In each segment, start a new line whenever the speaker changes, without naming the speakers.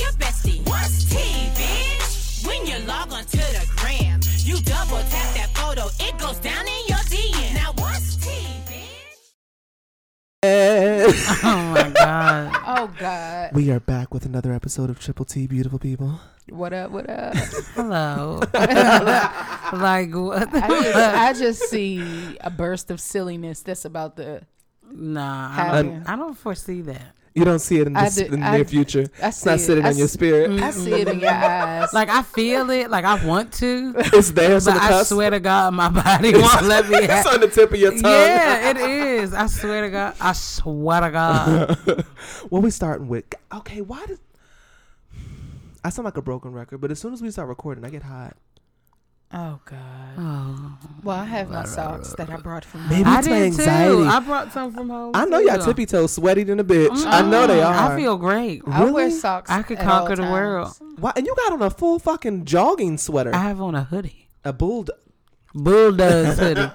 your bestie. What's tea, bitch? When you log on to the gram, you double tap that photo, it goes down in your DM. Now what's tea, bitch?
Oh God.
We are back with another episode of Triple T, beautiful people.
What up? What up?
Hello. like what?
I just, I just see a burst of silliness that's about the.
Nah, I
Happy.
don't, I don't foresee that.
You don't see it in the,
I
s-
do-
in the
I-
near future.
I
it's
see
not
it. Mm.
sitting
I
in your
s-
spirit.
I see it in your eyes.
Like I feel it. Like I want to,
It's there, it's
but
on the
I
cusp.
swear to God, my body won't let me.
it's
Have,
on the tip of your tongue.
yeah, it is. I swear to God. I swear to God.
What we starting with? Okay, why does I sound like a broken record? But as soon as we start recording, I get hot.
Oh God.
Oh,
Well, I have my socks that I brought from.
Maybe
I
it's my
did too.
anxiety.
I brought some from home.
I know
too.
y'all tippy toe sweaty than a bitch. I know they are.
I feel great.
I wear
Really?
socks.
I could
at all
conquer the
times.
world.
Why? And you got on a full fucking jogging sweater.
I have on a hoodie.
a bulldog.
Bulldogs hoodie.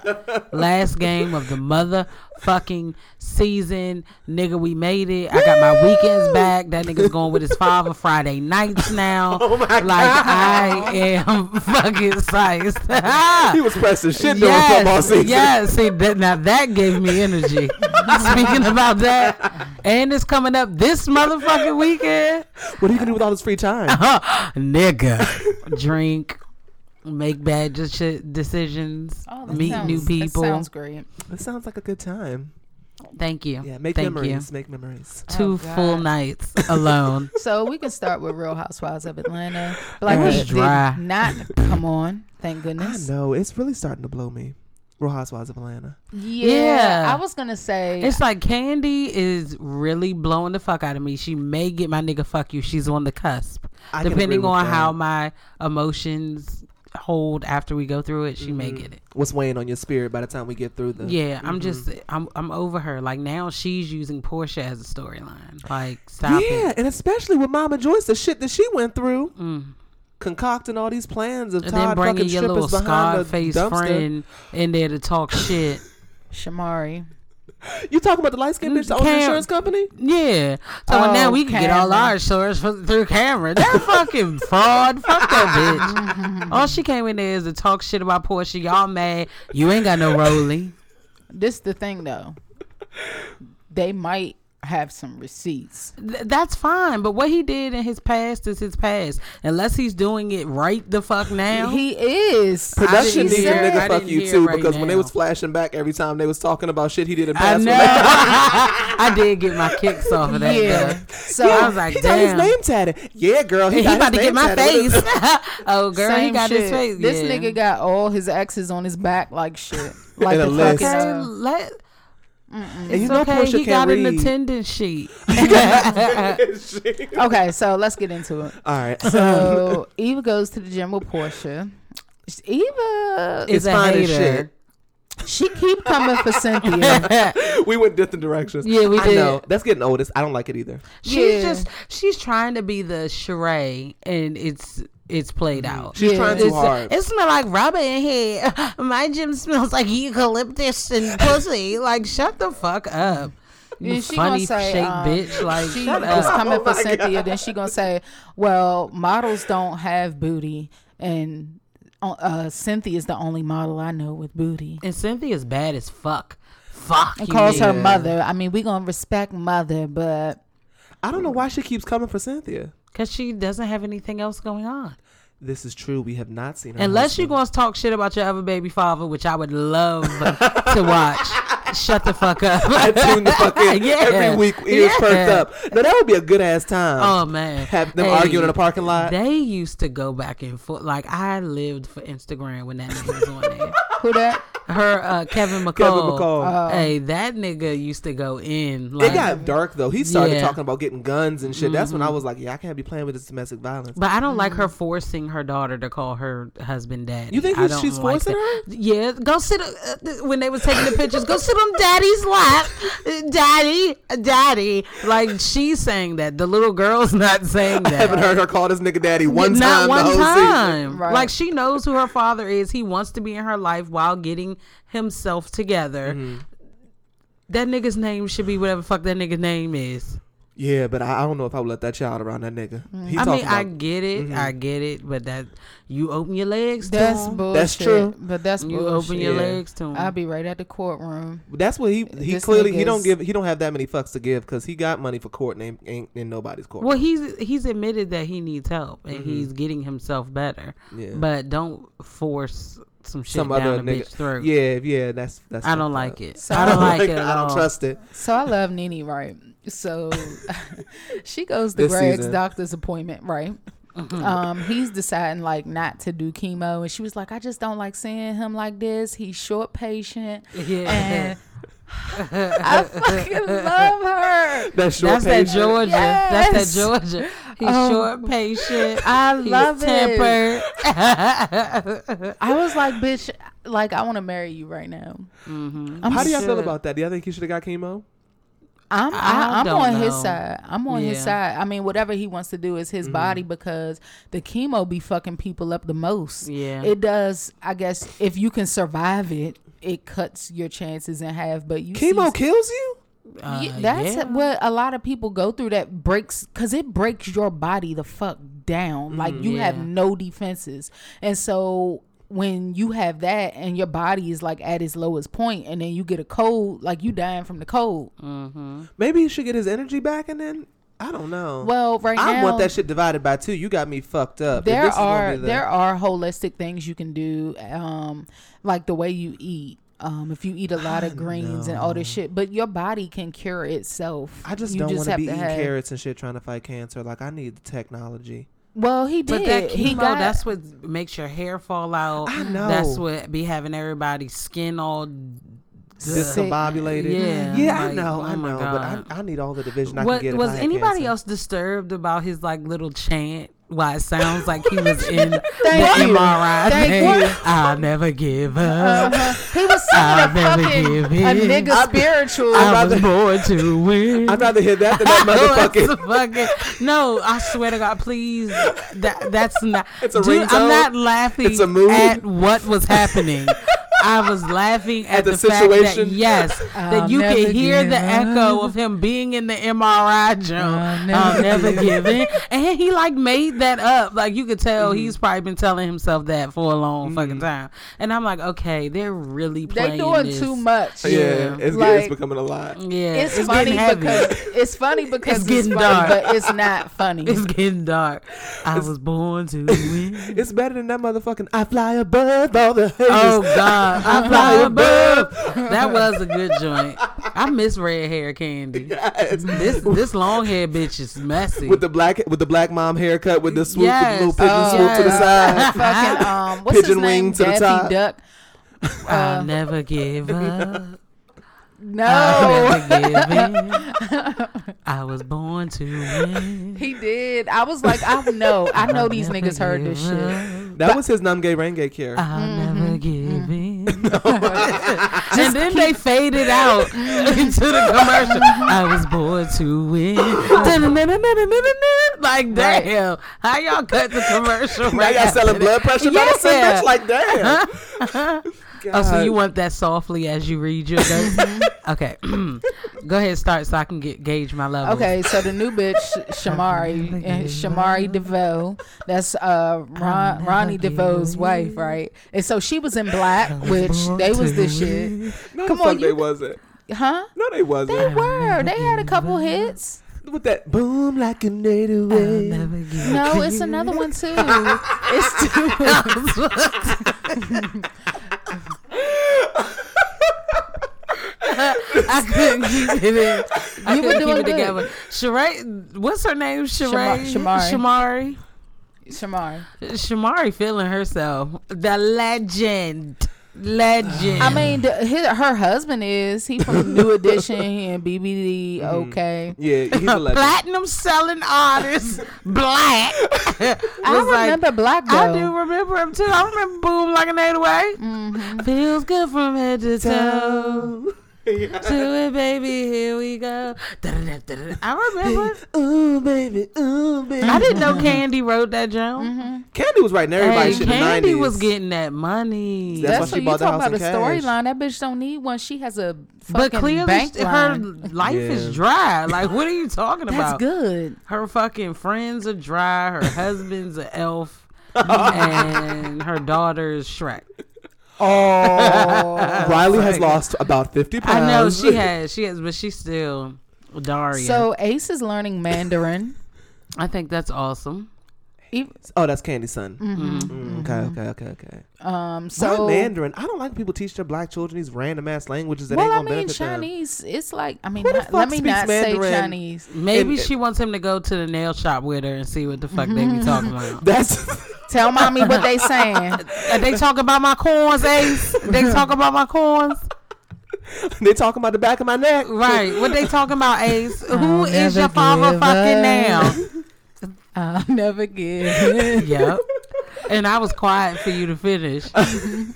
Last game of the motherfucking season. Nigga, we made it. I got my weekends back. That nigga's going with his father Friday nights now.
Oh my
like I am fucking
He
sized.
was pressing shit during football
Ah. Yes,
season.
yes. See, that, now that gave me energy. Speaking about that, and it's coming up this motherfucking weekend.
What are you gonna do with all this free time?
Huh, nigga. Drink, make bad de- shit decisions,
Oh, that
meet
sounds-
new
That
people.
sounds great.
That sounds like a good time.
Thank you.
Yeah, make
Thank
memories.
you.
Make memories.
Two
Oh,
full
God.
nights alone.
So we can start with Real Housewives of Atlanta. Black
It was
Pink did
dry.
not come on.
I
Thank goodness.
know it's really starting to blow me. Real Housewives of Atlanta.
Yeah,
Yeah.
I was gonna say
It's like Candy is really blowing the fuck out of me. She may get my nigga fuck you. She's on the cusp.
I can agree
Depending
with
on
that.
how my emotions hold after we go through it, she
Mm-hmm.
may get it.
What's weighing on your spirit by the time we get through the?
Yeah, I'm just I'm I'm over her. Like now she's using Portia as a storyline. Like stop
yeah,
it.
and especially with Mama Joyce, the shit that she went through,
Mm.
concocting all these plans of
And
Todd
then bringing
fucking
your
strippers
little
behind the
scarred face
dumpster.
friend in there to talk shit.
Shamari.
You talking about the light skinned bitch that owns the
Mm, Cam-
insurance company?
Yeah. So
Oh,
now we can get all
Cameron.
our shorts for, through Cameron. That fucking fraud. Fuck that bitch. all she came in there is to talk shit about Portia. Y'all mad. You ain't got no rolling.
This the thing though. They might have some receipts.
Th- that's fine. But what he did in his past is his past. Unless he's doing it right the fuck now.
He is.
Production
didn't
needs a
hear-
nigga
I
fuck
didn't
you
hear
too
right
because when they
now.
was flashing back every time they was talking about shit he did in
I
past.
know. I did get my kicks off of that.
Yeah.
Yeah.
So
I was like,
he got his
damn.
name tatted. Yeah, girl, he,
He
got his
about to
name
get my
tatted.
face. oh girl, he
same
got
shit.
his face.
This
yeah.
nigga got all his exes on his back like shit. Like
a
the
list.
fucking
Okay,
uh,
let.
And
It's
you know
okay.
Portia
he
can't
got an
read.
attendance sheet.
uh, Okay, so let's get into it.
All right.
So Eva goes to the gym with Portia. Eva,
Is
It's
a
fine as
hater.
she keep coming for Cynthia.
we went different directions.
Yeah, we
I
did.
know. That's getting oldest. I don't like it either.
She's
Yeah.
just she's trying to be the charade, and it's it's played out.
Mm-hmm. She's
Yeah.
trying too
It's,
hard.
it smells like rubber in here. My gym smells like eucalyptus and pussy. Like shut the fuck up, you
And she
funny
gonna say,
shake
um,
bitch. Like
she
shut
was
up. Oh
coming for Cynthia. Then she gonna say, "Well, models don't have booty, and uh, Cynthia's the only model I know with booty."
And Cynthia's bad as fuck. Fuck.
And
you,
calls her
nigga.
mother. I mean, we gonna respect mother, but
I don't know why she keeps coming for Cynthia.
Cause she doesn't have anything else going on.
This is true. We have not seen her.
Unless you're
husband.
going to talk shit about your other baby father, which I would love to watch. Shut the fuck up.
I tune the fuck in
Yeah.
every week. Ears
Yeah.
perked up. Now that would be a good ass time.
Oh man,
Have them
Hey,
arguing in the parking lot.
They used to go back and forth. Like I lived for Instagram when that nigga was on there.
Who that?
Her uh, Kevin McCall.
Kevin McCall. Uh-huh.
hey, that nigga used to go in.
It
Like,
got dark though. He started
Yeah. Mm-hmm.
talking about getting guns and shit. That's when I was like, yeah, I can't be playing with this domestic violence.
But I don't like her forcing her daughter to call her husband daddy.
Mm. You think
I
he's-
don't
she's forcing
that. Yeah, go sit uh, th- when they was taking the pictures. go sit on daddy's lap, Uh, daddy, uh, daddy. Like she's saying that. The little girl's not saying that.
I haven't heard her call this nigga daddy one
Not
time.
one
the whole
time.
Season.
Right.
Like she knows who her father is. He wants to be in her life while getting himself together.
Mm-hmm.
That nigga's name should be whatever the fuck that nigga's name is.
Yeah, but I, I don't know if I would let that child around that nigga. He
Mm. I
talking
mean, I
about- Mm-hmm.
get it, I get it, but that you open your legs to
That's
him.
bullshit.
true.
But that's
You
Oh,
bullshit.
open your
Yeah.
legs to him.
I'll be right at the courtroom.
That's what he he
This
clearly he don't
nigga's-
give he don't have that many fucks to give because he got money for court and ain't, ain't in nobody's court.
well, he's he's admitted that he needs help and he's getting himself better.
Mm-hmm. Yeah.
But don't force some shit
Some
down
other
a
nigga.
bitch throat.
Yeah, yeah. That's that's.
I
fucked
don't like
up.
it.
So-
I don't like it. At
I don't
all.
trust it.
So I love Nene, right? So she goes to
This
Greg's
season.
doctor's appointment, right? um, he's deciding like not to do chemo, and she was like, "I just don't like seeing him like this. He's short patient."
Yeah.
And I fucking love her.
That's short
That's that
patient.
Georgia. That's
Yes.
that Georgia. He's
Um,
short, patient.
I
He's
love it.
tempered.
I was like, "Bitch, like I want to marry you right now." I'm
How do y'all feel
Should.
about that? Do y'all think he should have got chemo?
I'm
I
I, I'm
don't
on his
know.
side. I'm on his
Yeah. Mm-hmm.
side. I mean, whatever he wants to do is his body because the chemo be fucking people up the most.
Yeah.
it does. I guess if you can survive it, it cuts your chances in half. But you
Chemo
see,
kills you.
Yeah,
Uh,
that's
yeah.
what a lot of people go through. That breaks because it breaks your body the fuck down. like you have
Mm, Yeah.
no defenses, and so when you have that and your body is like at its lowest point, and then you get a cold, like you dying from the cold.
Maybe he should get his energy back and then I don't know.
Well, right
I
now
want that shit divided by two. You got me fucked up. If
there
this is gonna
are
be the-
there are holistic things you can do um like the way you eat um if you eat a lot of greens and all this shit but your body can cure itself
I just
You
don't want to
have
be eating
have-
carrots and shit trying to fight cancer. Like I need the technology.
well he did
But that
he
chemo,
got
that's what makes your hair fall out.
I know.
That's what be having everybody's skin all.
sick.
Discombobulated.
Yeah,
yeah, I
like,
know,
oh
I
my
know,
God.
but I, I need all the division I
What
can get. if
was
I had
anybody
cancer.
else disturbed about his like little chant? Why it sounds like he was in the
you.
MRI
Thank
thing.
you.
I'll never give up.
uh-huh. he was
I'll
singing
never
a fucking
give
a
in.
nigga spiritual
I was born to win.
I'd rather hear that than that
That's
motherfucking.
fucking- no, I swear to God, please. That that's not.
It's a
Dude,
ringtone.
I'm not laughing
It's a mood.
at what was happening. I was laughing at,
the
the, fact that
situation.
yes, that
I'll
you
never
can hear the
give
echo
up.
of him being in the MRI joint.
I'll
I'll
never
never give in, and he like made that up. Like you could tell
Mm-hmm.
he's probably been telling himself that for a long fucking time. And I'm like, okay, they're really playing.
they doing
this.
too much
Yeah, it's, it's
Like-
becoming a lot.
Yeah,
it's,
it's
funny
getting heavy.
because it's funny because it's,
getting dark.
funny, but it's not funny
It's getting dark. I was born to win.
It's better than that motherfucking. I fly above all the haters.
Oh God, I fly above. That was a good joint. I miss red hair candy.
Yes.
This this long hair bitch is messy.
with the black with the black mom haircut with the swoop
Yes.
with the little pigeon
Oh,
swoop to the
yes.
side.
fucking um what's
Pigeon
his name
wing to the
Daffy
top.
Duck
I'll never give up.
no
I'll never give in. I was born to win.
He did. I was like, I know, I know these
Never
niggas heard this
give
shit.
up.
That was his Namge Renge cure.
I'll
Mm-hmm.
never give in. and then they faded out into the commercial. I was born to win. like damn, how y'all cut the commercial?
now
Right
y'all
after
selling
that?
blood pressure medicine,
Yeah.
bitch. Like damn.
Oh,
uh,
so you
God.
want that softly as you read your notes?
Mm-hmm.
okay, go ahead, start so I can get gauge my level.
Okay, so the new bitch Shamari, and Shamari DeVoe, that's uh Ron, Ronnie DeVoe's wife, right? And so she was in black, which they was this shit,
No,
Come
the
on,
fuck they
you-
wasn't.
huh?
No, they wasn't.
They were. They had a couple hits.
with that boom like oh a native
I'll
wave.
never give
No, it's another one too. It's two.
I couldn't keep it in. I
You were
couldn't
doing
keep it
good.
together. Sheree, what's her name? Sheree?
Shamari.
Shamari.
Shamari.
Shamari feeling herself. The legend. Legend.
I mean, the, his, her husband is he from New Edition he and BBD?
Mm-hmm.
Okay,
Yeah, he's a legend.
platinum selling artist, black.
I
was like,
remember Black though.
I do remember him too. I remember Boom Like an 808.
Mm-hmm.
Feels good from head to toe. Do it, baby. Here we go. Da-da-da-da-da. I remember.
Ooh, baby, ooh, baby.
I didn't know Candy wrote that
Mm-hmm.
joke.
Candy was writing everybody
Hey,
shit
Candy
in the 90s.
was getting that money.
That's why
That's
she
what you
bought the
talking
house
about. The
in cash.
storyline. That bitch don't need one. She has a fucking
but clearly,
bank
her
line.
life
Yeah.
is dry. Like, what are you talking
That's
about?
good.
Her fucking friends are dry. Her husband's an elf, and her daughter's Shrek.
Oh,
Riley has lost about 50
I
pounds.
know she has, she has, but she's still Daria.
so Ace is learning Mandarin.
I think that's awesome.
E-
Oh, that's Candy's son. Mm,
Mm-hmm.
okay, okay, okay, okay.
Um,
So
so
Mandarin. I don't like people teach their black children these random ass languages that
well,
ain't
I
gonna
mean,
benefit them.
Chinese. It's like I mean,
Who the
not, let
fuck
me
speaks
not
Mandarin?
say Chinese.
Maybe
And-
she wants him to go to the nail shop with her and see what the fuck they be talking about.
That's
Tell mommy what they saying.
Uh, they talk about my corns, Ace. They talk about my corns.
they talking about the back of my neck.
Right. What they talking about, Ace? Who
I'll
is your
never
father
give
fucking
up.
now?
I'll never give. in.
Yep. And I was quiet for you to finish.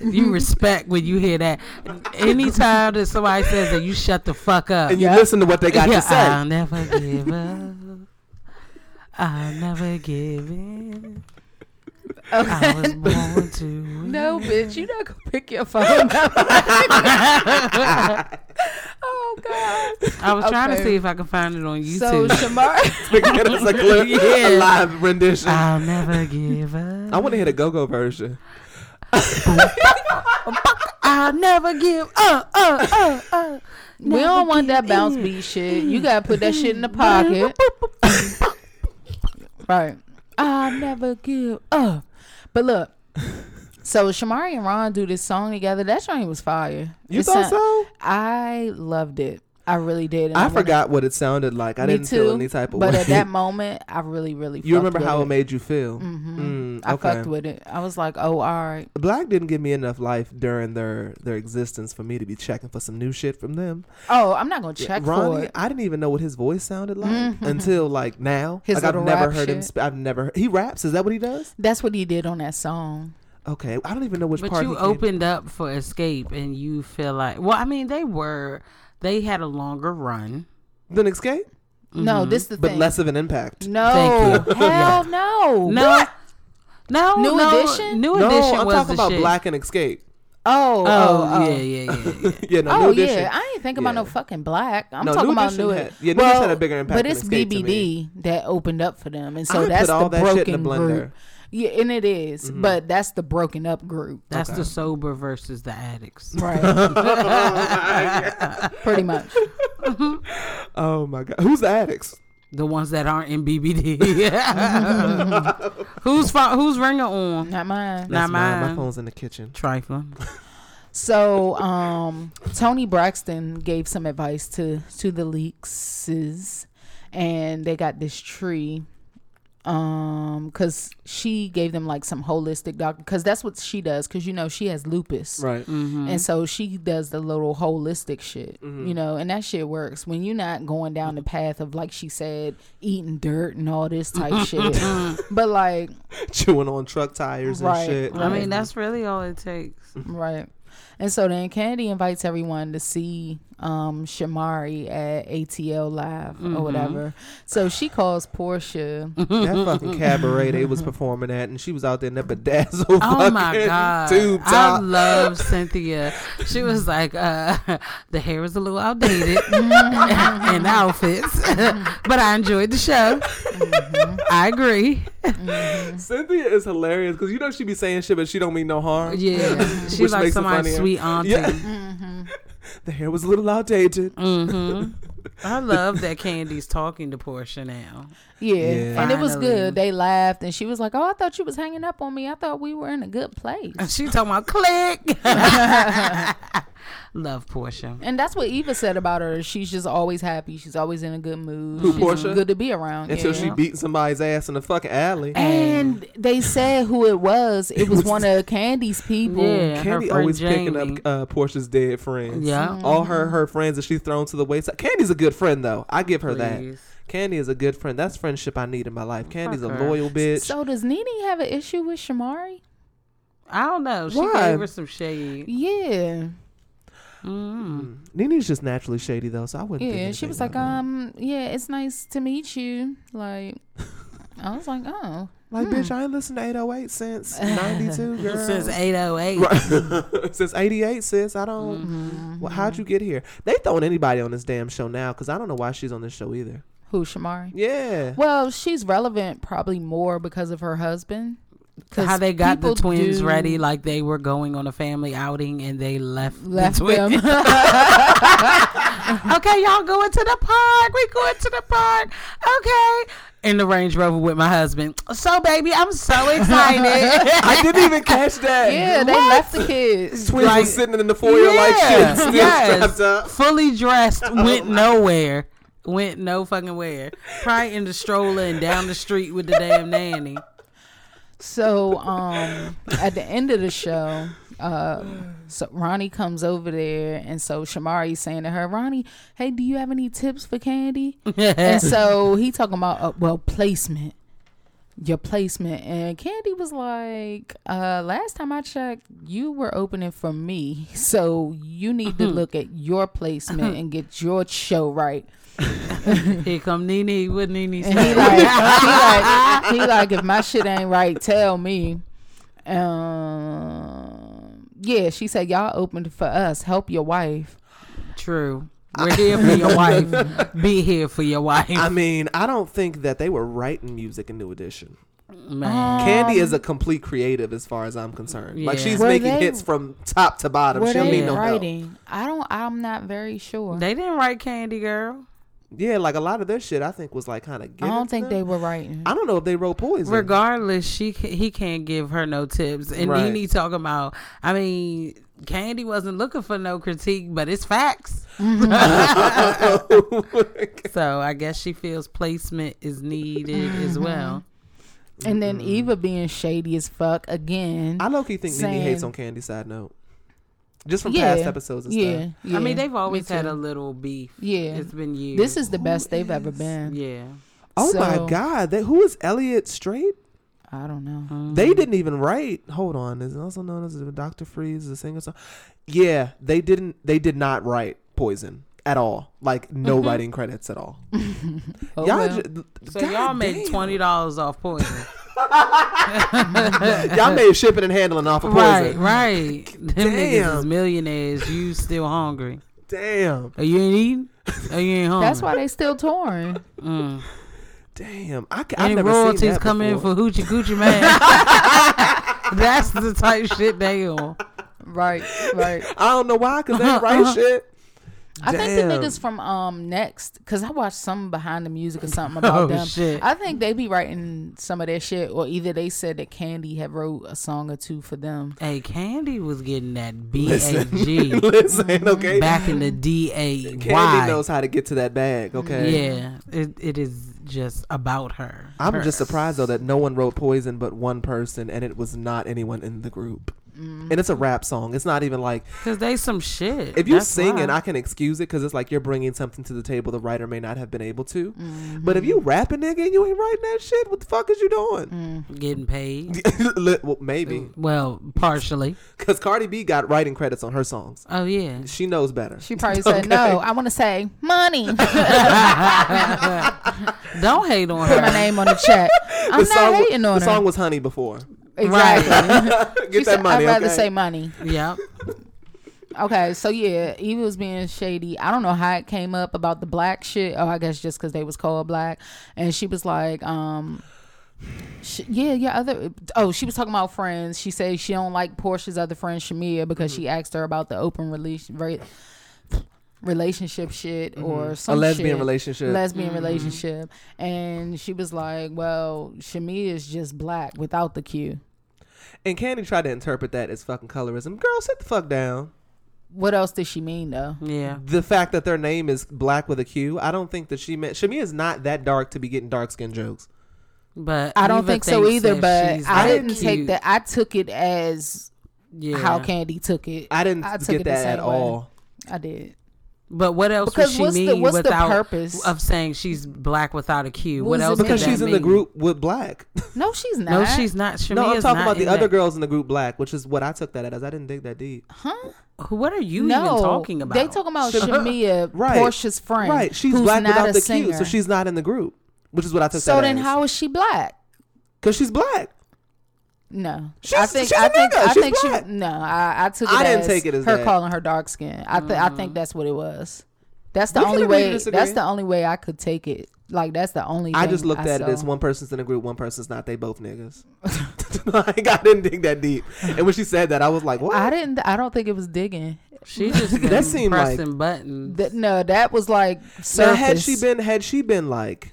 you respect when you hear that. Anytime that somebody says that, you shut the fuck up.
And you
Yeah.
listen to what they got
Yeah,
to say.
I'll never give up. I'll never give in. I was born to win.
No, bitch, you not gonna pick your phone up. oh God!
I was trying to
Okay.
see if I could find it on
So
YouTube.
Shamar,
Get us a clip, a
Yeah.
live rendition.
I'll never give up.
I want to hear the go-go version.
I'll never give up. Uh, uh, uh.
we Mm. don't want that bounce beat shit. You gotta put that shit in the pocket, right? I never give up. But look, so Shamari and Ron do this song together. That song was fire.
You
It
thought
sound-
so?
I loved it. I really did. and
I
wanna-
forgot what it sounded like. I
Me
didn't
too.
feel any type of
but
way.
at that moment, I really, really.
you
fucked
remember
with
how it
it.
made you feel? Mm-hmm.
I fucked with it. I was like, oh, all right.
Black didn't give me enough life during their their existence for me to be checking for some new shit from them.
Oh, I'm not gonna check for
Ronnie,
it. Mm-hmm.
I didn't even know what his voice sounded like until like now.
His
like I've
little
never
rap
heard him.
shit.
Sp- I've never he raps. Is that what he does?
That's what he did on that song.
Okay, I don't even know which
But
part.
you
he came-
opened up for Escape, and you feel like, well, I mean, they were, they had a longer run.
then escape,
No, this the
but
thing.
less of an impact.
no,
Thank you.
hell no.
No, no,
New
no,
Edition?
New
No,
Edition
I'm
was
talking
the
about
shit.
Black and Escape.
Oh, oh,
Oh,
oh.
yeah, yeah, yeah, yeah.
yeah, no,
Oh
New
yeah,
Edition.
I ain't thinking about no
Yeah.
fucking black. I'm
No,
talking
New
about
Edition
new.
had- yeah, New Edition had a bigger impact
But
than
it's
Escape to
BBD that opened up for them, and so
I
that's
put all
the
that
broken
shit in the blender. Mm-hmm.
group. Yeah, and it is, but that's the broken up group,
That's the sober versus the addicts.
right? Pretty much.
Oh my god, who's the addicts?
The ones that aren't in BBD. who's fo- who's ringer on?
Not mine.
Not
That's mine. My
mine.
phone's in the kitchen.
Trifling.
So, um, Tony Braxton gave some advice to to the leakses, and they got this tree, um, because she gave them like some holistic doctor, because that's what she does, because you know she has lupus,
Right.
Mm.
and so she does the little holistic shit, you know, and that shit works when you're not going down the path of like she said, eating dirt and all this type shit, but like
Chewing on truck tires
Right.
and shit.
I mean, that's really all it takes.
Right. And so then Kennedy invites everyone to see um Shamari at ATL Live
Mm-hmm.
or whatever. So she calls Portia.
that fucking cabaret they was performing at, and she was out there in that bedazzled
Oh my
fucking
god.
tube
I
top.
love Cynthia. She was like, uh, the hair is a little outdated and outfits. but I enjoyed the show.
Mm-hmm.
I agree.
Cynthia is hilarious because you know she be saying shit, but she don't mean no harm.
Yeah.
Which
She's like
makes it funnier.
somebody's sweet auntie.
Yeah. The hair was a little outdated.
hmm I love that Candy's talking to Portia now.
Yeah.
Yeah.
And it was
Finally.
good. They laughed and she was like, Oh, I thought you was hanging up on me. I thought we were in a good place.
She talking about click. Love Portia.
And that's what Eva said about her. She's just always happy. She's always in a good mood.
Who,
She's
Portia?
Good to be around.
Until
yeah.
she beat somebody's ass in the fucking alley.
And they said who it was. It was
was-
one of Candy's people.
Yeah, her
Candy
friend
always picking
Jamie.
up uh, Portia's dead friends.
Yeah.
All her her friends that she thrown to the wayside. Candy's a good friend though. I give her that.
Please.
Candy is a good friend. That's friendship I need in my life. Candy's
Fuck
a
her.
loyal bitch.
So does Nene have an issue with Shamari?
I don't know. She
Why?
gave her some shade.
Yeah.
Mm.
Nene's just naturally shady though, so I wouldn't. think
Yeah. She
anything
was like,
about that.
um, yeah, it's nice to meet you. Like I was like, oh.
like bitch, I ain't listened to 808 since '92, girl.
Since 808.
Right. since 88 sis i don't
Mm-hmm.
Well, how'd you get here they throwing anybody on this damn show now because i don't know why she's on this show either
Who Shamari?
yeah
Well, she's relevant probably more because of her husband. 'Cause
How they got the
people
twins
do
ready like they were going on a family outing and they left,
Left
the twins.
them.
okay, y'all going to the park. We going to the park. Okay. In the Range Rover with my husband. So, baby, I'm so excited.
i didn't even catch that
yeah, they left the kids.
twins
Like-
was sitting in the foyer like
Yeah,
shit still
yes.
strapped up
Fully dressed, went nowhere. Went no fucking where. Probably in the stroller and down the street with the damn nanny.
So, um, at the end of the show, uh, so Ronnie comes over there, and so Shamari's saying to her, "Ronnie, hey, do you have any tips for Candy?"
Eh.
and so he talking about uh, well placement, your placement, and Candy was like, uh, "Last time I checked, you were opening for me, so you
Mm-hmm.
need to look at your placement and get your show right."
Here come Nene. What Nene
And he
say?
like, he like, he like, if my shit ain't right, tell me. Um, yeah, she said y'all opened for us. Help your wife.
True. We're here for your wife. Be here for your wife.
i mean i don't think that they were writing music in new edition
Man.
Candy is a complete creative as far as I'm concerned. Like
Yeah.
she's
Were
making
they-
hits from top to bottom.
Were
She don't
they
need no help.
writing? I don't. I'm not very sure.
They didn't write Candy Girl.
Yeah, like a lot of their shit I think was like kind of
I don't think they were writing.
I don't know if they wrote poison.
Regardless, she ca- he can't give her no tips, and
Right.
Nene talking about. I mean, Candy wasn't looking for no critique, but it's facts. so I guess she feels placement is needed as
Mm-hmm.
well.
And then Eva being shady as fuck again.
I low key think Nene hates
Same.
on Candy. Side note, just from
yeah,
past episodes and
yeah,
stuff.
yeah.
I mean, they've always
me
had
too.
a little beef.
Yeah.
it's been years.
This is the best they've ever been.
yeah.
Oh
So-
my god, that who is Elliot Straight?
I don't know.
Uh-huh.
They didn't even write. Hold on, is also known as Doctor Freeze, the singer. Song. Yeah, they didn't. They did not write poison at all. Like no writing credits at all.
Mm-hmm. Oh,
y'all,
well.
ju-
So
God
y'all made
damn.
twenty dollars off poison.
Y'all made shipping and handling off of
right,
poison.
right. Them niggas is
Damn.
millionaires. You still hungry?
Damn,
Are you ain't eating? Are you ain't hungry?
That's why they still touring.
Mm.
damn. I, ca- I've
Any
never seen
royalties
that
come in
before.
for Hoochie Coochie Man? That's the type shit they on.
right, right.
I don't know why, cause they ain't write shit.
I think the
Damn.
niggas from um Next, because I watched some behind the music or something about
Oh,
them.
shit.
I think they be writing some of their shit, or either they said that Candy had wrote a song or two for them.
Hey, Candy was getting that
Listen,
Mm-hmm. B-A-G
listen, okay.
back in the
Candy
D-A-Y.
knows how to get to that bag, okay?
Mm-hmm. Yeah, it, it is just about her.
I'm
Her.
just surprised though that no one wrote Poison but one person, and it was not anyone in the group.
Mm-hmm.
And it's a rap song. It's not even like
Cause they some shit.
if you
That's
sing it,
why.
I can excuse it because it's like you're bringing something to the table the writer may not have been able to.
Mm-hmm.
But if you rap a nigga and you ain't writing that shit, what the fuck is you
Mm.
doing?
getting paid.
Li- well, maybe
Well, partially.
because Cardi B got writing credits on her songs.
Oh yeah.
She knows better.
She probably said, "No, I want to say money. Put
Don't hate on
my
her.
name on the check. I'm not
wa-
hating on
the
her.
song was Honey before.
exactly.
Get
she
that
said,
money.
I'd rather
okay?
say money.
Yep.
Okay, so yeah, Eva was being shady. I don't know how it came up about the black shit. Oh, I guess just because they was called black, and she was like, um, sh yeah, yeah. Other oh, she was talking about friends. She said she don't like Portia's other friend Shamia because
Mm-hmm.
she asked her about the open relation re- relationship shit or some
Mm-hmm. a lesbian
shit.
relationship.
Lesbian relationship, and she was like, "Well, Shamia is just black without the Q."
And Candy tried to interpret that as fucking colorism. Girl, sit the fuck down.
What else did she mean though?
Yeah.
the fact that their name is black with a Q, I don't think that she meant Shami is not that dark to be getting dark skin jokes.
But
I don't
Neva
think so
thinks
either,
that
but
she's
I
that
didn't take
cute.
that. I took it as
Yeah.
how Candy took it.
I didn't get
the
that at
same way.
all.
I did.
But what else
Because
would she
what's the-
mean
what's the
without
purpose?
of saying she's black without a Q?
What
What
does it
else?
mean?
could
Because
that
she's in the
mean?
group with black.
No, she's not.
No, she's not. Shamia's
no, I'm talking
not
about the
in
other
that.
girls in the group black, which is what I took that as. I didn't dig that deep.
Huh?
Who- What are you
no,
even talking about?
They talking about
Sham-
Oh, Shamia,
Right.
Portia's friend.
Right. She's
who's
black
not
without
a
the
singer.
Q, so she's not in the group, which is what I took
So
that
then,
as.
how is she black?
Because she's black.
No, I
She's-
think
she's a
I think
nigga.
I
She's
think
black.
she. No, I, I took. It
I didn't
as
take it as
her
that. Mm-hmm.
calling her dark skin. I think I think that's what it was. That's the
We can
only
agree to
way. That's
disagree.
the only way I could take it. Like that's the only.
I
thing
just looked at it
saw.
as one person's in the group, one person's not. They both niggas. like, I didn't dig that deep. And when she said that, I was like, what?
I didn't. I don't think it was digging.
She just been
That seemed like-
pressing buttons.
That no, that was like
Now,
surface.
had she been, had she been like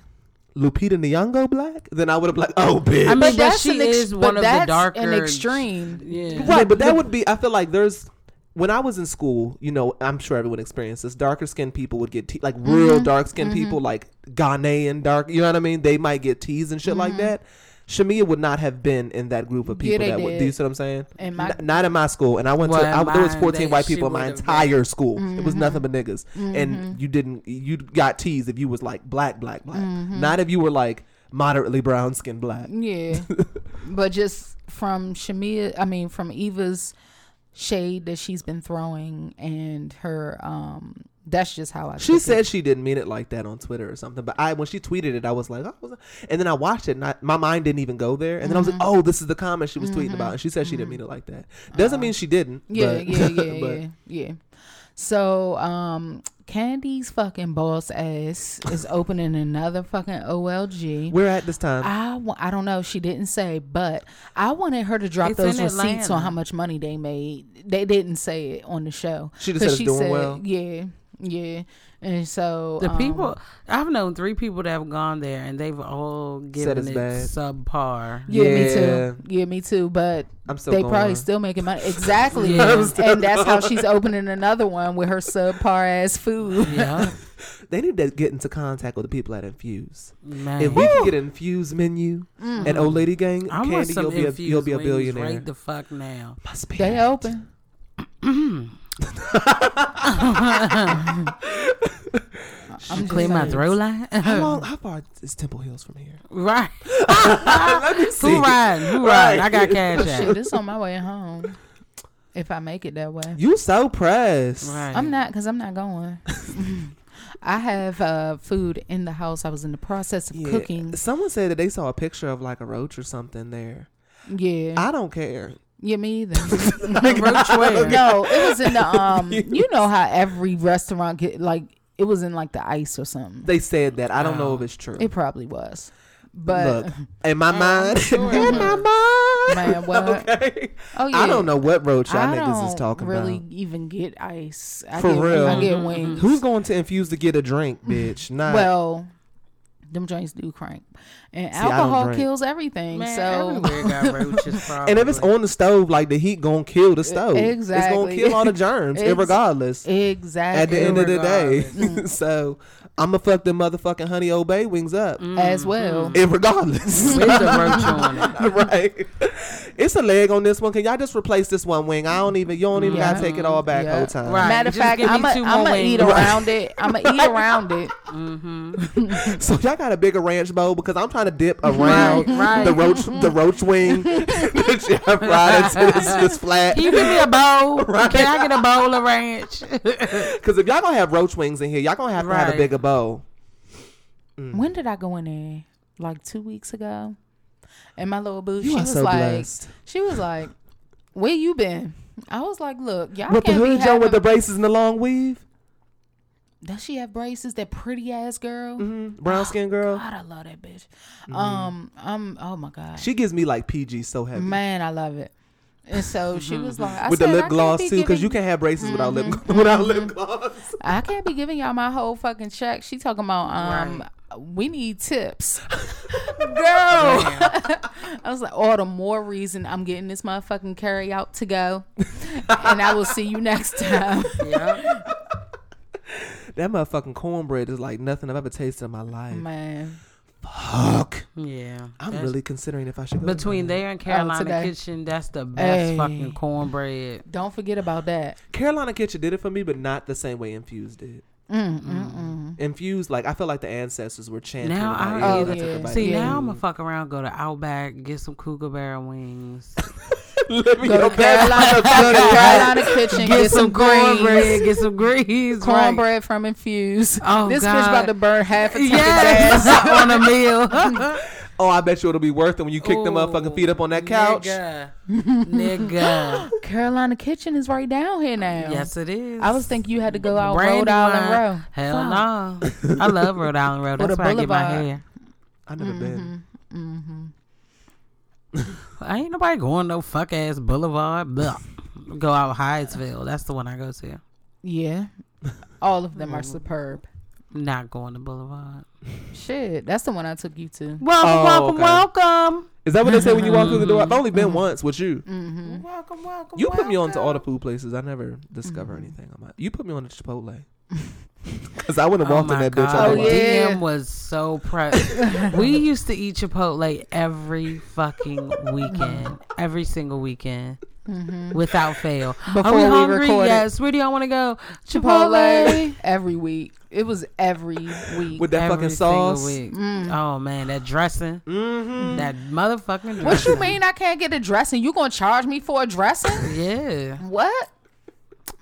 Lupita Nyong'o black, then I would have like, oh, bitch.
I mean,
but,
but
that's
she
an ex-
is
but
one of the
that's an
darker-
extreme.
yeah.
right, but that would be. I feel like there's. When I was in school, you know, I'm sure everyone experienced this. Darker skinned people would get te- like
Mm-hmm.
real dark skinned people, like Ghanaian dark. You know what I mean? They might get teased and shit like that. Shamia would not have been in that group of
Mm-hmm. Yeah,
people
they
that would.
did.
Do you see what I'm saying?
In my-
N- not in my school, and I went
Well,
to. I,
in
there was
mine,
14
they-
white
she
people in my
would have
entire school. It
Mm-hmm.
was nothing but niggas, and you didn't. You got teased if you was like black, black, black.
Mm-hmm.
Not if you were like moderately brown skinned black.
Yeah. but just from Shamia, I mean, from Eva's shade that she's been throwing and her, um, that's just how I
She
took it.
said she didn't mean it like that on Twitter or something, but I when she tweeted it, I was like, oh, was that-" and then I watched it, and I, my mind didn't even go there. And then I was like,
Mm-hmm.
oh, this is the comment she was tweeting about, and she said she didn't mean it like that. Doesn't mean she didn't.
Uh-huh. Yeah,
but-
yeah, yeah,
but-
yeah, yeah. So, um, Candy's fucking boss ass is opening another fucking OLG.
We're at this time.
I, wa- I don't know. She didn't say, but I wanted her to drop
It's
those
in
receipts on
Atlanta.
how much money they made. They didn't say it on the show.
She just
'Cause
said it's doing well.
Yeah, yeah. And so
The
um,
people I've known three people that have gone there and they've all given
it's
it
bad.
subpar.
Yeah, me
Yeah.
too. Yeah, me too. But
I'm still
they
going.
probably still making money. Exactly.
Yeah. I'm
and that's how she's opening another one with her subpar ass food.
Yeah,
they need to get into contact with the people at Infuse.
man.
If we can get an Infuse menu
Mm-hmm.
and Old Lady Gang,
I want
Candy,
some
you'll be a,
infused
you'll be a
wings
billionaire.
Right the fuck now.
My spirit.
They open.
I'm clear my throat line.
How long? How far is Temple Hills from here?
right.
Let me see.
Who riding? Who
Right.
riding? I got cash
Shit,
out.
this on my way home. If I make it that way.
You so pressed.
Right.
I'm not because I'm not going. I have uh, food in the house. I was in the process of
Yeah.
cooking.
Someone said that they saw a picture of like a roach or something there.
Yeah,
I don't care.
yeah, me either.
Roach where?
no, it was in the um. You know how every restaurant get like it was in like the ice or something.
They said that. I don't know if it's true.
It probably was, but
Look, in my mind, in my mind,
man, what?
okay.
Oh yeah,
I don't know what roach y'all
I
niggas is
don't
talking
really
about.
even get ice. I
For
get,
real,
I get wings.
who's going to infuse to get a drink, bitch? Not
Well, them joints do crank, and
don't
alcohol
drink.
kills everything.
Man,
so
everywhere got roaches. Probably.
And if it's on the stove, like the heat gonna kill the stove. it's gonna
exactly.
kill all the germs,
Ex-
regardless.
exactly.
At the end of the day,
Mm.
so I'ma fuck them motherfucking honey obey wings up,
Mm.
as well.
Mm. irregardless.
There's a roach on it.
right. It's a leg on this one. Can y'all just replace this one wing? I don't even. You don't even gotta
Yeah.
take it all back.
Yeah.
Whole time.
Right.
Matter of
just
fact,
give me
I'm
two more
gonna eat
wings.
around it. I'm gonna eat around it.
So y'all got a bigger ranch bowl because I'm trying to dip around
right.
the roach the roach wing that y'all fried into this, this flat.
Can you give me a bowl? Can I get a bowl of ranch?
Because if y'all gonna have roach wings in here, y'all gonna have to have a
Right.
bigger bowl. Mm.
When did I go in there? Like two weeks ago. And my little boo,
You
she
are
was
so
like,
blessed.
she was like, where you been? I was like, look, y'all
With the
can't be
hood, Joe,
having.
with the braces and the long weave,
Does she have braces? That pretty ass girl.
brown skin girl.
Oh, God, I love that bitch.
Mm-hmm.
Um, I'm. Oh my god,
She gives me like PG so heavy.
man, I love it. And so she was like, I
With
said,
the
I
lip
can't
gloss
be
too, because you
giving- Mm-hmm.
can have braces without lip without lip gloss.
I can't be giving y'all my whole fucking check. She talking about um we need tips. Girl. I was like, all the more reason I'm getting this motherfucking carry out to go. and I will see you next time.
Yeah.
That motherfucking cornbread is like nothing I've ever tasted in my life.
Man.
Fuck.
Yeah.
I'm
That's-
really considering if I should go.
Between there and Carolina
today.
Kitchen, that's the best
Hey.
fucking cornbread.
Don't forget about that.
Carolina Kitchen did it for me, but not the same way Infused did. Infused, like I feel like the ancestors were chanting.
Now
in my ear
I- Oh,
as took a
yeah.
bite.
See,
Yeah.
now I'm gonna fuck around, go to Outback, get some cougar barrel wings,
Let me
Go
go
to
back.
Carolina, go to Carolina Kitchen, get, some,
cornbread,
greens.
get some greens,
Cornbread
right.
from Infused.
Oh,
this
God.
bitch about to burn half a tank of
Yes,
gas.
on a meal.
Oh, I bet you it'll be worth it when you kick them
Ooh,
motherfucking feet up on that couch.
Nigga. Nigga.
Carolina Kitchen is right down here now.
yes, it is.
I was thinking you had to go out Rhode
Brandywine.
Island Row.
Hell
Fuck.
no. I love Rhode Island Road.
Or
That's
the
where I get my
Boulevard.
hair.
I never been.
I ain't nobody going no fuck ass boulevard. Blah. Go out Hyattsville. That's the one I go to.
Yeah. All of them are superb.
Not going to Boulevard.
Shit, that's the one I took you to.
Welcome,
Oh,
welcome,
okay.
welcome.
Is that what they say when you walk through the door? I've only been once with you.
Welcome, welcome.
You put me on to all the food places. I never discover anything. I'm like, you put me on to Chipotle. Because I wouldn't have
Oh
walked in
my
that bitch.
God.
Oh,
otherwise.
yeah.
DM was so pre. we used to eat Chipotle every fucking weekend, every single weekend,
Mm-hmm.
without fail.
Before
Are we
we
hungry?
recorded.
yes. Where do y'all want to go?
Chipotle every week. It was every week.
With that
Every
fucking
single
sauce.
week.
Mm.
Oh man, that dressing.
Mm-hmm.
That motherfucking dressing.
what you mean I can't get a dressing? You gonna charge me for a dressing?
Yeah.
what?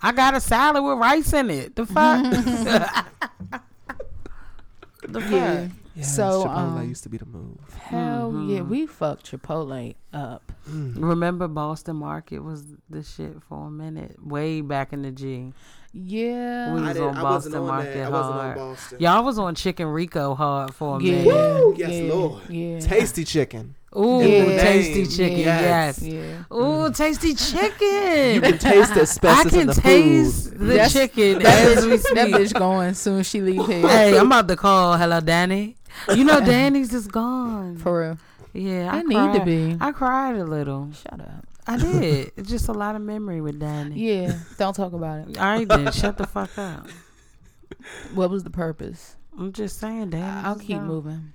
I got a salad with rice in it. The fuck? the fuck?
Yeah. So,
Chipotle
um,
used to be the move.
Hell
Mm-hmm.
yeah, we fucked Chipotle up.
Remember Boston Market was the shit for a minute, way back in the G.
Yeah.
We was on Boston Market hard.
Boston. Oh,
Y'all was on Chicken Rico hard for a
yeah.
minute.
yes,
yeah,
Lord.
Yeah.
Tasty chicken.
Ooh,
Yeah.
tasty
Name.
chicken. Yes.
Yes.
Yeah.
Ooh, tasty
You can
chicken.
taste the
I
asbestos in
can
the
taste
food.
the
That's-
chicken
That
as we
bitch, that
speak.
bitch going soon as she leave here.
Hey, I'm about to call. Hello, Danny. You know, Danny's is gone.
For real.
Yeah, I
It need to
cried-
be.
I cried a little.
Shut up.
I did. It's just a lot of memory with Danny.
Yeah. Don't talk about it.
All right, then. Shut the fuck up.
What was the purpose?
I'm just saying, Danny.
I'll keep moving.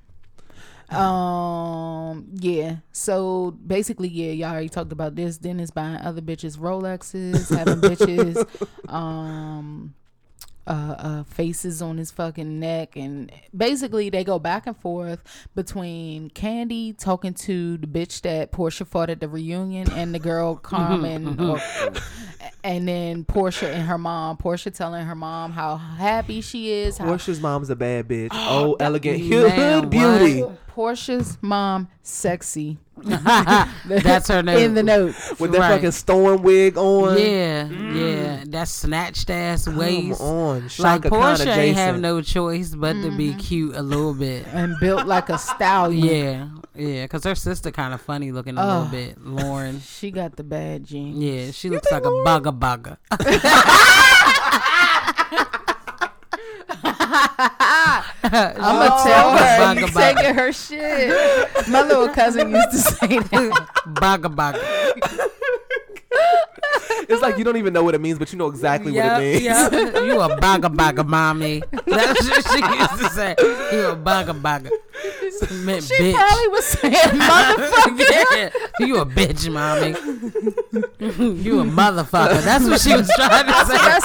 Um, yeah. So basically, yeah, y'all already talked about this. Dennis buying other bitches Rolexes, having bitches, um, uh, uh, faces on his fucking neck, and basically they go back and forth between Candy talking to the bitch that Portia fought at the reunion, and the girl Carmen, or, and then Portia and her mom. Portia telling her mom how happy she is, how
Portia's mom's a bad bitch. Oh, elegant
man,
hood beauty.
what?
Portia's mom sexy
That's her name.
in the note.
With that
Right.
fucking storm wig on.
Yeah,
Mm.
yeah. That snatched ass
Come
waist.
on.
Like
Shaka
Portia
Khan
ain't have
adjacent.
no choice but to be
Mm-hmm.
cute a little bit.
And built like a stallion.
Yeah, yeah. Cause her sister kind of funny looking a little bit. Lauren.
She got the bad gene.
Yeah, she looks like a bugger bugger.
I'm gonna tell her
Bugger
Oh, you
bugger.
taking her shit. My little cousin used to say that.
Bugger bugger.
It's like you don't even know what it means, but you know exactly what it means.
Yep. you a bugger bugger mommy. That's what she used to say. You a bugger bugger. Meant
She
bitch.
probably was saying motherfucker.
Yeah. You a bitch, mommy. you a motherfucker. That's what she was trying to say.
I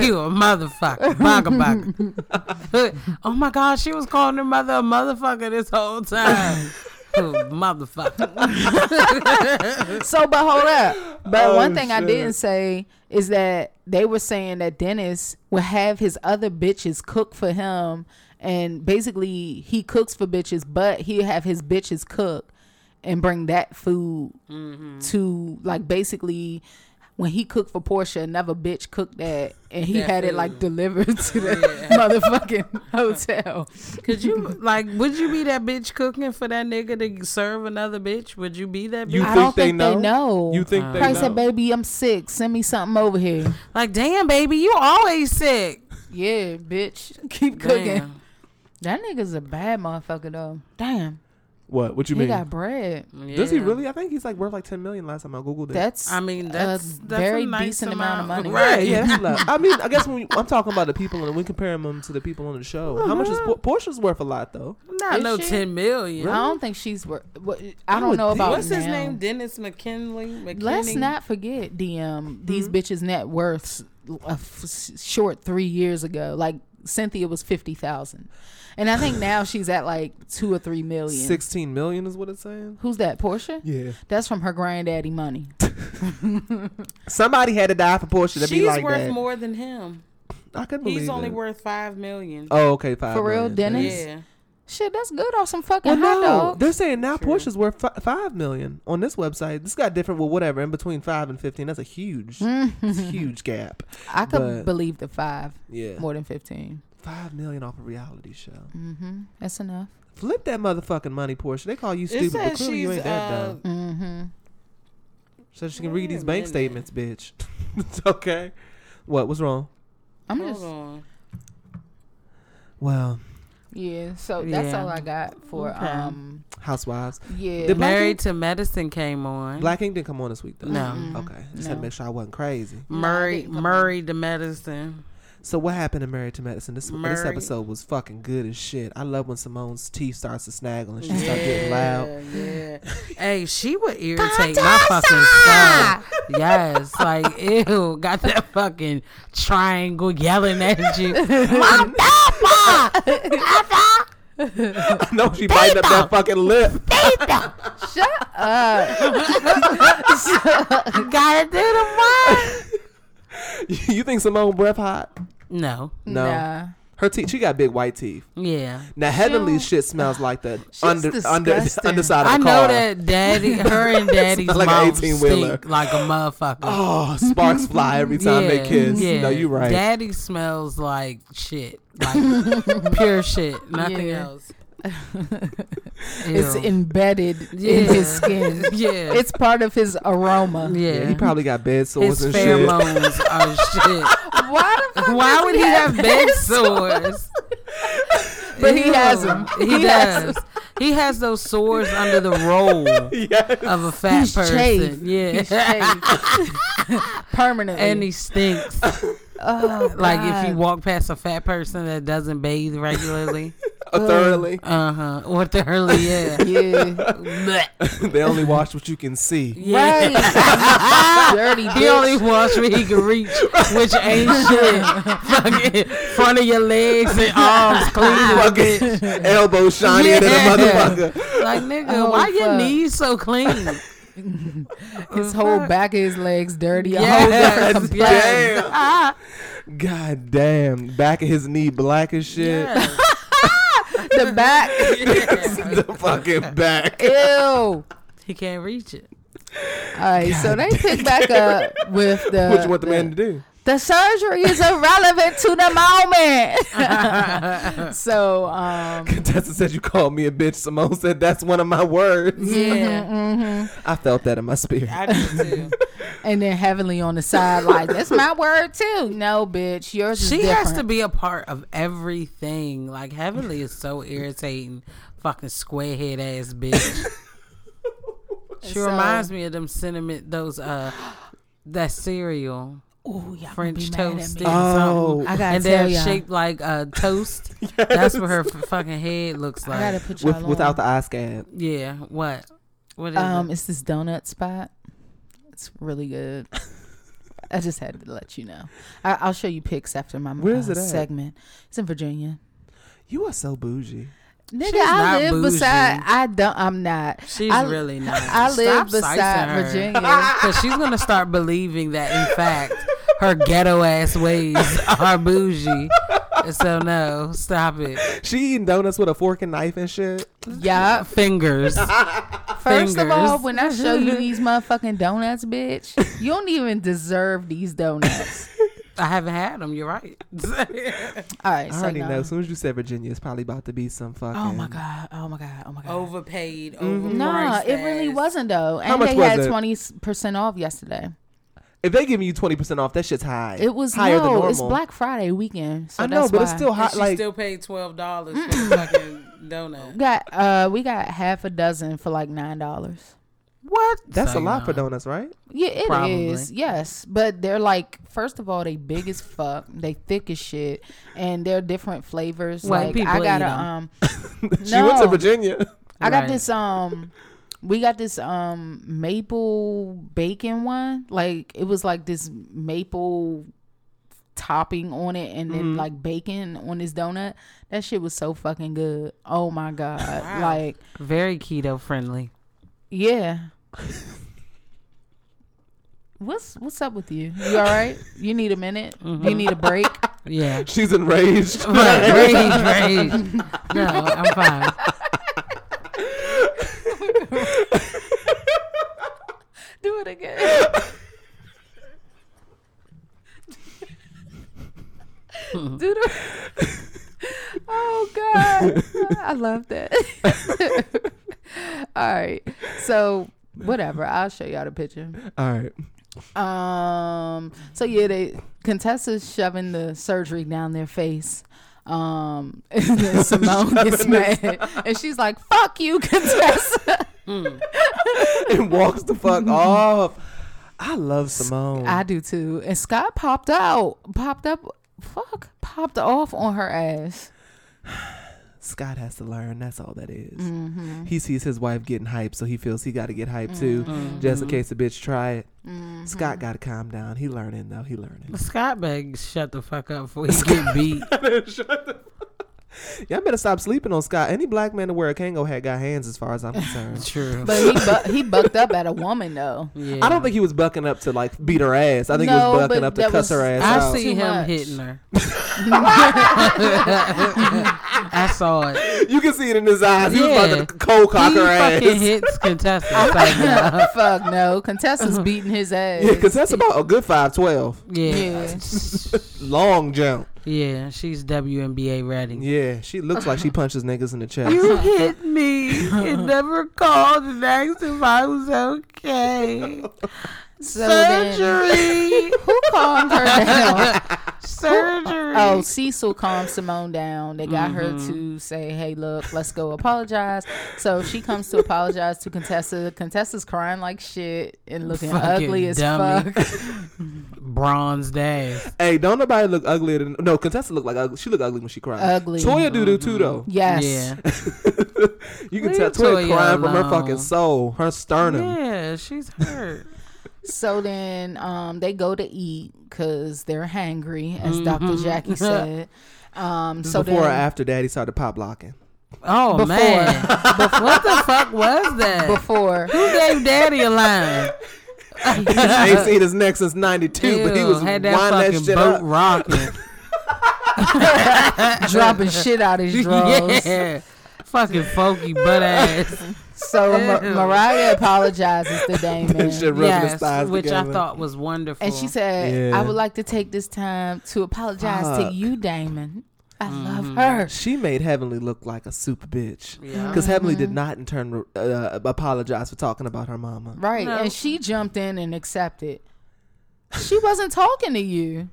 said.
you a motherfucker. Bugger bugger. oh my God, she was calling her mother a motherfucker this whole time. Oh, motherfucker.
So, but hold up. But
Oh,
one thing I
shit.
didn't say is that they were saying that Dennis would have his other bitches cook for him, and basically he cooks for bitches, but he have his bitches cook and bring that food
Mm-hmm.
to like basically. When he cooked for Portia, another bitch cooked that, and he
That
had it
food.
like delivered to the motherfucking hotel.
Could you like? Would you be that bitch cooking for that nigga to serve another bitch? Would you be that bitch?
You
I don't think they know.
You think
Uh-huh.
they
Probably
know?
said, "Baby, I'm sick. Send me something over here."
Like, damn, baby, you always sick.
Yeah, bitch, keep cooking.
Damn.
That nigga's a bad motherfucker though. Damn,
What? What you
he
mean?
got bread.
Does he
Yeah.
really? I think he's like worth like ten million. Last time I googled it.
That's
I mean, that's-
a
that's a
very
nice
decent amount, of
amount.
money.
Right, yeah, that's a lot. I mean, I guess when we, I'm talking about the people and we comparing them to the people on the show,
Uh-huh.
how much is Por- Portia's worth? A lot though.
Not
Is
no
she?
ten million.
I don't think she's worth. What, I
would
don't know
think-
about
What's his
now.
name? Dennis McKinley. McKinney?
Let's not forget the um these bitches' net worths a f- short three years ago. Like Cynthia was fifty thousand, and I think now she's at like two or three million.
Sixteen million is what it's saying.
Who's that? Portia.
Yeah,
That's from her granddaddy money.
somebody had to die for Portia to be
She's
like
worth
that.
more than him.
I couldn't believe
He's only
it.
worth five million.
Oh, okay, five.
For real,
million.
Dennis?
yeah.
Shit, that's good off some
Well,
fucking hot
no,
dog.
they're saying now Portia's worth fi- five million on this website. This got different. Well, whatever. In between five and fifteen, that's a huge, huge gap.
I could
but-
believe the five
Yeah,
more than fifteen.
five million off a reality show.
Mm-hmm. That's enough.
Flip that motherfucking money, Portia. They call you
It
stupid, but
says
clearly
she's.
you ain't that
Uh,
dumb.
Mm-hmm.
So she can read these bank
minute.
statements, bitch. it's okay. What? What's wrong?
I'm
hold
just
on.
Well,
yeah. So that's
Yeah.
all I got for
Okay.
um
housewives.
yeah.
The Black
Married
Ink-
to Medicine came on.
Black Ink didn't come on this week though.
No.
Okay. Just had
No.
to make sure I wasn't crazy.
Nah, it
Murray
didn't come
Murray to Medicine.
So what happened in Married to Medicine? This this
Murray.
episode was fucking good as shit. I love when Simone's teeth starts to snaggle and she starts getting loud.
Yeah. hey, she would irritate my fucking soul. Yes. Like, ew, got that fucking triangle yelling at you. my papa! Papa!
no, she biting up that fucking lip.
Shut up.
Gotta do the what?
you think Simone breath hot?
No.
No.
Nah.
Her teeth. She got big white teeth.
Yeah.
Now heavenly
She'll-
shit smells like the under, under
disgusting.
underside of
I
the
know
car.
that daddy, her and daddy's
Smell like an
mouth
18-wheeler.
stink like a motherfucker.
Oh, sparks fly every time they kiss. No, you're right.
Daddy smells like shit, like pure shit, nothing
Yeah.
else.
It's
Ew.
embedded in
Yeah.
his skin.
yeah,
It's part of his aroma.
yeah.
yeah, he probably got bed sores
his
and shit.
pheromones are shit.
Why the fuck
Why
does
would he have bed sores?
But he
Ew.
has 'em.
He,
He has
does. He has those sores under the roll
Yes.
of a fat
He's
person.
chafed.
Yeah,
He's shaved. Permanently.
and he stinks.
oh,
like if you
God.
walk past a fat person that doesn't bathe regularly.
Uh, thoroughly.
Uh huh. Or thoroughly, yeah.
Yeah.
Blech.
they only watch what you can see.
yeah.
Right. Dirty
He only
bitch.
wants where he can reach, which ain't shit. Fucking front of your legs and arms clean.
Ah.
as a bitch.
Fucking elbow shiny than
Yeah.
a motherfucker.
Like nigga,
Oh,
why your
fuck.
knees so clean?
His whole back of his legs dirty. A whole different
Yes,
complexion.
yes.
Damn.
Ah.
God damn. Back of his knee black as shit.
Yes.
The back.
the fucking back.
Ew. All
He can't reach it.
right. so they pick back up with the.
what you want the man to do?
the surgery is irrelevant to the moment. so, um,
Contessa said you called me a bitch. Simone said that's one of my words.
Yeah,
I felt that in my spirit.
Mm-hmm. I
Ah,
do too.
and then Heavenly on the side, like that's my word too. No, bitch, yours is
She
different.
has to be a part of everything. Like Heavenly is so irritating, fucking squarehead ass bitch. she
So-
reminds me of them cinnamon, those uh, that cereal.
Ooh, y'all
French
gonna be mad at
toast
me.
and something.
I gotta
and
tell
they're
y'all.
shaped like a toast. That's what her f- fucking head looks
I
like.
gotta put y'all
With,
on.
without the eye scab.
yeah. What? What is
um,
it?
it's this donut spot. It's really good. I just had to let you know. I, I'll show you pics after my
Where is
uh,
it at?
segment. It's in Virginia.
You are so bougie.
Nigga,
She's
I
not
live
bougie.
beside. I don't. I'm not.
She's
I-
really not.
I
Stop
live
sicing
beside
her.
Virginia.
Because she's gonna start believing that in fact her ghetto ass ways are bougie. So no, stop it.
She eating donuts with a fork and knife and shit.
yeah.
Fingers.
First of all,
fingers.
when I show you these motherfucking donuts, bitch, you don't even deserve these donuts.
I haven't had them. You're right.
All right,
I
so
already
no.
know. As soon as you said Virginia, it's probably about to be some fucking.
Oh my god! Oh my god! Oh my god!
Overpaid. Mm-hmm.
no, it really wasn't though. And
much
they
was
had
it?
twenty percent off yesterday.
If they giving you twenty percent off, that shit's high.
It was
higher
no,
than normal.
it's Black Friday weekend. So
I know,
that's
but it's
why.
still
And
high.
she
Like
still paid twelve dollars for a fucking donut.
We got uh we got half a dozen for like nine dollars.
What?
that's a
So,
lot for
nah.
donuts, right?
Yeah, it is.
Probably.
Yes, but they're like first of all they big as fuck, they thick as shit, and they're different flavors.
White
like
people
I
eat
got
'em.
a um,
She went to
No.
Virginia.
I got
Right.
this um we got this um maple bacon one. Like it was like this maple topping on it and
Mm-hmm.
then like bacon on this donut. That shit was so fucking good. Oh my god. Like
Very keto friendly.
yeah. What's what's up with you? You all right? You need a minute? You need a break?
Yeah.
She's enraged.
Right, rage, rage. No, I'm fine.
Do it again. Do the. Oh God, I love that. All right, so whatever. I'll show y'all the picture.
All right.
Um. So yeah, they Contessa's shoving the surgery down their face. Um. And then Simone gets mad, and she's like, "Fuck you, Contessa."
and walks the fuck off. I love Simone.
I do too. And Scott popped out, popped up, fuck, popped off on her ass.
Scott has to learn. That's all that is. He sees his wife getting hyped, so he feels he got to get hyped too, just in case the bitch try it. Scott got to calm down. He learning though. He learning.
Scott Bag, shut the fuck up before you get beat.
Y'all better stop sleeping on Scott. Any black man to wear a Kango hat got hands, as far as I'm concerned.
True.
But he bu- he bucked up at a woman though.
Yeah.
I don't think he was bucking up to like beat her ass. I think he
No,
was bucking
but
up to
that
cuss
was-
her ass
I
out.
see
Too
him
much.
hitting her. I saw it.
You can see it in his eyes. He was
Yeah.
about to cold cock
he
her ass.
fucking hits contestants. Like, no.
Fuck no, Contessa's beating his ass.
Yeah, because that's about a good five twelve.
yeah.
Long jump.
Yeah, she's WNBA ready.
Yeah, she looks like she punches niggas in the chest.
You hit me and never called and asked if I was okay.
So then,
Surgery.
who calmed her down?
Surgery.
Oh, Cecil calmed Simone down. They got her
Mm-hmm.
to say, "Hey, look, let's go apologize." So she comes to apologize to Contessa. Contessa's crying like shit and looking
Fucking
ugly as
dummy.
fuck.
Bronze ass.
Hey, don't nobody look uglier than no Contessa look like ugly. She look ugly when she cries.
Ugly.
Toya do do too though.
Yes.
Mm-hmm. Yeah.
You can
Leave
tell Toya,
Toya
crying from her
alone.
fucking soul, her sternum.
Yeah, she's hurt.
So then um, they go to eat because they're hangry, as
Mm-hmm.
Dr. Jackie said. Um, so
Before or
then,
after Daddy started pop blocking.
Oh
Before.
man. What the fuck was that?
before
Who gave daddy a line?
I ain't seen his neck since '92, but he
Ew,
was
had
winding
that
that,
fucking
shit
boat
up.
rocking.
dropping shit out his drawers.
yeah. Fucking funky butt ass.
So Ma-
Ew.
Mariah apologizes to Damon.
That shit rubbing his
yes,
thighs
which
together.
I thought was wonderful.
And she said,
Yeah.
I would like to take this time to apologize
Fuck.
to you, Damon. I
Mm-hmm.
love her.
she made Heavenly look like a super bitch.
Yeah.
Because Heavenly
Mm-hmm.
did not in turn uh, apologize for talking about her mama.
Right.
No.
And she jumped in and accepted. She wasn't talking to you.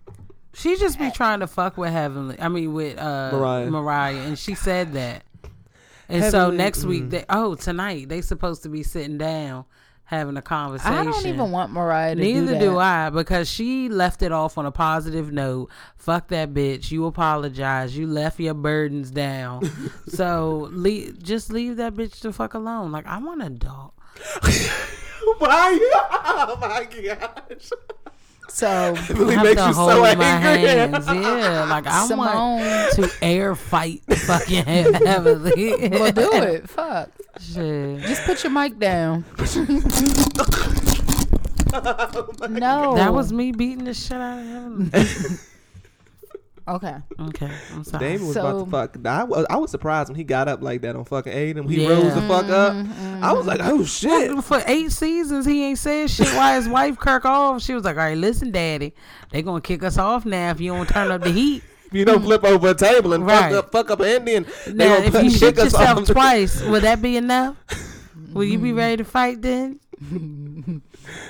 she just be trying to fuck with Heavenly. I mean, with uh,
Mariah.
Mariah. and she said that. And so
Heavenly-
next
mm.
week, they oh tonight they supposed to be sitting down having a conversation.
I don't even want Mariah to do
Neither
that.
do I because she left it off on a positive note. Fuck that bitch. You apologize. You left your burdens down. so le- just leave that bitch the fuck alone. Like I want a dog.
Why? Oh my gosh.
So
Heavenly
have
makes
to
you
hold
so
my hands.
angry.
Yeah, like I
Simone.
want to air fight fucking Heavenly.
well, do it. Fuck.
Shit.
Just put your mic down. no.
That was me beating the shit out of Heavenly.
okay.
Okay, I'm sorry.
Damon was about to
So-
fuck. I was, I was surprised when he got up like that on fucking Aiden. He
Yeah.
rose the fuck up.
Mm-hmm.
I was like, oh shit.
for eight seasons he ain't said shit why his wife kirk off she was like all right listen daddy they gonna kick us off now if you don't turn up the heat
You don't flip over a table and
Right.
fuck up, fuck up an Indian. They
now
gonna
if
put-
you shoot
kick us
yourself
off. Mm.
twice will that be enough will you be ready to fight then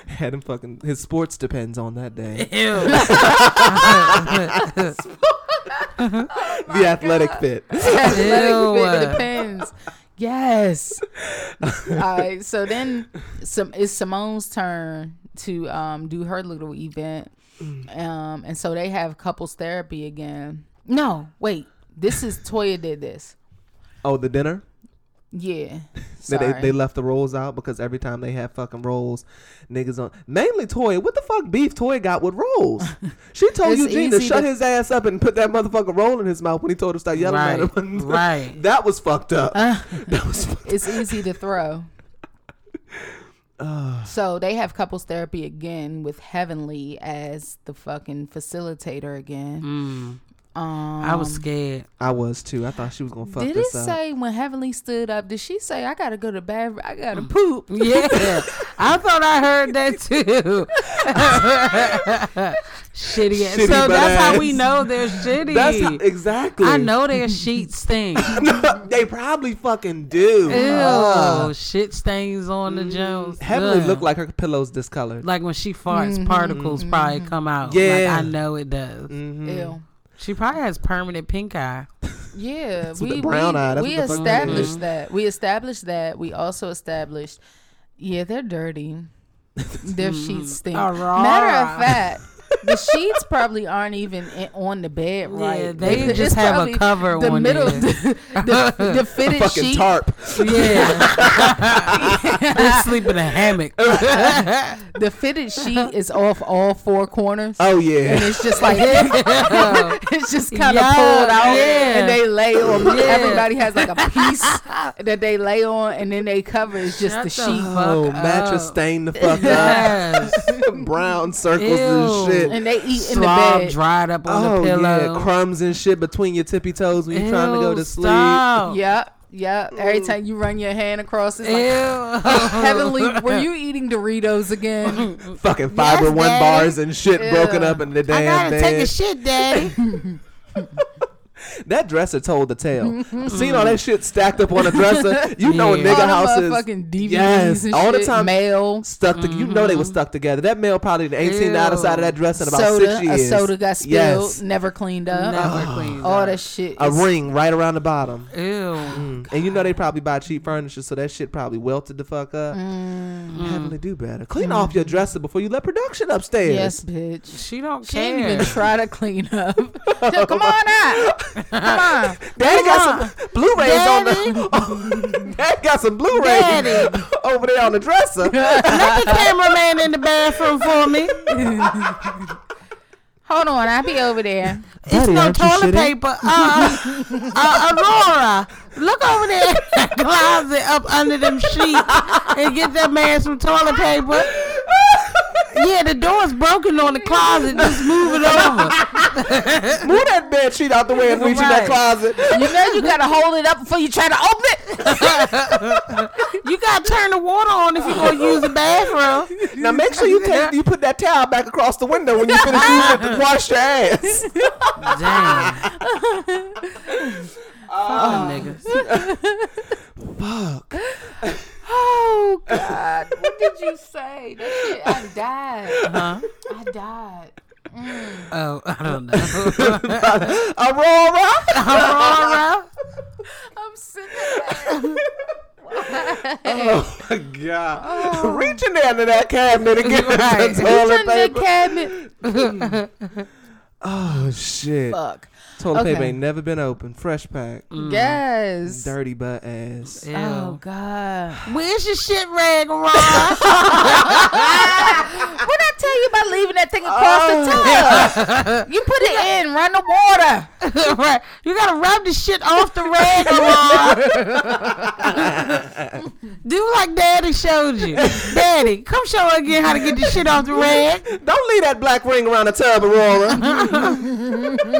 Had him fucking his sports depends on that day.
Ew.
the athletic fit.
It
Ew.
depends. Yes. All right. So then some it's Simone's turn to um do her little event. Um and so they have couples therapy again. No, wait. This is Toya did this.
Oh, the dinner.
Yeah.
They,
Sorry.
they they left the rolls out because every time they have fucking rolls, niggas on mainly Toya. What the fuck beef Toya got with rolls? She told
It's
Eugene to
easy
shut
to-
his ass up and put that motherfucking roll in his mouth when he told her to start yelling at
Right, Uh.
him.
right.
That was fucked up. that was fucked
it's easy to throw. so they have couples therapy again with Heavenly as the fucking facilitator again.
Mm.
Um,
I
Um,
was scared.
I was too. I thought she was gonna fuck
Did it
this up.
say when Heavenly stood up? Did she say I gotta go to bed? I gotta poop.
Yeah, I thought I heard that too. shitty. ass.
Shitty
so
butt
that's how
ass.
we know they're shitty.
That's how, exactly.
I know their sheet stink.
they probably fucking do.
Ew,
Ugh.
shit stains on the Jones.
Heavenly
Ugh.
looked like her pillow's discolored.
Like when she farts, particles probably come out.
Yeah.
like, I know it does.
Mm.
Mm-hmm.
Ew.
She probably has permanent pink eye.
Yeah,
what
we
the brown
we,
eye, that's
we
what the fuck it
established that. We established that. We also established, yeah, they're dirty. Their sheets stink.
Arrah.
Matter of fact, the sheets probably aren't even in, on the bed right.
they
It's
just have a
probably
cover
the
on
middle,
it.
the, the, the fitted
fucking
sheet.
tarp.
Yeah, they sleep in a hammock.
The fitted sheet is off all four corners.
Oh
And
yeah.
it's just like it's just kind of
Yeah,
pulled out,
yeah.
and they lay on.
Yeah.
Everybody has like a piece that they lay on, and then they cover is just
Shut the
the sheet.
fuck
Oh, mattress
up.
stained the fuck up.
Yes.
Brown circles and
Ew.
shit.
and they eat in the
Slob
bed.
dried up on
oh
the pillow.
yeah, crumbs and shit between your tippy toes when you're trying to go
Ew,
to sleep.
Stop.
Yep, yep. Every time you run your hand across, it's like,
Ew.
Heavenly, were you eating Doritos again?
Fucking fiber one
Daddy.
bars and shit broken
Ew.
up in the
I
damn
gotta take a
bed.
shit, daddy. that
that dresser told the tale. Seen all that shit stacked up on a dresser. You know a
Yeah.
nigga
all
house
the
is
motherfucking DVDs
Yes,
and
all the
shit,
time.
mail,
stuck. To, You know they were stuck together. That male probably ain't seen the
Mm-hmm. Ew.
outside of that dresser in about
soda.
six years.
A soda got spilled,
Yes.
never cleaned up.
never cleans
All
up.
that shit.
A
is-
ring right around the bottom.
Ew.
And you know they probably buy cheap furniture, so that shit probably welted the fuck up. Heavenly do better. Clean off your dresser before you let production upstairs.
Yes, bitch.
She don't
She
care.
didn't even try to clean up. Said, Come on out. Come on.
Daddy got some Blu-rays on the. Daddy got some Blu-rays
Daddy.
over there on the dresser.
Let the cameraman in the bathroom for me.
Hold on. I'll be over there.
It's
Daddy,
no
aren't you shitting?
toilet paper. Uh, uh, Aurora, look over there, in the closet up under them sheets, and get that man some toilet paper. Yeah, the door's broken on the closet. Just move it over.
Move that bed sheet out the way and reach in that
Right.
closet.
You know you got to hold it up before you try to open it.
You gotta turn the water on if you're gonna use the bathroom.
Now make sure you take you put that towel back across the window when you finish using it to wash your ass.
Damn.
Uh,
Fuck them niggas.
Oh, God. What did you say? That shit, I died.
Huh?
I died.
Oh, I don't know.
Aurora,
Aurora.
I'm sitting there.
oh my god, reaching down to that cabinet and get
Right.
the
Reach
toilet
under the
paper.
cabinet.
Oh shit,
Fuck.
toilet paper
Okay.
ain't never been open. Fresh pack,
Mm. Yes.
dirty butt ass.
Ew.
Oh, God.
Uh, Where's your shit rag, Aurora?
What I tell you about leaving that thing across the
Oh.
tub? You put it in, run the water.
right. You gotta rub the shit off the rag, Aurora. Do like Daddy showed you. Daddy, come show her again how to get the shit off the rag.
Don't leave that black ring around the tub,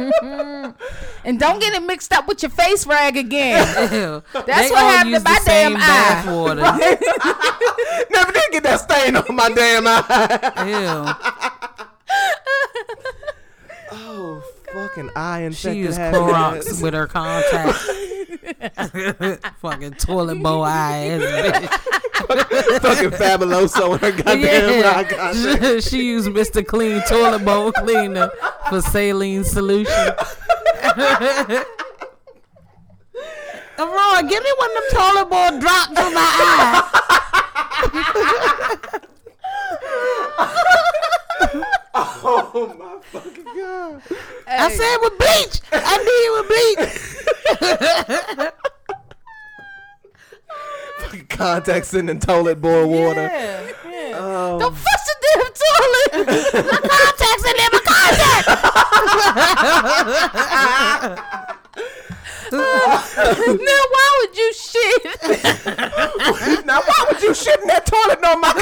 Aurora.
And don't get it mixed up with your face rag again.
Ew. That's
what happened to my damn eye.
water.
Never did get that stain on my damn eye.
Ew.
Oh, fucking eye infected.
She used
happiness.
Clorox with her contacts. Fucking toilet bowl eyes, bitch.
fucking Fabuloso and her goddamn
yeah.
rock concert.
she used Mr. Clean toilet bowl cleaner for saline solution. Aurora, give me one of them toilet bowl drops in my eye. I said with bleach. I need it with bleach.
Contacts in the toilet bowl water.
Don't fuss the damn toilet. My contacts in there. My contacts.
now why would you shit?
Now why would you shit in that toilet on my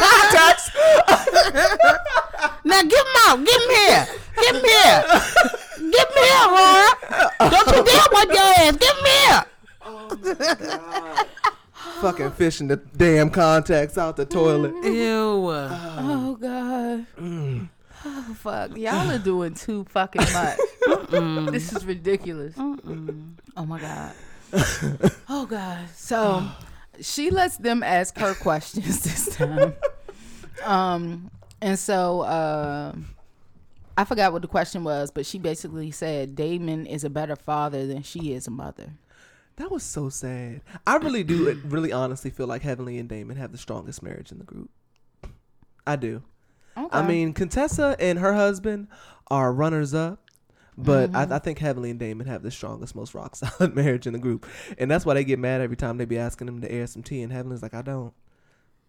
contacts?
Now get him out. Get him here. Get him here. Get him here, Aurora. Don't you dare wipe your ass. Get him here.
fucking fishing the damn contacts out the toilet.
Ew.
Oh God. Oh fuck. Y'all are doing too fucking much. this is ridiculous. Oh my God. oh God. So she lets them ask her questions this time. um and so uh I forgot what the question was, but she basically said Damon is a better father than she is a mother.
That was so sad. I really do, really honestly feel like Heavenly and Damon have the strongest marriage in the group. I do. I mean, Contessa and her husband are runners up,
Mm-hmm.
but I, I think Heavenly and Damon have the strongest, most rock solid marriage in the group. And that's why they get mad every time they be asking them to air some tea, and Heavenly's like, I don't.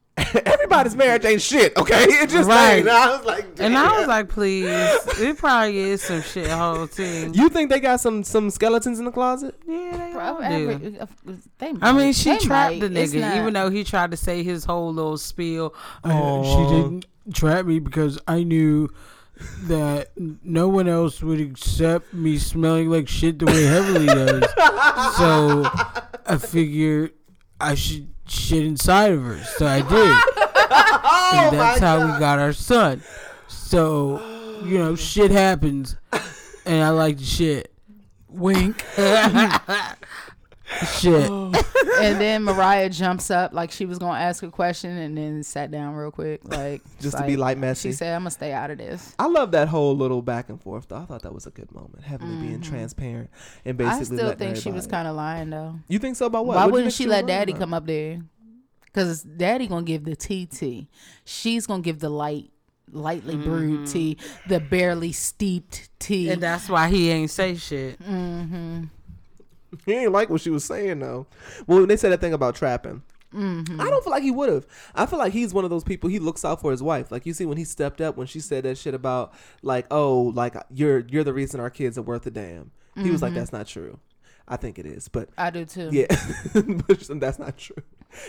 Everybody's marriage ain't shit, okay? It just
Mm-hmm. Right.
ain't. And I was like,
And
"Damn."
I was like, please, it probably is some shithole too.
You think they got some some skeletons in the closet?
Yeah, they all
Probably
do.
every- of- they
I mean,
might-
she
they
trapped the
might. It's
nigga,
not-
even though he tried to say his whole little spiel.
Oh.
she didn't trap me because I knew that no one else would accept me smelling like shit the way Heavenly does. so I figured I should shit inside of her. So I did. and that's how we got our son. So, you know, shit happens. And I like to shit. Wink. shit.
and then Mariah jumps up like she was gonna ask a question, and then sat down real quick, like
Just to be light messy.
She said, "I'm gonna stay out of this."
I love that whole little back and forth. Though. I thought that was a good moment, Heavenly being transparent and basically.
Mm-hmm. I still
letting
think she
everybody-
was kind of lying though.
You think so about what? What
Why
do you
wouldn't
think
she let
was lying
Daddy
about?
come up there? Because Daddy gonna give the tea tea. She's gonna give the light, lightly brewed
Mm-hmm.
tea, the barely steeped tea.
And that's why he ain't say shit.
He ain't like what she was saying though. Well, when they said that thing about trapping.
Mm-hmm.
I don't feel like he would have. I feel like he's one of those people. He looks out for his wife. Like you see when he stepped up when she said that shit about like, oh, like you're you're the reason our kids are worth a damn. He was like, that's not true. I think it is, but
Mm-hmm. I do too.
yeah, but that's not true.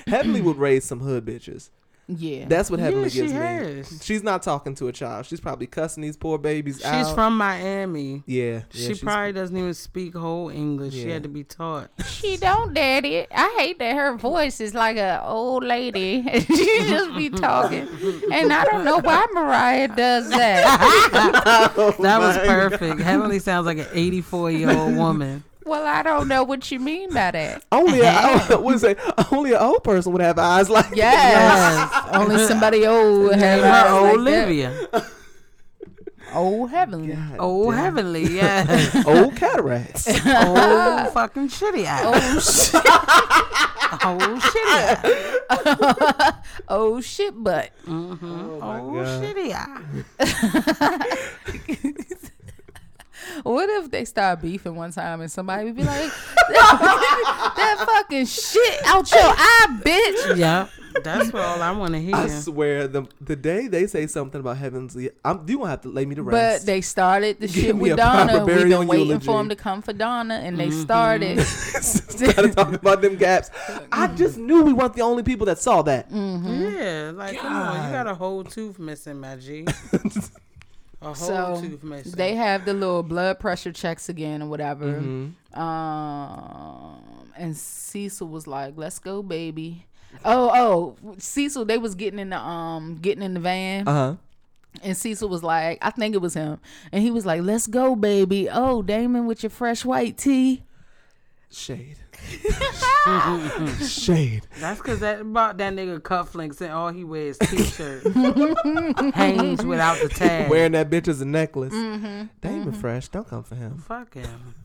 Heavenly would raise some hood bitches.
yeah.
That's what Heavenly
she
gives me.
has.
She's not talking to a child. She's probably cussing these poor babies out.
Oh.
She's from Miami.
Yeah, yeah,
she
she's-
probably doesn't even speak whole English. She
Yeah.
had to be taught.
She don't, Daddy. I hate that her voice is like an old lady. she just be talking, and I don't know why Mariah does that.
Oh,
That was perfect. Heavenly sounds like an 84 year old woman.
well, I don't know what you mean by that.
only a, what is it? Only an old person would have eyes like
yes. Only somebody old would have
Name
eyes
her
like that.
Olivia.
Old heavenly.
Oh, heavenly. Yeah.
old cataracts.
oh, fucking shitty eye.
Oh shit.
Oh, shitty eye.
Oh shit. But
Oh, shitty eye.
What if they start beefing one time and somebody would be like, that, fucking shit out your eye, bitch?
Yeah. That's all I want to hear. Mm-hmm.
I swear, the the day they say something about heavenly, I'm you gonna have to lay me to
But
rest.
they started the shit
me
with
a proper
Donna. We've
burial
been waiting
eulogy. Mm-hmm.
for him to come for Donna, and they started.
started talking about them gaps. I just knew we weren't the only people that saw that.
Mm. Yeah, like come on, you got a whole tooth missing, my G. A whole
so
tooth missing.
they have the little blood pressure checks again or whatever.
Mm-hmm.
Um, and Cecil was like, "Let's go, baby." Oh, oh, Cecil. They was getting in the um, getting in the van.
Uh huh.
And Cecil was like, I think it was him. And he was like, Let's go, baby. Oh, Damon with your fresh white tea.
Shade. Shade.
That's because that bought that nigga cufflinks and all he wears t-shirts, hangs without the tag.
Wearing that bitch as a necklace.
Mm-hmm.
Damon Fresh, don't come for him.
Fuck him.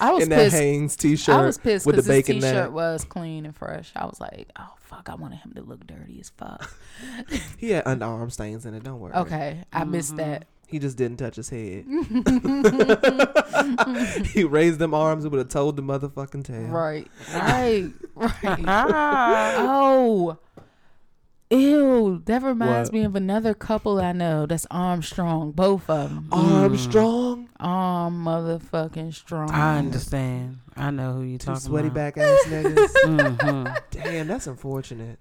I was
In that
pissed.
Hanes t-shirt
I was pissed
with the
because his
bacon
t-shirt
neck.
was clean and fresh. I was like, oh fuck, I wanted him to look dirty as fuck.
He had underarm stains in it. Don't worry.
Okay, I missed that.
He just didn't touch his head. he raised them arms and would have told the motherfucking tale.
Right, right, right.
Ah,
oh, ew. That reminds
What?
me of another couple I know that's Armstrong. Both of them.
Mm.
Armstrong,
Arm motherfucking strong.
I understand. I know who you
two
talking
sweaty
about. Mm-hmm.
back ass niggas. Damn, that's unfortunate.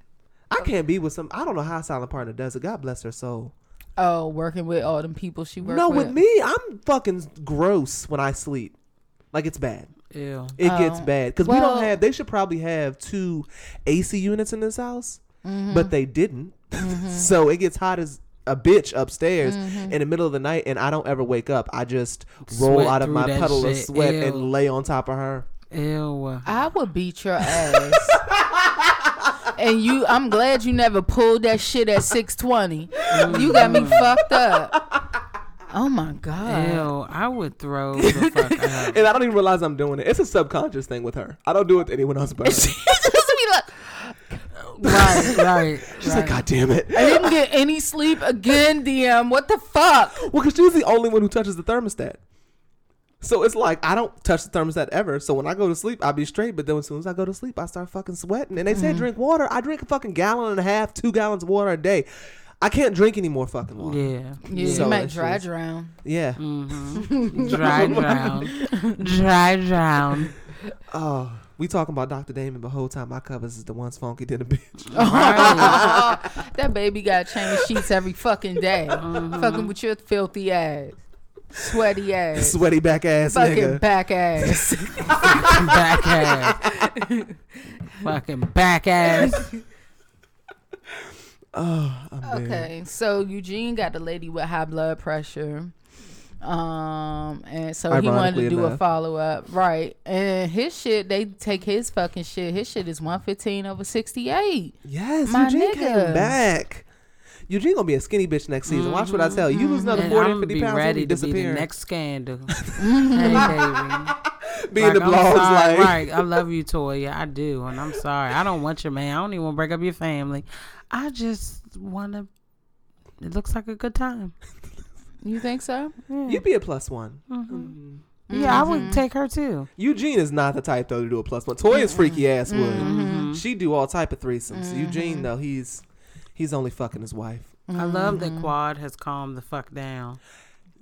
I can't be with some. I don't know how silent partner does it. God bless her soul.
oh, working with all them people she worked
no,
with.
with me, I'm fucking gross when I sleep. Like it's bad.
Ew.
It
Oh.
gets bad because we
Well-
don't have. They should probably have two AC units in this house,
Mm-hmm.
but they didn't. so it gets hot as a bitch upstairs in the middle of the night, and I don't ever wake up. I just roll
Mm-hmm. Sweat
out of
through
my
that
puddle of
shit.
sweat
Ew.
and lay on top of her.
Ew.
I would beat your ass. and you, I'm glad you never pulled that shit at 620. You got
Mm-hmm.
me fucked up. Oh my god.
Ew. I would throw the fuck
And I don't even realize I'm doing it. It's a subconscious thing with her. I don't do it to anyone else but her. She's
Just be like,
out. right, right.
like, God damn it.
I didn't get any sleep again, DM. What the fuck?
Well, because she's the only one who touches the thermostat. So it's like I don't touch the thermostat ever. So when I go to sleep, I be straight. But then as soon as I go to sleep, I start fucking sweating. And they
Mm-hmm.
say drink water. I drink a fucking gallon and a half, two gallons of water a day. I can't drink any more fucking water. Yeah,
Yeah. Mm.
Yeah,
So
you might
it's
dry
just-
drown.
Dry drown. Dry drown.
Oh, we talking about Dr. Damon, but whole time my covers is the ones funky to the bitch.
that baby got to change sheets every fucking day.
Uh-huh.
Fucking with your filthy ass, sweaty ass,
Sweaty back ass
fucking
nigga.
back ass.
back ass. Fucking back ass.
oh, I'm dead.
Okay, so Eugene got the lady with high blood pressure. Um, and so he wanted
Ironically
to do a
enough.
follow up, right? And his shit, they take his fucking shit. His shit is 115 over 68.
Yes,
My
Eugene
nigga.
came back. Eugene gonna be a skinny bitch next season. Watch what I tell you. You lose another
Mm-hmm. And
40,
I'm
50
be
pounds,
ready
you
to be the
disappear.
next scandal. hey, baby.
Being the
I'm
blogs
sorry,
like,
right. I love you, Toya. I do, and I'm sorry. I don't want your man. I don't even want to break up your family. I just want to. It looks like a good time.
You think so?
You'd be Mm-hmm. a plus one.
Mm-hmm.
Mm-hmm.
Yeah, I would take her too.
Eugene is not the type though to do a plus one. Toya's
Mm-hmm.
freaky ass would. She do all type of threesomes. Eugene though, he's he's only fucking his wife.
I love
Mm-hmm.
that Quad has calmed the fuck down.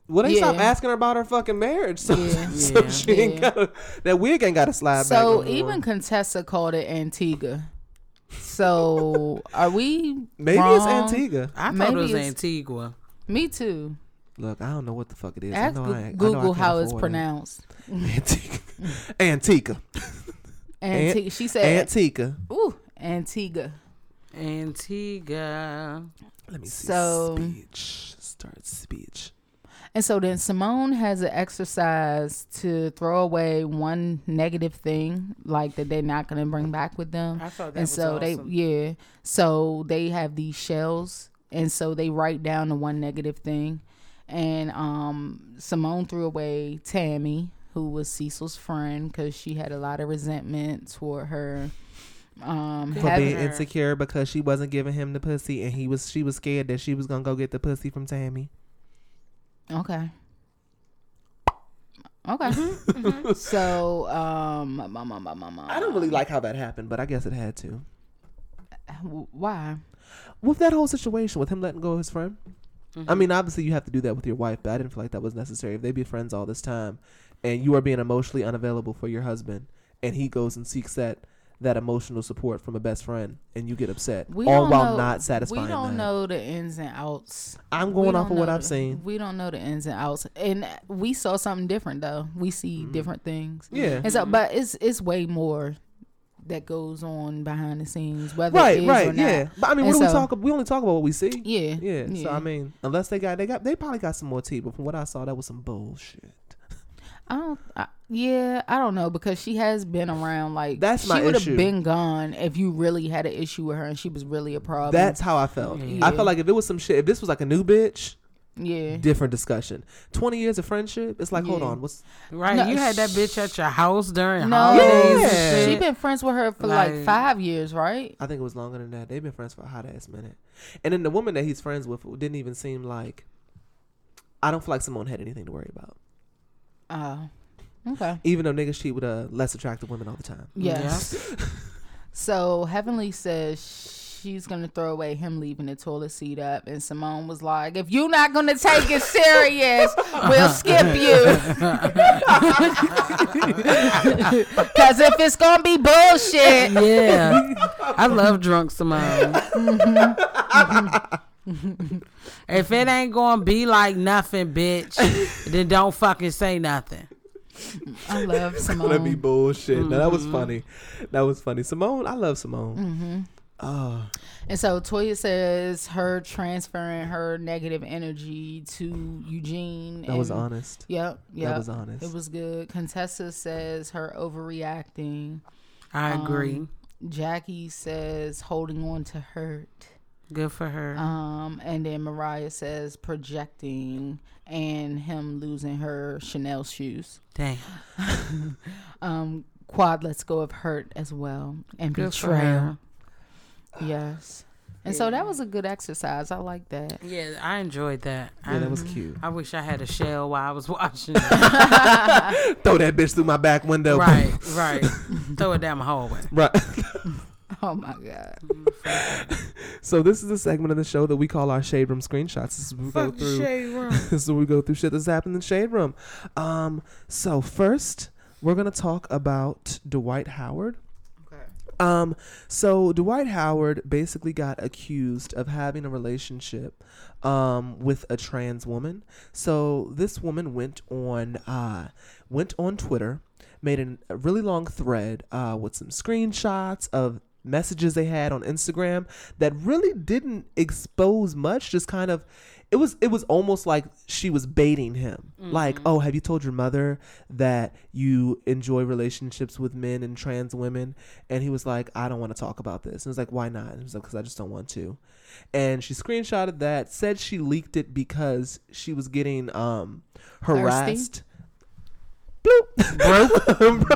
Well, they stopped
Yeah.
asking her about her fucking marriage, so,
Yeah.
so
Yeah.
she ain't
Yeah.
got to that wig ain't got to slide back. no
So
more.
even Contessa called it Antigua. So are we?
maybe it's
wrong?
Antigua.
I thought
Maybe
it was
it's-
Antigua.
Me too.
Look, I don't know what the fuck it is. I
Ask
know
Goo-
I, ain't- I know I
Google
can't
how it's
afford it.
pronounced.
Antigua. Antigua. Ant-
Antigua. She said.
Antigua.
Ooh, Antigua.
Antigua.
Let me see.
So-
speech. Start speech.
And so then Simone has an exercise to throw away one negative thing, like that they're not going to bring back with them.
I thought that
and
was
so
awesome.
they, yeah. So they have these shells, and so they write down the one negative thing. And um, Simone threw away Tammy, who was Cecil's friend, because she had a lot of resentment toward her. Um,
for
having,
being insecure because she wasn't giving him the pussy and he was she was scared that she was gonna go get the pussy from Tammy.
Okay. Okay. so, um, mama, mama, mama.
Mm-hmm, I don't really like how that happened, but I guess it had to.
Why?
With that whole situation with him letting go of his friend.
Mm-hmm.
I mean, obviously you have to do that with your wife, but I didn't feel like that was necessary. If they be friends all this time and you are being emotionally unavailable for your husband and he goes and seeks that that emotional support from a best friend and you get upset. all
don't
while
know-
not satisfying
We don't
them.
know the ins and outs.
I'm
We
going
don't
off of what
know
I've
the-
seen.
We don't know the ins and outs, and we saw something different though. We see different things.
Mm-hmm. Yeah.
And so, but it's it's way more that goes on behind the scenes, whether it
Right,
is or
right,
not.
yeah. But I mean, what
And
do we
so-
talk about? We only talk about what we see.
Yeah,
Yeah, So
yeah.
I mean, unless they got they got they probably got some more tea, but from what I saw, that was some bullshit.
I don't. I, yeah, I don't know because she has been around. Like
That's
she
my
would
issue.
have been gone if you really had an issue with her and she was really a problem.
That's how I felt. I felt like if it was some shit, if this was like a new bitch,
yeah.
different discussion. Twenty years of friendship, it's like, hold
Yeah.
on, what's
Right,
No,
you had that
sh-
bitch at your house during
No,
holidays.
Yeah.
and
she
shit.
been friends with her for like,
Like-
five years, right?
I think it was longer than that. They've been friends for a hot ass minute. And then the woman that he's friends with didn't even seem like. I don't feel like Simone had anything to worry about. uh,
Oh, okay.
Even though niggas cheat with uh, less attractive women all the time.
Yes. so Heavenly says she's gonna throw away him leaving the toilet seat up, and Simone was like, "If you're not gonna take it serious, we'll skip you." Because if it's gonna be bullshit,
yeah, I love drunk Simone.
Mm-hmm.
if it ain't gonna be like nothing, bitch, then don't fucking say nothing.
I love
That'd be
Simone. Mm-hmm.
bullshit. No, that was funny. That was funny. Simone, I love Simone. Ah,
and so Toya says her transferring her negative energy to Eugene.
That was
and-
honest.
Yep, yep.
was honest.
It was good. Contessa says her overreacting. Um,
I agree.
Jackie says holding on to hurt.
Good for her.
Um, and then Mariah says projecting and him losing her Chanel shoes.
Damn.
Um, Quad lets go of hurt as well and
Good for
betrayal.
her.
Yes. And so that was a good exercise. I like that.
Yeah, I enjoyed that.
Yeah,
I,
that was cute.
I wish I had a shell while I was watching. it.
Throw that bitch through my back window.
right, right. Throw it down my hallway.
right.
Oh my god.
So this is the segment of the show that we call our shade room screenshots. This is where we go through. this is where we go through shit that's happened in the shade room. Um. So first, we're gonna talk about Dwight Howard. Um, so Dwight Howard basically got accused of having a relationship um, with a trans woman. So this woman went on uh, went on Twitter, made an, a really long thread uh, with some screenshots of messages they had on Instagram that really didn't expose much. Just kind of, it was it was almost like she was baiting him. Like, oh, have you told your mother that you enjoy relationships with men and trans women? And he was like, I don't want to talk about this. And it was like, why not? And he was like, because I just don't want to. And she screenshotted that, said she leaked it because she was getting um harassed. Bloop.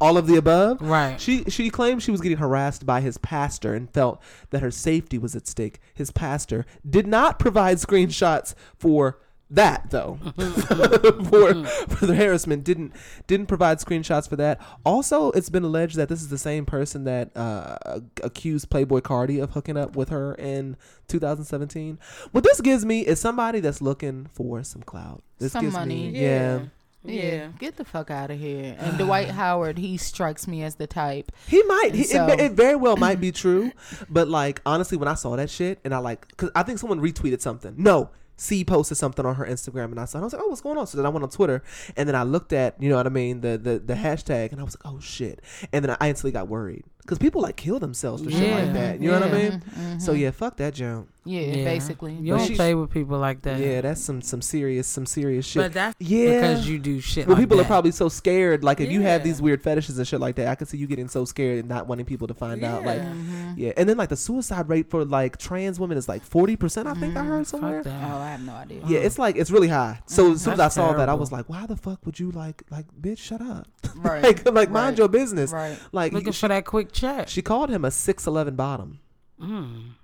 All of the above.
Right.
She she claimed she was getting harassed by his pastor and felt that her safety was at stake. His pastor did not provide screenshots for that though. for for the harassment didn't didn't provide screenshots for that. Also, it's been alleged that this is the same person that uh, accused Playboy Cardi of hooking up with her in 2017. What this gives me is somebody that's looking for some clout. This
Some
gives
money.
me yeah.
Yeah. Get the fuck out of here. And Dwight Howard, he strikes me as the type.
He might.
And
He,
so-
it, it very well might be true, but like honestly, when I saw that shit, and I like, cause I think someone retweeted something. No, C posted something on her Instagram, and I saw. And I was like, oh, what's going on? So then I went on Twitter, and then I looked at, you know what I mean, the the, the hashtag, and I was like, oh shit. And then I instantly got worried because people like kill themselves for shit like
Yeah. Mm-hmm.
that. You know what I mean? So yeah, fuck that junk.
Mm-hmm. Yeah,
Yeah.
basically.
You
But
don't
she-
play with people like that.
Yeah, that's some some serious some serious shit.
But that's
yeah.
because you do shit.
Well,
like
people
that.
are probably so scared. Like, if you have
Yeah.
these weird fetishes and shit like that, I could see you getting so scared and not wanting people to find out. Like,
Mm-hmm.
yeah. And then, like, the suicide rate for, like, trans women is, like, 40%, I think I heard somewhere.
Mm, Fuck that. Mm,
Oh, I have no idea.
Yeah, it's, like, it's really high. So, as soon as I
That's
saw that, I
terrible.
was like, why the fuck would you, like, like, bitch, shut up?
Right.
like, like mind
Right.
your business.
Right.
Like,
looking
you-
for that quick check.
she called him a 6'11 bottom,
Mm.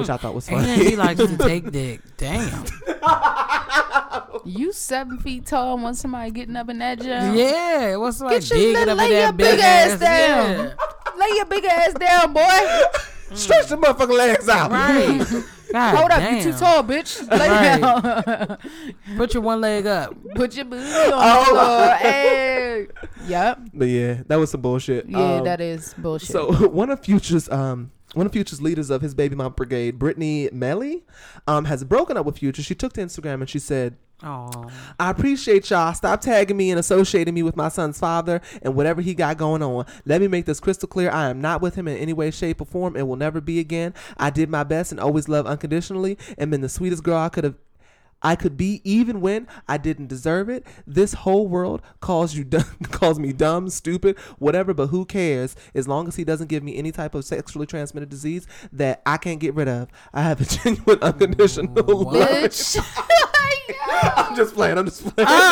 which I thought was
And then he
funny.
likes to take dick. Damn.
You seven feet tall and want somebody getting up in that jump.
Yeah, what's like
your
digging
little-
up
lay
in
your
that big,
big
ass,
ass down. Lay your big ass down, boy.
Stretch the motherfucking legs out.
Yeah. mm. Right. God
Hold up,
damn.
you too tall, bitch. Lay down.
Put your one leg up.
Put your booty on
Oh.
the floor. Hey. Yep.
But yeah, that was some bullshit.
Yeah,
Oh.
Um,
that is bullshit.
So one of Future's um one of Future's leaders of his baby mom brigade, Brittany Melly, um, has broken up with Future. She took to Instagram and she said,
Oh,
I appreciate y'all. Stop tagging me and associating me with my son's father and whatever he got going on. Let me make this crystal clear. I am not with him in any way, shape, or form and will never be again. I did my best and always love unconditionally and been the sweetest girl I could have I could be even when I didn't deserve it. This whole world calls you dumb, calls me dumb, stupid, whatever, but who cares? As long as he doesn't give me any type of sexually transmitted disease that I can't get rid of, I have a genuine unconditional love.
Bitch.
I'm just playing. I'm just playing.
Oh,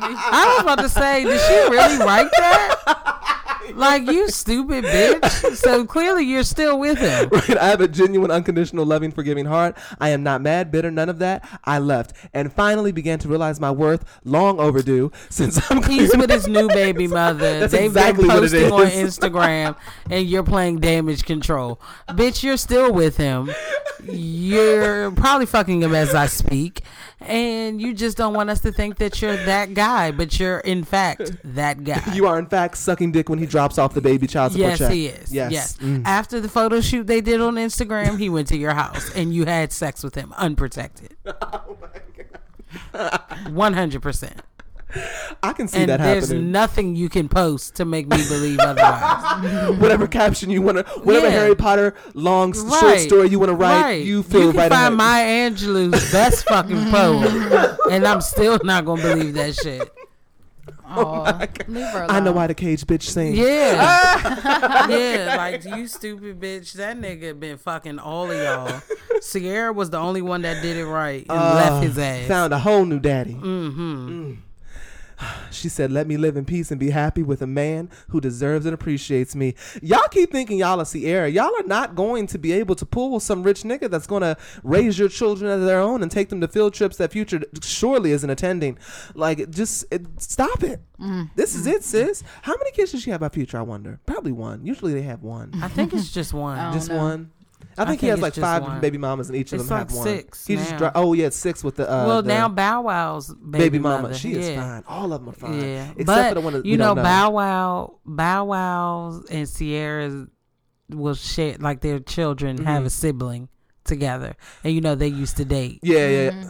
I was about to say, did she really write that? Like you stupid bitch. So clearly you're still with him.
Right? I have a genuine, unconditional, loving, forgiving heart. I am not mad, bitter, none of that. I left and finally began to realize my worth, long overdue. Since I'm
He's
clear-
with his new baby mother.
That's
They've
exactly
been
what it
posting on
is.
Instagram, and you're playing damage control. Bitch, you're still with him. You're probably fucking him as I speak, and you just don't want us to think that you're that guy, but you're in fact that guy.
You are in fact sucking dick when he drops off the baby child support Mm.
Yes,
check.
he is. Yes. After the photo shoot they did on Instagram, he went to your house and you had sex with him unprotected.
Oh
One hundred percent.
I can see
And
that
there's
happening.
nothing you can post to make me believe otherwise.
whatever caption you want to, whatever
Yeah.
Harry Potter long s- short
Right.
story you want to write, you feel
you can
right
find
ahead.
my Angelou's best fucking poem, and I'm still not gonna believe that shit.
Aw, leave her alone.
I know why the cage bitch saying.
Yeah. yeah, like you stupid bitch. That nigga been fucking all of y'all. Sierra was the only one that did it right and
Uh,
left his ass.
Ah, Found a whole new daddy. Mm-hmm. She said, "Let me live in peace and be happy with a man who deserves and appreciates me." Y'all keep thinking y'all are Sierra. Y'all are not going to be able to pull some rich nigga that's going to raise your children as their own and take them to field trips that future surely isn't attending. Like, it just it, stop it.
Mm.
This is it, sis. How many kids does she have by future? I wonder. Probably one. Usually they have one.
I think it's just one.
Oh.
Just
no.
one. I think he has
think it's
like
just
five
one.
different baby mamas, and each of
It's
them
like
have one.
six
He just
now.
dro- oh yeah, it's six with the uh,
well,
the
now Bow Wow's baby,
baby, mama. She is
yeah.
fine. All of them are fine.
Yeah,
except
but
for the one that
you know, Bow Wow, Bow Wow, and Sierra's will share like their children
Mm-hmm.
have a sibling together, and you know they used to date.
Yeah, yeah.
Mm-hmm.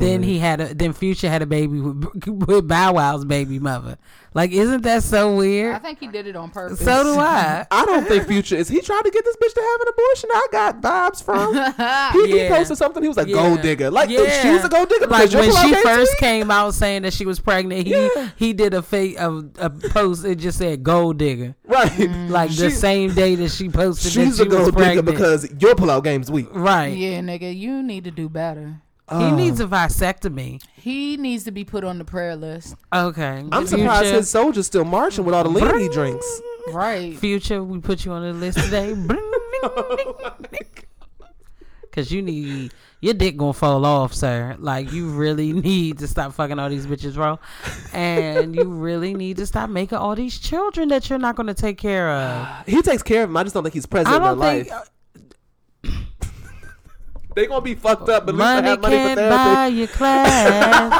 then
Hollywood.
he had a then Future had a baby with, with Bow Wow's baby mother. Like, isn't that so
I
weird?
think he did it on purpose.
So do I.
I don't think Future is. He tried to get this bitch to have an abortion. I got vibes from. He, he
Yeah.
posted something. He was like, "Gold
Yeah.
digger." Like
Yeah.
she was a gold digger.
Like
because your
when she
Pilates
first
week?
came out saying that she was pregnant, he
Yeah.
he did a fake a, a post. It just said "gold digger."
right?
Mm-hmm. Like the same day that she posted that
She's
she
a
was
gold digger
pregnant.
because your pullout game's weak.
right,
Yeah, nigga, you need to do better.
Uh.
he needs a vasectomy.
He needs to be put on the prayer list.
Okay,
I'm surprised his soldier's still marching with all the lean he drinks.
Right.
future. We put you on the list today. Cause you need your dick gonna fall off, sir. Like you really need to stop fucking all these bitches, bro. And you really need to stop making all these children that you're not gonna take care of.
He takes care of them. I just don't think he's present
I
in their
don't think
life. They gonna be fucked up, but at least they
money
have money for
can
therapy.
buy your class.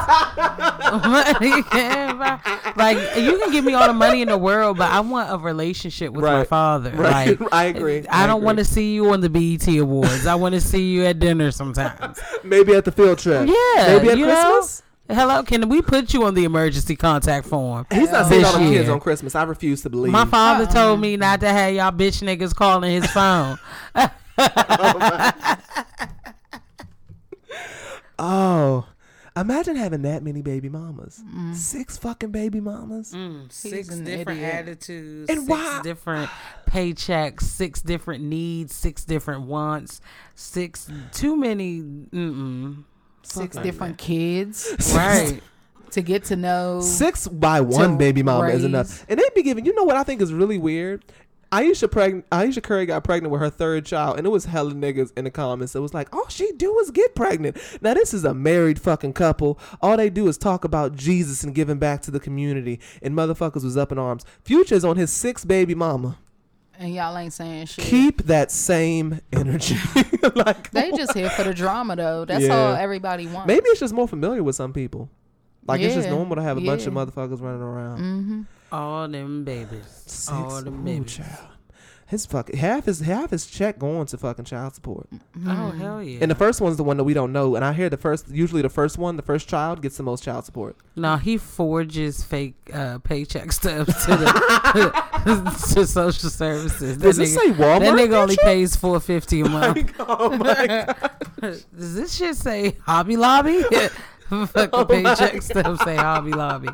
money can buy. Like you can give me all the money in the world, but I want a relationship with my
Right.
father.
Right.
Like
I agree.
I,
I
don't
agree.
want to see you on the BET Awards. I want to see you at dinner sometimes.
Maybe at the field trip.
Yeah,
Maybe at
you
Christmas.
Know? Hello, can we put you on the emergency contact form?
He's not seeing all the
This
kids
year.
on Christmas. I refuse to believe.
My father told me not to have y'all bitch niggas calling his phone.
oh, imagine having that many baby mamas.
Mm.
Six fucking baby mamas.
six
an
different
idiot.
attitudes,
And
six
why-
different paychecks, six different needs, six different wants, six too many. Mm-mm.
Six different kids
Right.
to get to know.
Six by one baby mama is
raise-
enough. And they be giving. You know what I think is really weird. Aisha pregnant. Aisha Curry got pregnant with her third child, and it was hella niggas in the comments. It was like, all she do is get pregnant. Now this is a married fucking couple. All they do is talk about Jesus and giving back to the community. And motherfuckers was up in arms. Future's on his sixth baby mama.
And y'all ain't saying shit.
keep that same energy. like
they just here for the drama though. That's
Yeah.
all everybody wants.
maybe it's just more familiar with some people. Like it's just
Yeah,
normal to have a bunch of
yeah.
motherfuckers running around.
All them babies.
Six,
All them
ooh,
babies.
child. His fucking half his half his check going to fucking child support.
Oh hell yeah!
Mm-hmm. And the first one's the one that we don't know. And I hear the first usually the first one, the first child gets the most child support.
No, he forges fake uh, paycheck stubs to the to social services.
Does it say Walmart,
That nigga only
Future?
pays four fifty a month.
oh my god.
Does this shit say Hobby Lobby? Fucking paycheck stuff say Hobby Lobby.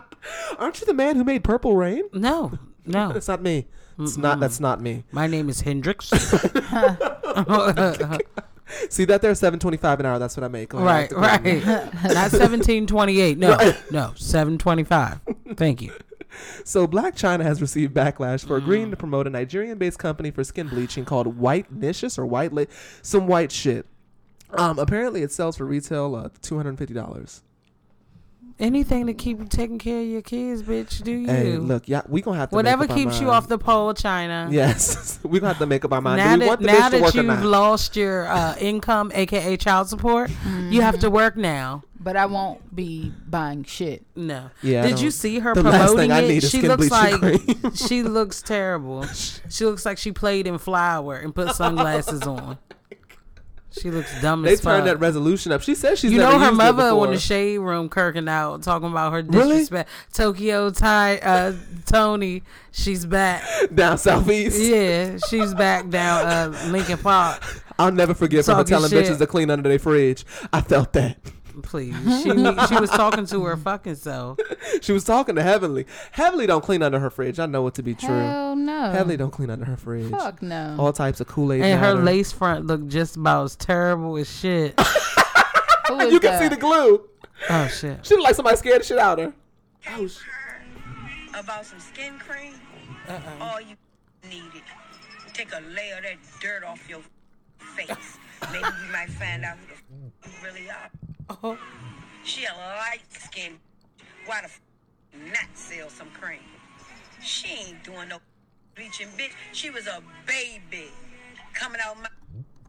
Aren't you the man who made Purple Rain?
No, no.
That's not me. It's not. That's not me.
My name is Hendrix.
See that there, seven twenty-five an hour. That's what I make. Go ahead,
right,
I like the
right. Not seventeen twenty-eight. No, no, seven twenty-five. Thank you.
So Black China has received backlash for
Mm.
agreeing to promote a Nigerian-based company for skin bleaching called White Nicious or White La- some white shit.
Oh.
Um, apparently it sells for retail uh, two hundred and fifty dollars.
Anything to keep taking care of your kids, bitch. Do you?
Hey, look, yeah, we gonna have to. make
Whatever
up our
keeps you
mind.
off the pole, China.
Yes, we gonna have to make up our mind.
Now
Do we
that,
want the
now
bitch to
that
work or
you've
not?
lost your uh, income, aka child support, you have to work now.
But I won't be buying shit.
No.
Yeah, I
Did you
don't-
see her
the last
promoting
thing I
it?
need is
She
skin
looks like
bleaching cream.
she looks terrible. She looks like she played in flower and put sunglasses on. She looks dumb
they
as fuck.
turned that resolution up. She says she's
you
never
know her
used it
mother on
before.
the shade room kirking out talking about her
Really?
disrespect. Tokyo Ty uh, Tony, she's back.
down southeast.
Yeah, she's back down uh, Lincoln Park.
I'll never forgive her for
Talking
telling
shit.
bitches to clean under their fridge. I felt that.
Please, she she was talking to her fucking self.
She was talking to Heavenly. Heavenly don't clean under her fridge. I know it to be true.
Hell no.
Heavenly don't clean under her fridge.
Oh. Fuck no.
All types of Kool Aid.
And her lace front looked just about as terrible as shit.
Who is
You can
that?
see the glue.
Oh shit.
She looked like somebody scared the shit out of her. Oh, sh-
About some skin cream? All you needed. Take a layer of that dirt off your face. Maybe you might find out who the f- you really are. She a light skin. Why the f- not sell some cream? She ain't doing no bleaching, bitch. She was a baby coming out my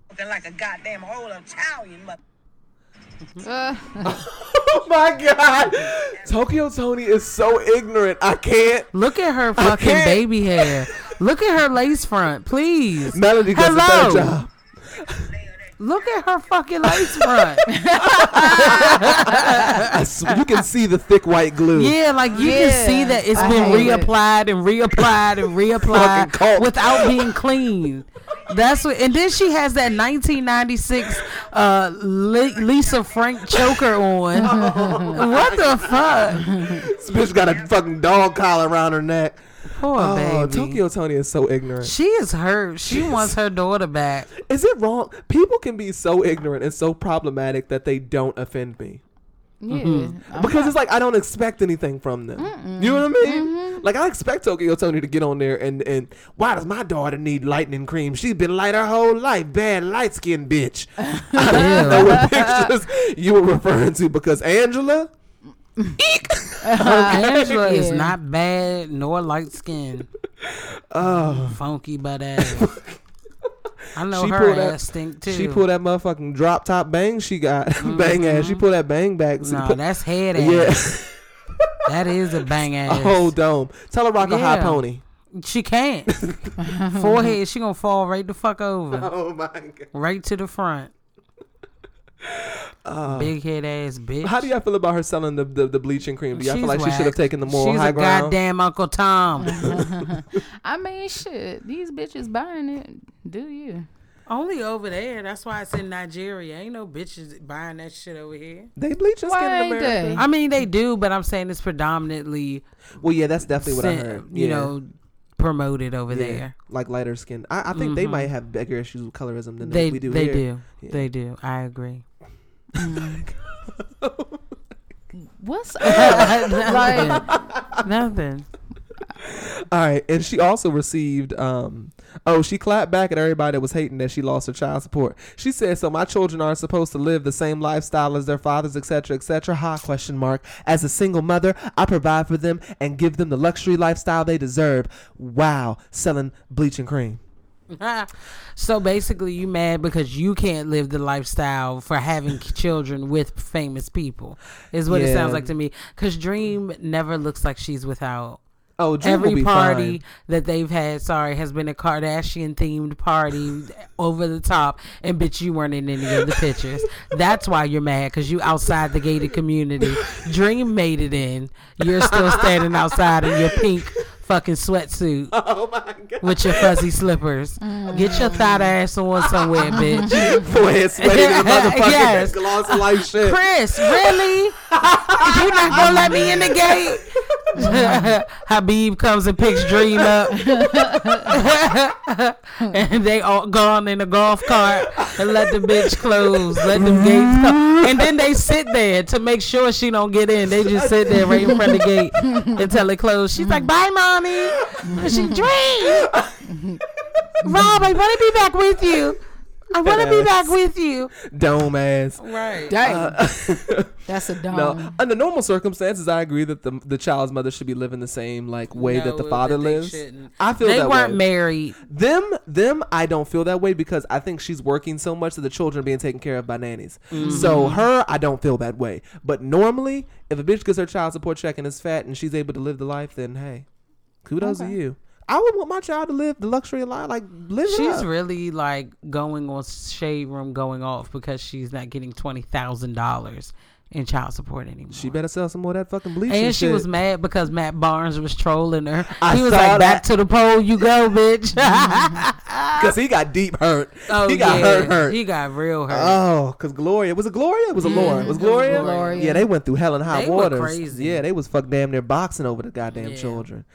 looking like a goddamn whole Italian mother.
oh my God. Tokyo Tony is so ignorant. I can't.
Look at her fucking
can't.
baby hair. Look at her lace front, please.
Melody does a better
Hello.
job.
Look at her fucking lace front.
I s- you can see the thick white glue.
yeah, like you
Yeah.
can see that it's
I
been
hate it.
reapplied and reapplied and
Fucking cult.
reapplied without being clean. That's what, and then she has that 1996 uh, Li- Lisa Frank choker on. what the fuck,
This bitch got a fucking dog collar around her neck.
poor
Oh,
baby.
Tokyo Tony is so ignorant.
She is hurt. She wants her daughter back.
Is it wrong? People can be so ignorant and so problematic that they don't offend me.
Yeah. I'm
Because it's like I don't expect anything from them. You know what I mean?
Mm-hmm.
Like I expect Tokyo Tony to get on there and and why does my daughter need lightning cream? She's been light her whole life, bad light skinned bitch. I don't know what pictures you were referring to because Angela.
Angela is
Yeah.
not bad nor light skinned. Oh, funky butt ass. I know
She
her
pulled that-
ass stink too.
She pulled that motherfucking drop top bang she got. bang ass. She
Mm-hmm.
pulled that bang back. She
No,
put-
that's head ass.
yeah.
That is a bang ass.
a whole dome. Tell her rock a high
Yeah.
pony.
She can't. Forehead, she gonna fall right the fuck over,
Oh my god.
right to the front. Big head ass bitch.
Uh, How do y'all feel about her selling the, the, the bleaching cream? Do y'all feel like she should have
whack.
taken the moral
She's
high
a
ground?
goddamn Uncle Tom.
Mm-hmm.
I mean, shit. These bitches buying it. Do you?
Only over there. That's why it's in Nigeria. Ain't no bitches buying that shit over here.
They bleach their skin
Why
in
ain't
America.
they?
I mean, they do, but I'm saying it's predominantly,
Well, yeah, that's definitely what I
sent-
heard.
you
Yeah.
know, promoted over
Yeah.
there. Mm-hmm.
like lighter skin. I, I think they might have bigger issues with colorism than
They
we do.
they
here.
do,
Yeah.
they do. I agree.
What's up?
Nothing. Nothing.
All right, and she also received. um Oh, she clapped back at everybody that was hating that she lost her child support. She said, "So my children aren't supposed to live the same lifestyle as their fathers, etc., etc." Ha? Question mark. As a single mother, I provide for them and give them the luxury lifestyle they deserve. Wow, selling bleaching cream.
so basically, you mad because you can't live the lifestyle for having children with famous people, is what it sounds
Yeah.
like to me. Because Dream never looks like she's without.
Oh, Drew will
Every
be
party
fine.
that they've had, sorry, has been a Kardashian themed party over the top, and bitch, you weren't in any of the pictures. That's why you're mad because you outside the gated community. Dream made it in. You're still standing outside in your pink fucking sweatsuit. Oh my god. With your fuzzy slippers. Get your thought ass on somewhere, bitch.
Forehead sweating in the motherfucking
Yes.
gloss of life shit.
Chris, really? you not gonna let me in the gate? Habib comes and picks Dream up, and they all gone in a golf cart and let the bitch close, let the gates close, and then they sit there to make sure she don't get in. They just sit there right in front of the gate until it closed. She's like, "Bye, mommy." And she Dream, Rob, I want to be back with you. I want to be back with you.
Dome ass.
Right.
Dang. That's a
Uh,
dumb.
No,
Um,
under normal circumstances, I agree that the the child's mother should be living the same like way that the
No,
father
they
lives.
shouldn't.
I feel
they
that
weren't
way.
married.
Them, them, I don't feel that way because I think she's working so much that the children are being taken care of by nannies.
Mm-hmm.
So her, I don't feel that way. But normally, if a bitch gets her child support check and is fat and she's able to live the life, then hey, kudos to you. I would want my child to live the luxury life, like live. it
She's
up.
really like going on shade room going off because she's not getting twenty thousand dollars in child support anymore.
She better sell some more of that fucking bleaching
and she
shit.
was mad because Matt Barnes was trolling her.
I
he was
saw
like,
that.
"Back to the pole, you go, bitch."
Cause he got deep hurt.
oh,
he got
yeah.
hurt hurt.
He Mm-hmm. got real hurt.
Oh, cause Gloria was it Gloria? It was a Laura. It was Gloria?
Gloria.
Yeah, they went through hell and high
They were
waters.
crazy.
Yeah, they was fuck damn near boxing over the goddamn children,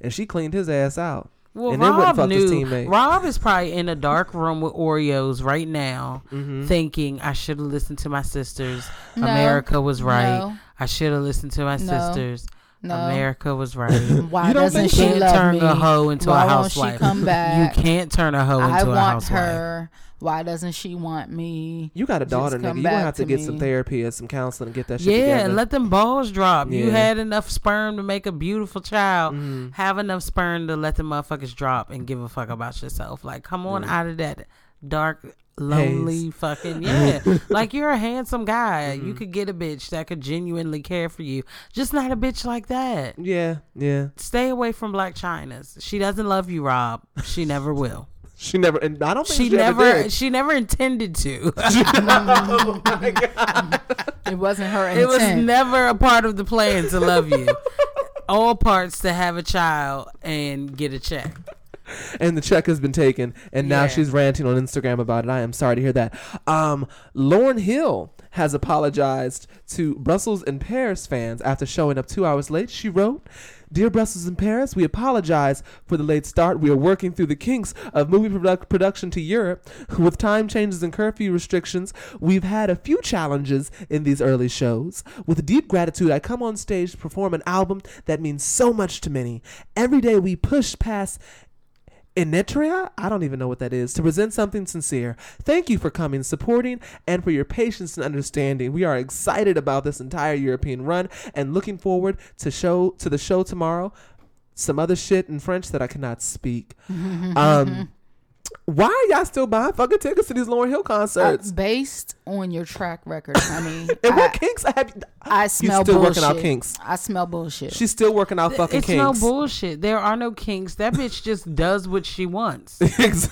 and she cleaned his ass out.
Well,
and then went and
Rob
fucked his
knew.
teammate.
Rob is probably in a dark room with Oreos right now,
Mm-hmm.
thinking I should have listened to my sisters. America was right.
No.
I should have listened to my sisters.
No.
America was right.
Why
You don't
doesn't
think
she
you can't
love
turn
me?
a hoe into
Why
a
won't
housewife.
she come back?
You can't turn a hoe into
I
a
want
housewife.
her. Why doesn't she want me?
You got a
Just
daughter,
come
nigga. You
back
gonna have to,
to
get
me.
some therapy and some counseling and get that shit
Yeah,
together.
and let them balls drop. You
Yeah.
had enough sperm to make a beautiful child. Have enough sperm to let the motherfuckers drop and give a fuck about yourself. Like, come on out of that dark, lonely fucking yeah. like you're a handsome guy. You could get a bitch that could genuinely care for you. Just not a bitch like that.
yeah, yeah.
Stay away from Black China's. She doesn't love you, Rob. She never will.
She never, and I don't think
She
she, ever
never.
did.
She never intended to.
It wasn't her
It was
intent.
never a part of the plan to love you. All parts to have a child and get a check.
and the check has been taken and now
Yeah.
she's ranting on instagram about it i am sorry to hear that um lauren hill has apologized to brussels and paris fans after showing up two hours late she wrote Dear Brussels and Paris, we apologize for the late start. We are working through the kinks of movie produc- production to Europe. With time changes and curfew restrictions, we've had a few challenges in these early shows. With deep gratitude, I come on stage to perform an album that means so much to many. Every day we push past Inetria? I don't even know what that is. To present something sincere. Thank you for coming, supporting, and for your patience and understanding. We are excited about this entire European run and looking forward to show to the show tomorrow. Some other shit in French that I cannot speak. um, why are y'all still buying fucking tickets to these Lauren Hill concerts?
Based on your track record, I mean,
Uh,
and what
I,
kinks have you?
I smell
still
bullshit.
working out kinks.
I smell bullshit.
She's still working out fucking
it's no
kinks.
bullshit. There are no kinks. That bitch just does what she wants.
Ex-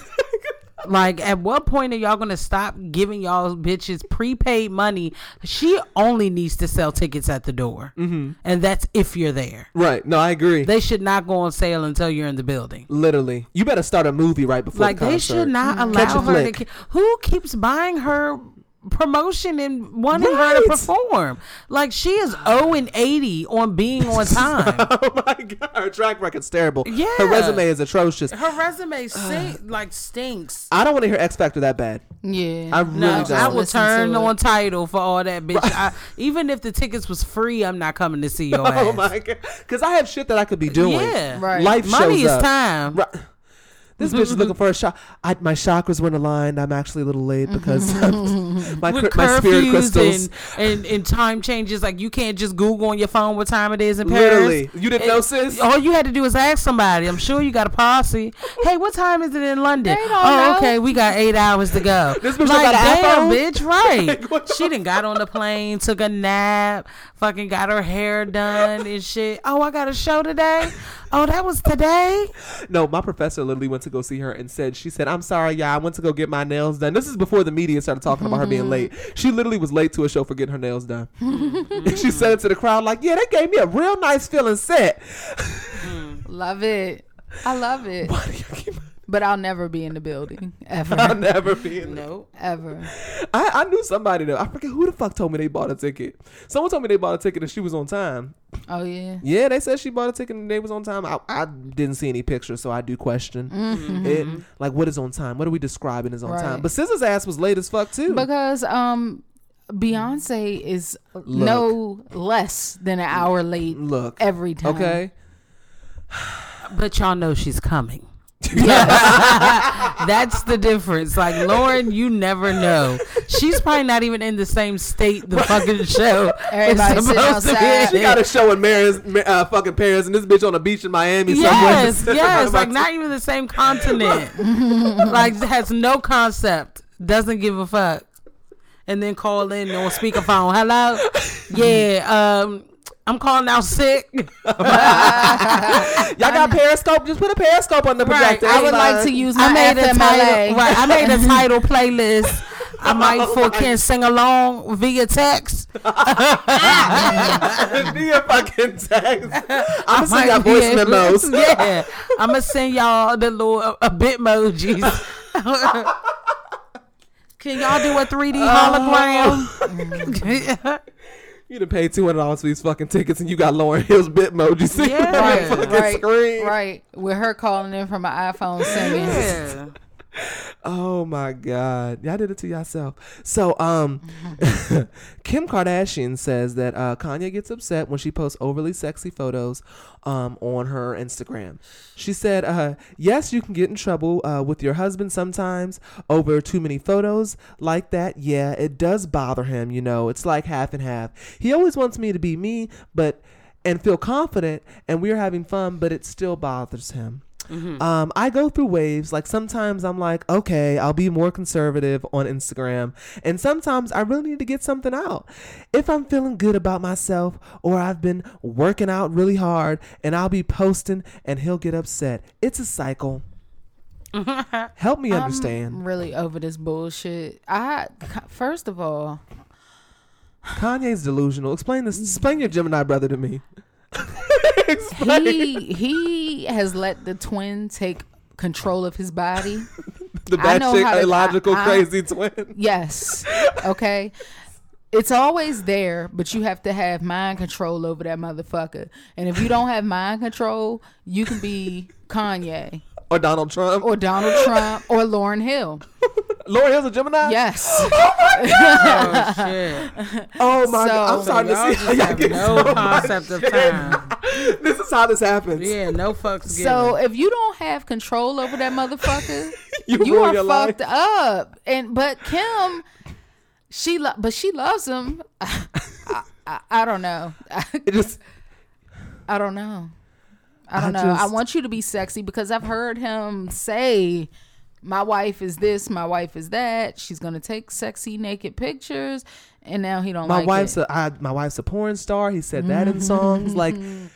Like, at what point are y'all gonna stop giving y'all bitches prepaid money? She only needs to sell tickets at the door, mm-hmm. and that's if you're there.
right? No, I agree.
They should not go on sale until you're in the building.
Literally, you better start a movie right before.
like
the
they
concert.
should not
Mm-hmm. Catch
allow
a
her to
flick.
ki- who keeps buying her promotion and wanting her
Right.
to perform like she is 0 and 80 on being on time
Oh my god, her track record's terrible.
Yeah.
her resume is atrocious.
her resume stink, like stinks
I don't want to hear X Factor that bad.
yeah,
I really
no,
don't.
I will
Listen to
turn
it.
on title for all that bitch. I, even if the tickets was free, I'm not coming to see your ass.
oh my god, because I have shit that I could be doing.
Yeah.
Right.
life
Money
shows
is
up.
time.
Right. This bitch is looking for a shot. I, my chakras weren't aligned. I'm actually a little late because my
With
cr- my spirit crystals.
curfews and, and, and time changes, like you can't just Google on your phone what time it is in Paris.
Literally, you didn't know, sis.
All you had to do is ask somebody. I'm sure you got a posse. Hey, what time is it in London?
They don't
Oh,
know.
okay, we got eight hours to go.
This bitch
like,
got an
damn,
iPhone?
bitch, right? she done got on the plane, took a nap, fucking got her hair done and shit. Oh, I got a show today. Oh, that was today.
No, my professor literally went to go see her and said, she said, I'm sorry, y'all. I went to go get my nails done. This is before the media started talking about her
Mm-hmm.
being late. She literally was late to a show for getting her nails done. she said it to the crowd like, yeah, that gave me a real nice feeling set.
Love it. I love it.
Why do you keep-
But I'll never be in the building
I'll
ever,
never be in
No.
ever.
I, I knew somebody though. I forget who the fuck told me they bought a ticket. Someone told me they bought a ticket and she was on time.
Oh yeah.
Yeah, they said she bought a ticket and they was on time. I, I didn't see any pictures, so I do question it. Like, what is on time? What are we describing as on time?
Mm-hmm. Right.
But Scissor's ass was late as fuck too.
Because um, Beyonce is no less than an hour late
Look,
every time.
okay,
But y'all know she's coming. That's the difference. Like Lauren, you never know. She's probably not even in the same state the fucking show.
Everybody
is
sit
supposed to be
outside.
in.
she got a show in Paris, uh, fucking Paris, and this bitch on a beach in Miami
Yes,
somewhere.
yes, like not even the same continent. like has no concept, doesn't give a fuck, and then call in on speakerphone. Hello, yeah, um, I'm calling out sick.
Y'all got Periscope? Just put a Periscope on the
Right,
projector.
I would
Like-
like to use my
I made a
FMLA.
title. Right, I made a title playlist. I might for can sing along via text.
be a fucking text. I'm gonna send
Might
y'all
be
voice
able-
memos.
Yeah, I'm gonna send y'all the little uh, uh, bitmojis. Can y'all do a 3D hologram?
You done paid two hundred dollars for these fucking tickets, and you got Lauren Hill's bitmoji sitting
Yeah.
on
Right,
your fucking
right,
screen.
right. With her calling in from an iPhone singing.
yeah.
Oh my god, y'all did it to yourself. So, um, Kim Kardashian says that uh, Kanye gets upset when she posts overly sexy photos, um, on her Instagram. She said, uh, "Yes, you can get in trouble uh, with your husband sometimes over too many photos like that. Yeah, it does bother him. You know, it's like half and half. He always wants me to be me, but." and feel confident and we're having fun but it still bothers him
Mm-hmm.
um, i go through waves like sometimes i'm like okay i'll be more conservative on instagram and sometimes i really need to get something out if i'm feeling good about myself or i've been working out really hard and i'll be posting and he'll get upset it's a cycle help
Um,
me understand
I'm really over this bullshit. I first of all,
kanye's delusional explain this explain your gemini brother to me explain
he he has let the twin take control of his body.
the
I know how
batshit
to-
illogical
I- I-
crazy twin
Yes. Okay. It's always there, but you have to have mind control over that motherfucker. And if you don't have mind control, you can be Kanye
or Donald Trump
or Donald Trump or Lauren Hill.
Lori Hill's a Gemini.
Yes.
Oh shit.
Oh my
So-
god! I'm starting
Y'all
to
just
see how y'all
have
get
no
so
concept of time.
much- This is how this happens.
Yeah, no fucks given.
So if you don't have control over that motherfucker,
You
you,
ruin
are
your
fucked up. And but Kim, she lo- but she loves him. I, I, I don't know.
It just
I don't know. I don't
I
know. I
just-
want you to be sexy because I've heard him say, "My wife is this. My wife is that. She's gonna take sexy naked pictures." And now he don't
my
like
wife's
it.
a I, my wife's a porn star. He said that in songs. Like
Mm-hmm.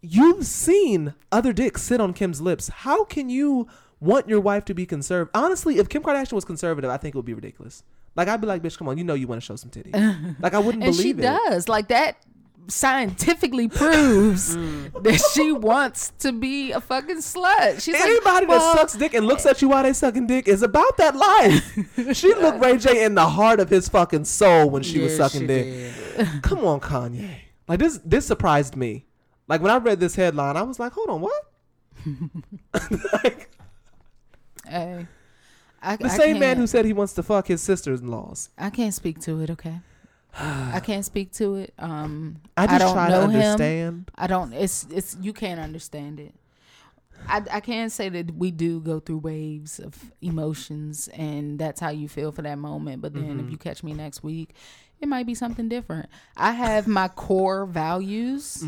you've seen other dicks sit on Kim's lips. How can you want your wife to be conservative? Honestly, if Kim Kardashian was conservative, I think it would be ridiculous. Like I'd be like, bitch, come on, you know you want to show some titties. Like I wouldn't
and she
believe it.
does like that. Scientifically proves
Mm.
that she wants to be a fucking slut. She's
Anybody
like, well,
that sucks dick and looks at you while they sucking dick is about that life. she looked Ray J in the heart of his fucking soul when she was
Yeah,
sucking
she
dick.
did.
Come on, Kanye. Like this this surprised me. Like when I read this headline, I was like, hold on, what? like,
Hey, I,
the
I
same man
can't-
who said he wants to fuck his sisters in laws.
I can't speak to it. Okay, I can't speak to it. Um,
I just
don't
try to
know him.
understand.
I don't. It's it's you can't understand it. I I can say that we do go through waves of emotions, and that's how you feel for that moment. But then if you catch me next week, it might be something different. I have my core values,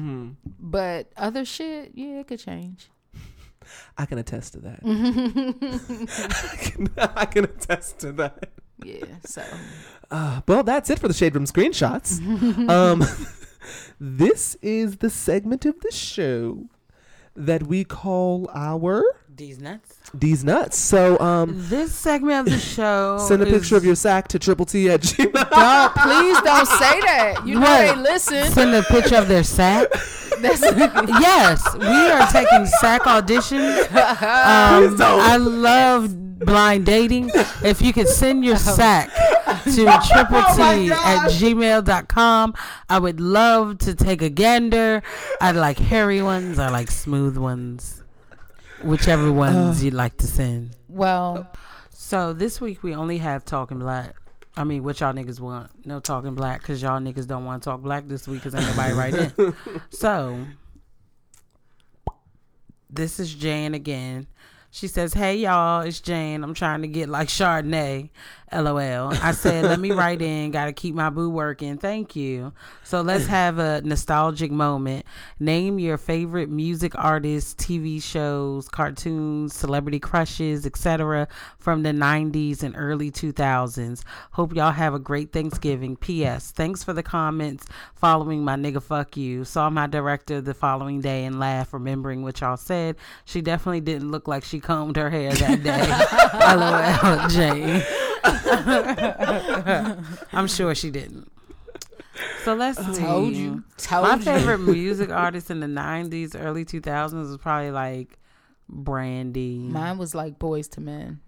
but other shit, yeah, it could change.
I can attest to that. I, can, I can attest to that.
Yeah, so
Uh, well, that's it for the Shade Room screenshots. um, this is the segment of the show that we call our
These nuts.
These Nuts. So um,
This segment of the show.
send a
is-
picture of your sack to triple T at Gmail.
please don't say that. You know
Right.
they listen.
Send a picture of their sack. yes, we are taking sack auditions. Um, I love blind dating. If you could send your sack to triple t at gmail.com, I would love to take a gander. I like hairy ones, I like smooth ones, whichever ones you'd like to send.
Well,
So this week we only have Talking Black. I mean, what y'all niggas want? No Talking Black because y'all niggas don't want to talk black this week because ain't nobody right in. So this is Jane again. She says, Hey y'all, it's Jane. I'm trying to get like Chardonnay. LOL. I said, Let me write in. Gotta keep my boo working. Thank you. So let's have a nostalgic moment. Name your favorite music artists, TV shows, cartoons, celebrity crushes, etc. from the 90s and early 2000s. Hope y'all have a great Thanksgiving. P.S. Thanks for the comments following my nigga fuck you. Saw my director the following day and laugh remembering what y'all said. She definitely didn't look like she combed her hair that day. LOL, Jane. I'm sure she didn't. So let's see.
told you. Told
My
you.
favorite music artist in the '90s, early 2000s was probably like Brandy,
Mine was like boys to men.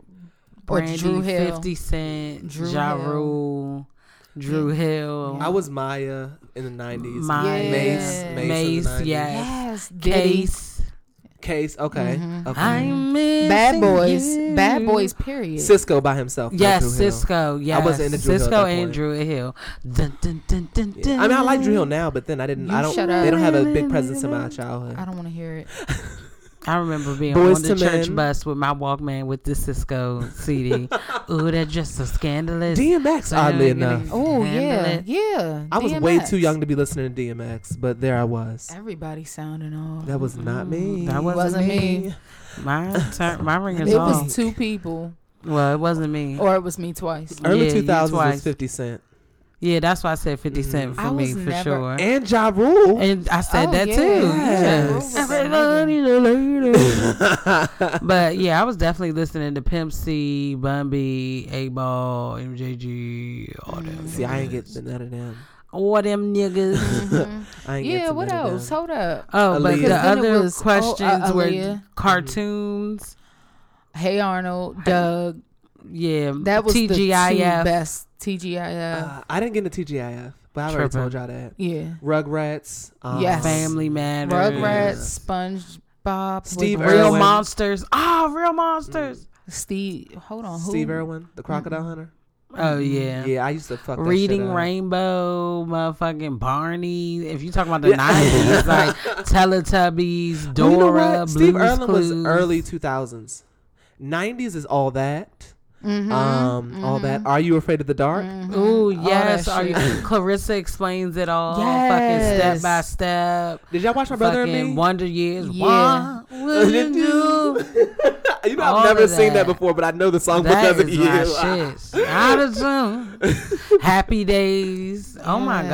Or
Brandy,
Drew Hill.
Fifty Cent,
Drew
Drew Ja
Hill.
Rule, Drew Hill,
I was Maya in the nineties.
Maya.
Mace, Mace,
Mace,
Mace yeah.
yeah.
Yes, Diddy.
Case.
Case, okay,
Mm-hmm.
okay.
I'm missing
Mm. Bad boys.
you.
Bad boys. Period.
Cisco by himself. not
Yes,
Drew Hill.
Cisco. Yes,
wasn't into Drew Hill at
Cisco
that
and
point.
Drew Hill. Dun, dun, dun, dun,
Yeah. I mean, I like Drew Hill
dun.
now, but then I didn't. I don't.
shut up.
They don't have a big presence in my childhood.
I don't want to hear it.
I remember being
Boys
on the
to
church
Men.
bus with my Walkman with the Cisco CD. Ooh, that's just so scandalous.
DMX, oddly enough,
Oh
Handle
yeah,
it.
yeah.
I was way
DMX.
too young to be listening to DMX, but there I was.
Everybody sounding off.
That was not me.
That wasn't,
Wasn't
me.
me.
My turn, my ring is
It
off.
was two people,
well, it wasn't me.
or it was me twice.
Yeah,
Early
you
two thousands
twice.
was Fifty Mm-hmm. Cent
Yeah, that's why I said Fifty Cent for
I
me
was
for
never-
sure. And,
and Ja Rule.
I said
Oh,
that
yeah.
too.
Yeah,
Yes.
Rule was a
Everybody later. but yeah, I was definitely listening to Pimp C, Bun B, A Ball, MJG, all
Mm,
them.
See, I ain't get none of them.
All them niggas. Mm-hmm.
I ain't get
Yeah,
to
what
none of
else?
them.
Hold up.
Oh, but
Aaliyah.
the
Then it
other
was- oh, uh,
questions were
Aaliyah.
cartoons.
Hey Arnold, Doug.
Yeah,
That was the two
TGIF.
best TGIF.
Uh, I didn't get into TGIF, but I already
Trippin'.
told y'all that.
yeah,
Rugrats. Um,
Yes.
Family Matters.
Rugrats, SpongeBob,
Steve
wait,
Real
Irwin.
Monsters. Ah, Real Monsters.
Steve. Hold on, who?
Steve Irwin, the crocodile hunter.
Oh yeah.
Mm-hmm. Yeah, I used to fuck. that shit uh,
Reading
up.
Rainbow, motherfucking Barney. If you talking about the nineties, like Teletubbies,
Well,
Dora,
you know what? Steve
Blue's
Irwin was
Clues.
early two thousands. Nineties is all that.
Mm-hmm.
Mm-hmm.
um, all that. Are you afraid of the dark?
Ooh
that
yes, are you,
shit.
Clarissa explains it all. Fucking
Yes.
step by step.
Did y'all watch my brother and
Fucking
me?
Wonder Years.
Yeah.
What would you do?
you know,
all
I've never
of
seen that
that.
before, but I know the song
That
because of
is
you.
my shit. Out of tune. Happy days. Oh my
Yes,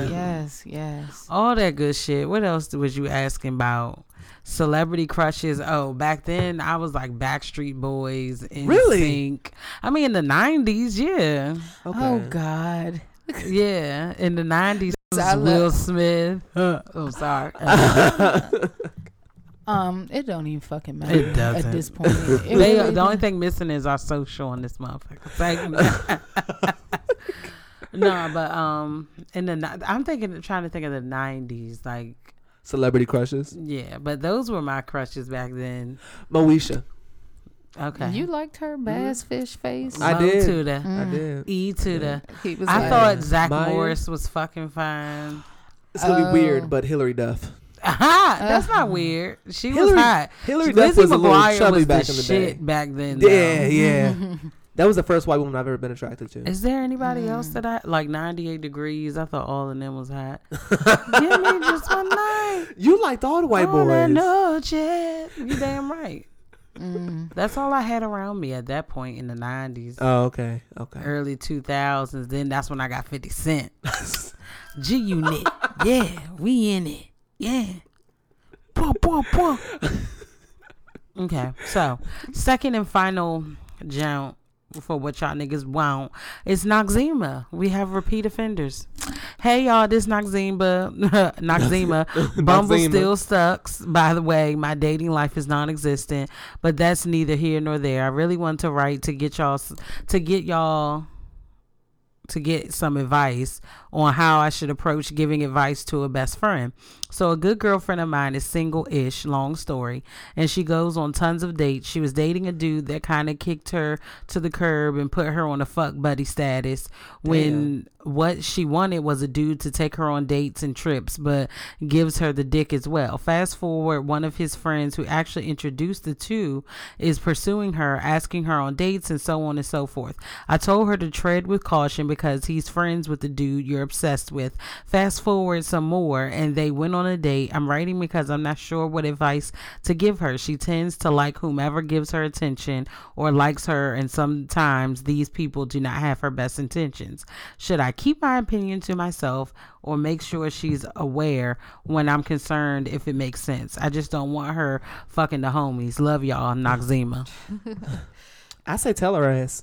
god.
Yes, yes.
All that good shit. What else was you asking about? Celebrity crushes. Oh, back then I was like Backstreet Boys. NSYNC.
Really?
I mean, in the nineties. Yeah,
Okay.
Oh God.
yeah. In the nineties,
I love-
Will Smith. Oh, I'm sorry.
Um, it don't even fucking matter
doesn't.
at this point. It
They-
really
the only thing missing is our social on this motherfucker. Thank no, but um, in the ni- I'm thinking, trying to think of the '90s, like
Celebrity crushes.
yeah, but those were my crushes back then.
Moesha.
Okay,
You liked her bass fish face?
I
Mo
did.
to the
I did.
E to the.
Mm. He was
I
like,
thought Zach
Myers.
Morris was fucking fine.
It's gonna
Uh,
Oh.
be weird, but Hillary Duff.
Aha, that's not weird. She was
Uh-huh. Hillary-
hot.
Hillary Duff
Lizzie
was a little
McGuire
chubby
was
back
the
in the day.
shit back then. though.
Yeah, yeah. that was the first white woman I've ever been attracted to.
Is there anybody else that I like? Ninety-eight degrees. I thought all of them was hot. Give me just one night.
You liked all the white
all that
boys.
bullshit. You damn right.
Mm.
That's all I had around me at that point in the nineties,
Oh, okay, okay.
early two thousands. Then that's when I got Fifty Cent, G Unit. Yeah, we in it. Yeah. Boom, boom, boom. Okay, so second and final jump for what y'all niggas want. It's Noxzema. We have repeat offenders. Hey y'all, this Noxzema, Noxzema. Bumble
Noxzema.
still sucks. By the way, my dating life is non-existent, but that's neither here nor there. I really want to write to get y'all s- to get y'all to get some advice on how I should approach giving advice to a best friend. So, a good girlfriend of mine is single ish, long story, and she goes on tons of dates. She was dating a dude that kind of kicked her to the curb and put her on a fuck buddy status when what she wanted was a dude to take her on dates and trips, but gives her the dick as well. Fast forward, one of his friends who actually introduced the two is pursuing her, asking her on dates, and so on and so forth. I told her to tread with caution because he's friends with the dude you're obsessed with. Fast forward some more, and they went on a date. I'm writing because I'm not sure what advice to give her. She tends to like whomever gives her attention or likes her, and sometimes these people do not have her best intentions. Should I keep my opinion to myself? or make sure she's aware when I'm concerned if it makes sense. I just don't want her fucking the homies. Love y'all, Noxzema.
I say tell her ass.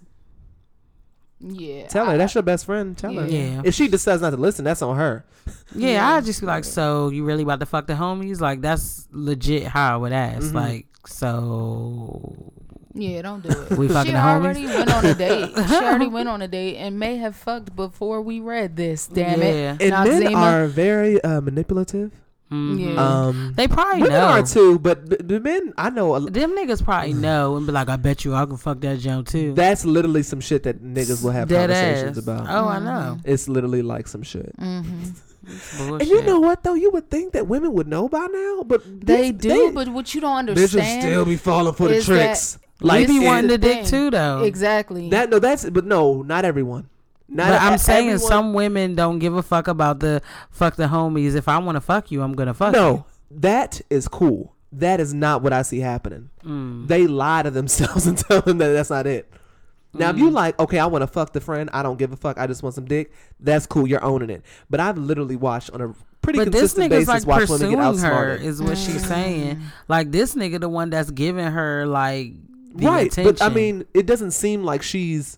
Yeah.
Tell her that's your best friend. Tell her.
Yeah.
If she decides not to listen, that's on her.
Yeah, I'd just be like, so you really about to fuck the homies? Like that's legit how I would ask. Like, so
Yeah, don't do it.
We fucking
she
homies?
already went on a date. She already went on a date and may have fucked before we read this. Damn
Yeah.
it.
And men
Noxzema.
are very uh, manipulative.
mhm.
Yeah.
Um,
they probably
women
know.
are too, but the, the men I know. A,
Them niggas probably know and be like, I bet you I can fuck that Joan too.
that's literally some shit that niggas will have
Dead
conversations
ass.
about.
Oh, Oh, I know.
It's literally like some shit.
Mm-hmm.
Bullshit.
And you know what though? You would think that women would know by now, but
They
these-
do, but what you don't
they should
understand.
still be falling for the
is that-
tricks.
we
Like
be
and
wanting to dick
thing.
too though.
Exactly.
that. No, that's but no, not everyone. Not
But I'm
e-
saying
everyone-
some women don't give a fuck about the fuck the homies. If I want to fuck you, I'm gonna fuck you.
No, that is cool. That is not what I see happening.
Mm.
They lie to themselves and tell them that that's not it. Now, if you
Mm.
like, okay, I want to fuck the friend. I don't give a fuck. I just want some dick. That's cool. You're owning it. But I've literally watched on a pretty
But this
consistent
nigga's
basis
like
watch women
pursuing
get
her
outsmarted.
is what she's saying. Like this nigga, the one that's giving her like the
right? But I
attention.
mean, it doesn't seem like she's.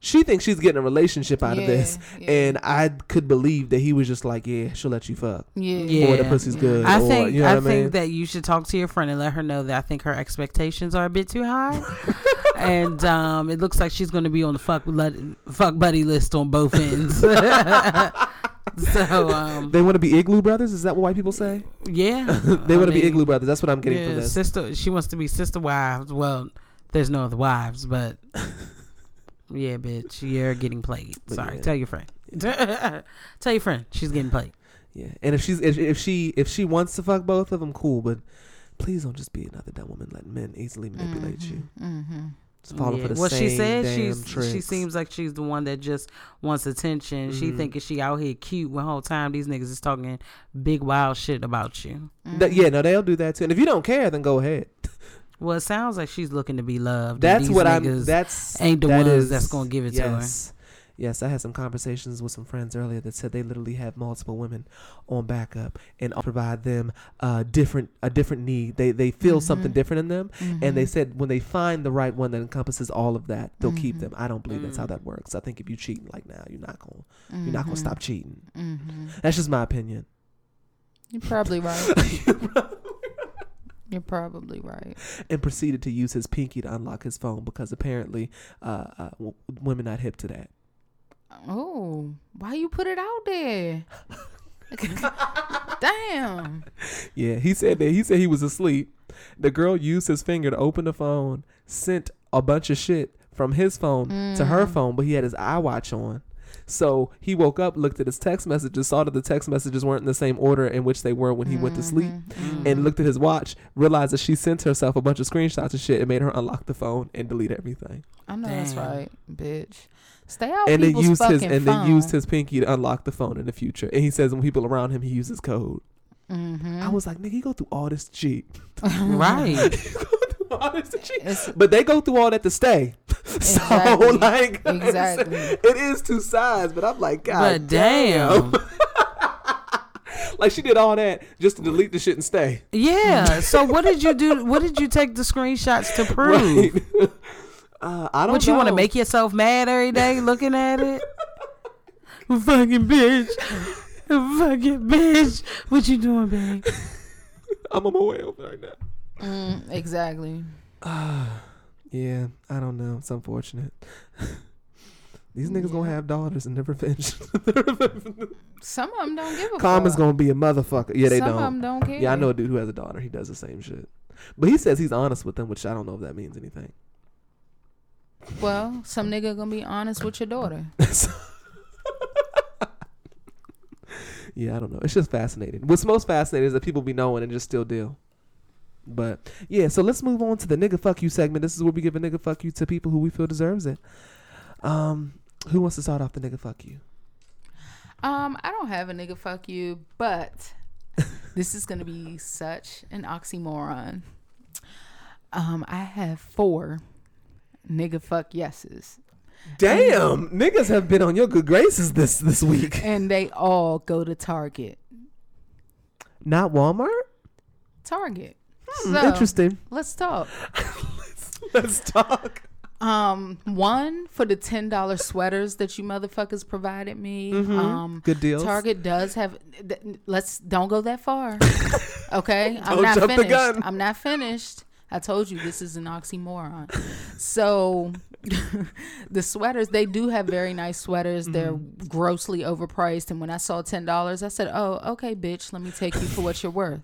She thinks she's getting a relationship out of
Yeah,
this,
yeah.
and I could believe that he was just like, "Yeah, she'll let you fuck."
yeah.
Yeah.
Or the pussy's good.
I
or,
think
you know
I
what I mean?
think that you should talk to your friend and let her know that I think her expectations are a bit too high, and um, it looks like she's going to be on the fuck blood- fuck buddy list on both ends. so um,
they want to be igloo brothers. Is that what white people say?
yeah,
they want to be
igloo.
igloo brothers. That's what I'm getting
yeah,
from this.
sister. She wants to be sister wives. Well, there's no other wives, but yeah, bitch, you're getting played. Sorry,
yeah.
tell your friend. tell your friend she's getting played.
Yeah, and if she's if, if she if she wants to fuck both of them, cool. But please don't just be another dumb woman letting men easily manipulate you.
Mm-hmm.
Just falling for
Mm-hmm. Yeah.
the
well,
same
she said
damn
she's
tricks. Mm-hmm.
she seems like she's the one that just wants attention. She thinking she out here cute when whole time these niggas is talking big wild shit about you.
Mm-hmm.
Th- yeah, no, they'll do that too. And if you don't care, then go ahead.
Well, it sounds like she's looking to be loved. and
That's
these
what
niggas-
I'm. That's
ain't the
that
ones
is-
that's gonna give it to her.
yes. Yes, I had some conversations with some friends earlier that said they literally have multiple women on backup and I'll provide them a different a different need. They they feel
Mm-hmm.
something different in them, and
Mm-hmm.
they said when they find the right one that encompasses all of that, they'll keep
Mm-hmm.
them. I don't believe that's how
Mm.
that works. I think if you cheating like now, you're not gonna you're not gonna
Mm-hmm.
stop cheating. That's just my opinion.
You're probably right. You're probably right.
and proceeded to use his pinky to unlock his phone because apparently uh, uh, w- women not hip to that.
Oh, why you put it out there? Damn.
Yeah, he said that. He said he was asleep. The girl used his finger to open the phone, sent a bunch of shit from his phone to her
Mm.
phone, but he had his iWatch on. So he woke up, looked at his text messages, saw that the text messages weren't in the same order in which they were when he went to
Mm-hmm.
sleep, and looked at his watch, realized that she sent herself a bunch of screenshots of shit and made her unlock the phone and delete everything.
I know that's
Damn.
right, bitch. Stay out
and then
Oh, people's
used
fucking
his and
phone.
then used his pinky to unlock the phone in the future. And he says when people around him he uses code.
Mhm.
I was like, nigga, you go through all this cheat.
right?
You go through all this to cheat.
It's-
But they go through all that to stay.
Exactly.
So like it's-
Exactly.
it is two sides, but I'm like, God
but damn.
like she did all that just to delete the shit and stay.
Yeah. So what did you do? What did you take the screenshots to prove?
Right. Uh, I don't.
But you want to
know.
make yourself mad every day looking at it?
Fucking bitch. Fucking bitch. What you doing, babe?
I'm on my way over right now.
mm, Exactly.
Yeah, I don't know. It's unfortunate. These niggas gonna have daughters and their revenge.
Some of them don't give a
Karma's
fuck.
gonna be a motherfucker. Yeah, they
Some
don't.
of them don't care.
Yeah, I know a dude who has a daughter. He does the same shit. But he says he's honest with them, which I don't know if that means anything.
Well, some nigga gonna be honest with your daughter.
yeah, I don't know. It's just fascinating. What's most fascinating is that people be knowing and just still deal. But yeah, so let's move on to the nigga fuck you segment. This is where we give a nigga fuck you to people who we feel deserves it. Um, who wants to start off the nigga fuck you?
Um, I don't have a nigga fuck you, but this is gonna be such an oxymoron. Um, I have four nigga fuck yeses,
Damn, niggas have been on your good graces this this week.
and they all go to Target.
Not Walmart.
Target.
Hmm, Interesting.
Let's talk.
Let's talk.
Um, one for the ten dollar sweaters that you motherfuckers provided me. Um,
Mm-hmm. Good deals.
Target does have. th- Let's don't go that far. Okay, I'm
Don't
not
jump the
finished.
gun.
I'm not finished. I told you this is an oxymoron. So, the sweaters they do have very nice sweaters.
Mm-hmm.
They're grossly overpriced. And when I saw ten dollars, I said, "Oh, okay, bitch. Let me take you for what you're worth."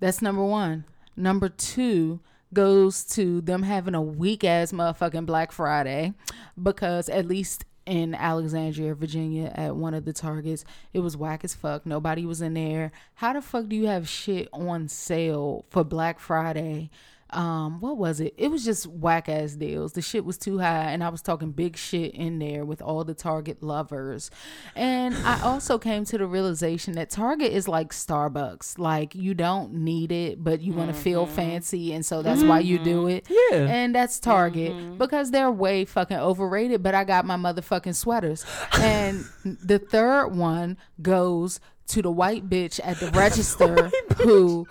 That's number one. Number two goes to them having a weak ass motherfucking Black Friday because at least in Alexandria, Virginia, at one of the targets, it was whack as fuck. Nobody was in there. How the fuck do you have shit on sale for Black Friday? Um, what was it? It was just whack ass deals. The shit was too high, and I was talking big shit in there with all the Target lovers. And I also came to the realization that Target is like Starbucks. Like you don't need it, but you want to feel fancy, and so that's why you do it.
Yeah.
And that's Target because they're way fucking overrated. But I got my motherfucking sweaters. and the third one goes to the white bitch at the register who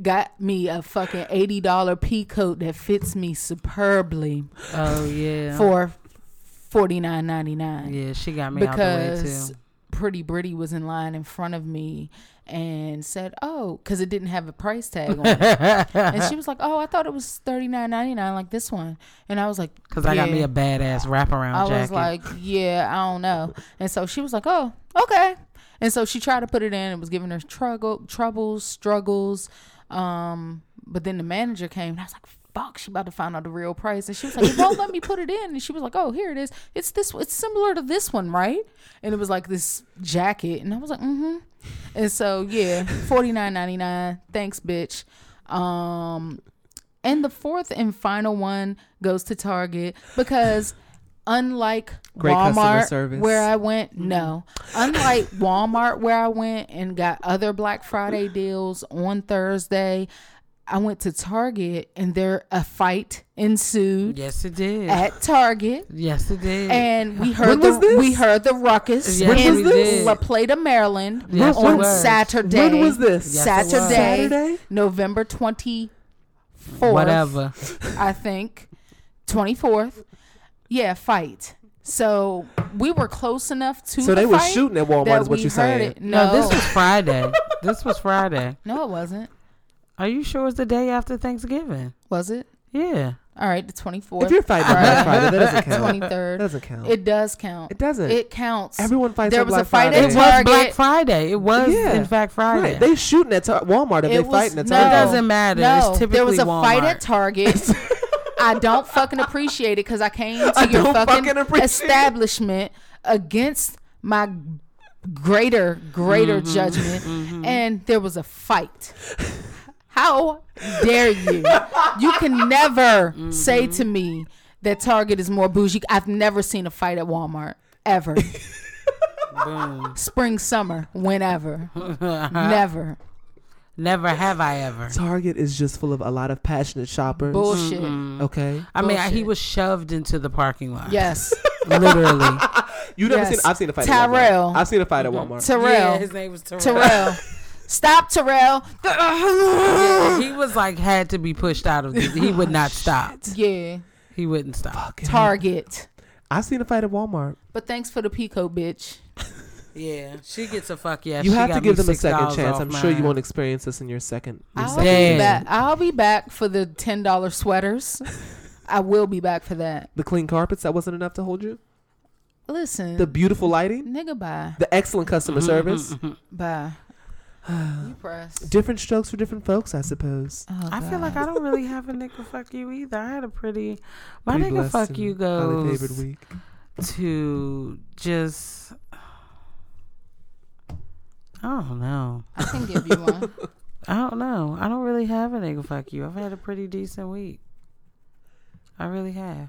got me a fucking eighty dollar pea coat that fits me superbly
Oh yeah.
for forty nine ninety nine
yeah, she got me out the way
because
too.
Pretty Britty was in line in front of me and said, "Oh, because it didn't have a price tag on it," and she was like, "Oh, I thought it was thirty nine ninety nine like this one," and I was like,
Because I got me
"Yeah."
a badass wraparound
I
jacket.
was like, yeah, I don't know. And so she was like, oh, okay. And so she tried to put it in. It was giving her trouble, troubles, struggles. Um, but then the manager came, and I was like, fuck, she about to find out the real price. And she was like, it won't let me put it in. And she was like, oh, here it is. It's this. It's similar to this one, right? And it was like this jacket, and I was like, mm-hmm. And so yeah, forty nine ninety nine. Thanks, bitch. Um, and the fourth and final one goes to Target because unlike
Great customer
Walmart
service.
where I went, no. Unlike Walmart where I went and got other Black Friday deals on Thursday, I went to Target and there a fight ensued
yes, it did.
at Target.
yes, it did.
And we heard the
was this?
we heard the ruckus
Yes, When
in
was this?
La Plata, Maryland
Yes, it
on
was.
Saturday.
When was this?
Yes, it was.
Saturday,
Saturday?
November twenty fourth.
Whatever.
I think. 24th. Yeah, fight. So we were close enough to.
So
the
they were
fight
shooting at Walmart
that
is what
we
you're
heard
saying.
it. No,
No, this was Friday. this was Friday.
no, it wasn't.
Are you sure it's the day after Thanksgiving?
Was it?
Yeah.
All right, the 24th.
If you're fighting on Black Friday, that doesn't count.
23rd.
That doesn't count.
It does count.
It doesn't.
It counts.
Everyone fights
There
on
was a
Black
fight
Friday.
at
It was
Target.
Black Friday. It was
Yeah.
in fact Friday.
Right. They shooting at Tar- Walmart if
It
they
was-
fighting at
no.
It
Target.
doesn't matter.
No,
it's typically
there was a fight
Walmart.
at Target. I don't fucking appreciate it because I came to
I
your
don't
fucking,
fucking appreciate it.
establishment against my greater, greater judgment, and there was a fight. How dare you? You can never say to me that Target is more bougie. I've never seen a fight at Walmart ever. Spring, summer, whenever, never.
Never have I ever.
Target is just full of a lot of passionate shoppers.
Bullshit.
Mm. Okay.
I mean, I, he
Bullshit.
was shoved into the parking lot.
Yes.
literally.
You never
Yes.
seen? I've seen a fight. At
Tyrell.
Walmart. I've seen a fight at
Mm-hmm.
Walmart.
Terrell.
yeah, his name was Terrell.
Terrell. Stop, Terrell. Oh,
He was like had to be pushed out of. The, he would not stop.
Yeah.
He wouldn't stop.
Target.
I seen a fight at Walmart.
But thanks for the pico, bitch.
Yeah, she gets a fuck yeah.
you
She
have to
got
give
me
them a second
$6
chance.
off
I'm sure you
mine.
won't experience this in your second. your
I'll
second
be
Damn.
back. I'll be back for the ten dollar sweaters. I will be back for that.
The clean carpets that wasn't enough to hold you.
Listen,
The beautiful lighting.
nigga, bye
The excellent customer
Mm-hmm,
service.
bye. you press.
Different strokes for different folks, I suppose.
Oh,
I feel
God.
like I don't really have a nigga fuck you either. I had a pretty my
Pretty
nigga
blessed
fuck
and
you
highly favored
goes
week.
to just I don't know.
I can give you one.
I don't know. I don't really have a nigga fuck you. I've had a pretty decent week. I really have.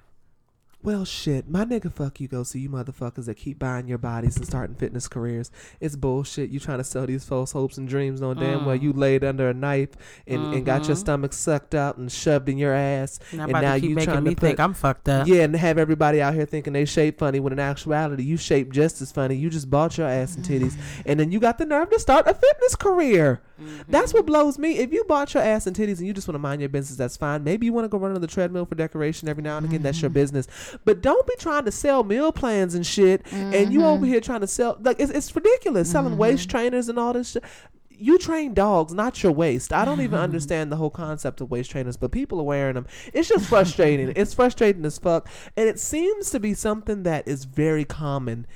Well, shit, my nigga fuck you goes to you motherfuckers that keep buying your bodies and starting fitness careers. It's bullshit. You trying to sell these false hopes and dreams knowing damn well
Mm.
you laid under a knife and, and got your stomach sucked out and shoved in your ass.
And Mm-hmm. I'm about to keep making me
put-
think I'm fucked up.
yeah, and have everybody out here thinking they shape funny when in actuality you shape just as funny. You just bought your ass and titties, and then you got the nerve to start a fitness career. That's what blows me. If you bought your ass and titties and you just want to mind your business, that's fine. Maybe you want to go run on the treadmill for decoration every now and again. That's your business. But don't be trying to sell meal plans and shit. And you over here trying to sell like it's, it's ridiculous selling waist trainers and all this shit you train dogs, not your waist. I don't even understand the whole concept of waist trainers, but people are wearing them. It's just frustrating. it's frustrating as fuck. And it seems to be something that is very common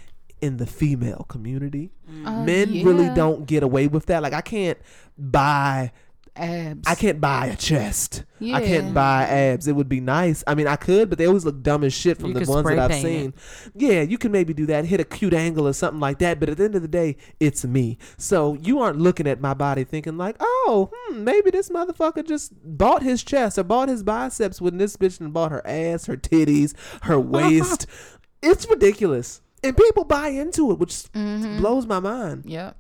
in the female community. Men really
yeah.
don't get away with that. Like, I can't buy.
Abs.
I can't buy a chest. I
Yeah.
can't buy abs. It would be nice. I mean, I could, but they always look dumb as shit from
You
the
could
ones
spray
that I've
paint
seen. Yeah, you can maybe do that, hit a cute angle or something like that. But at the end of the day, it's me. So you aren't looking at my body thinking like, oh, hmm, maybe this motherfucker just bought his chest or bought his biceps when this bitch and bought her ass, her titties, her waist. it's ridiculous. And people buy into it, which
Hmm.
Mm-hmm.
blows my mind.
Yep.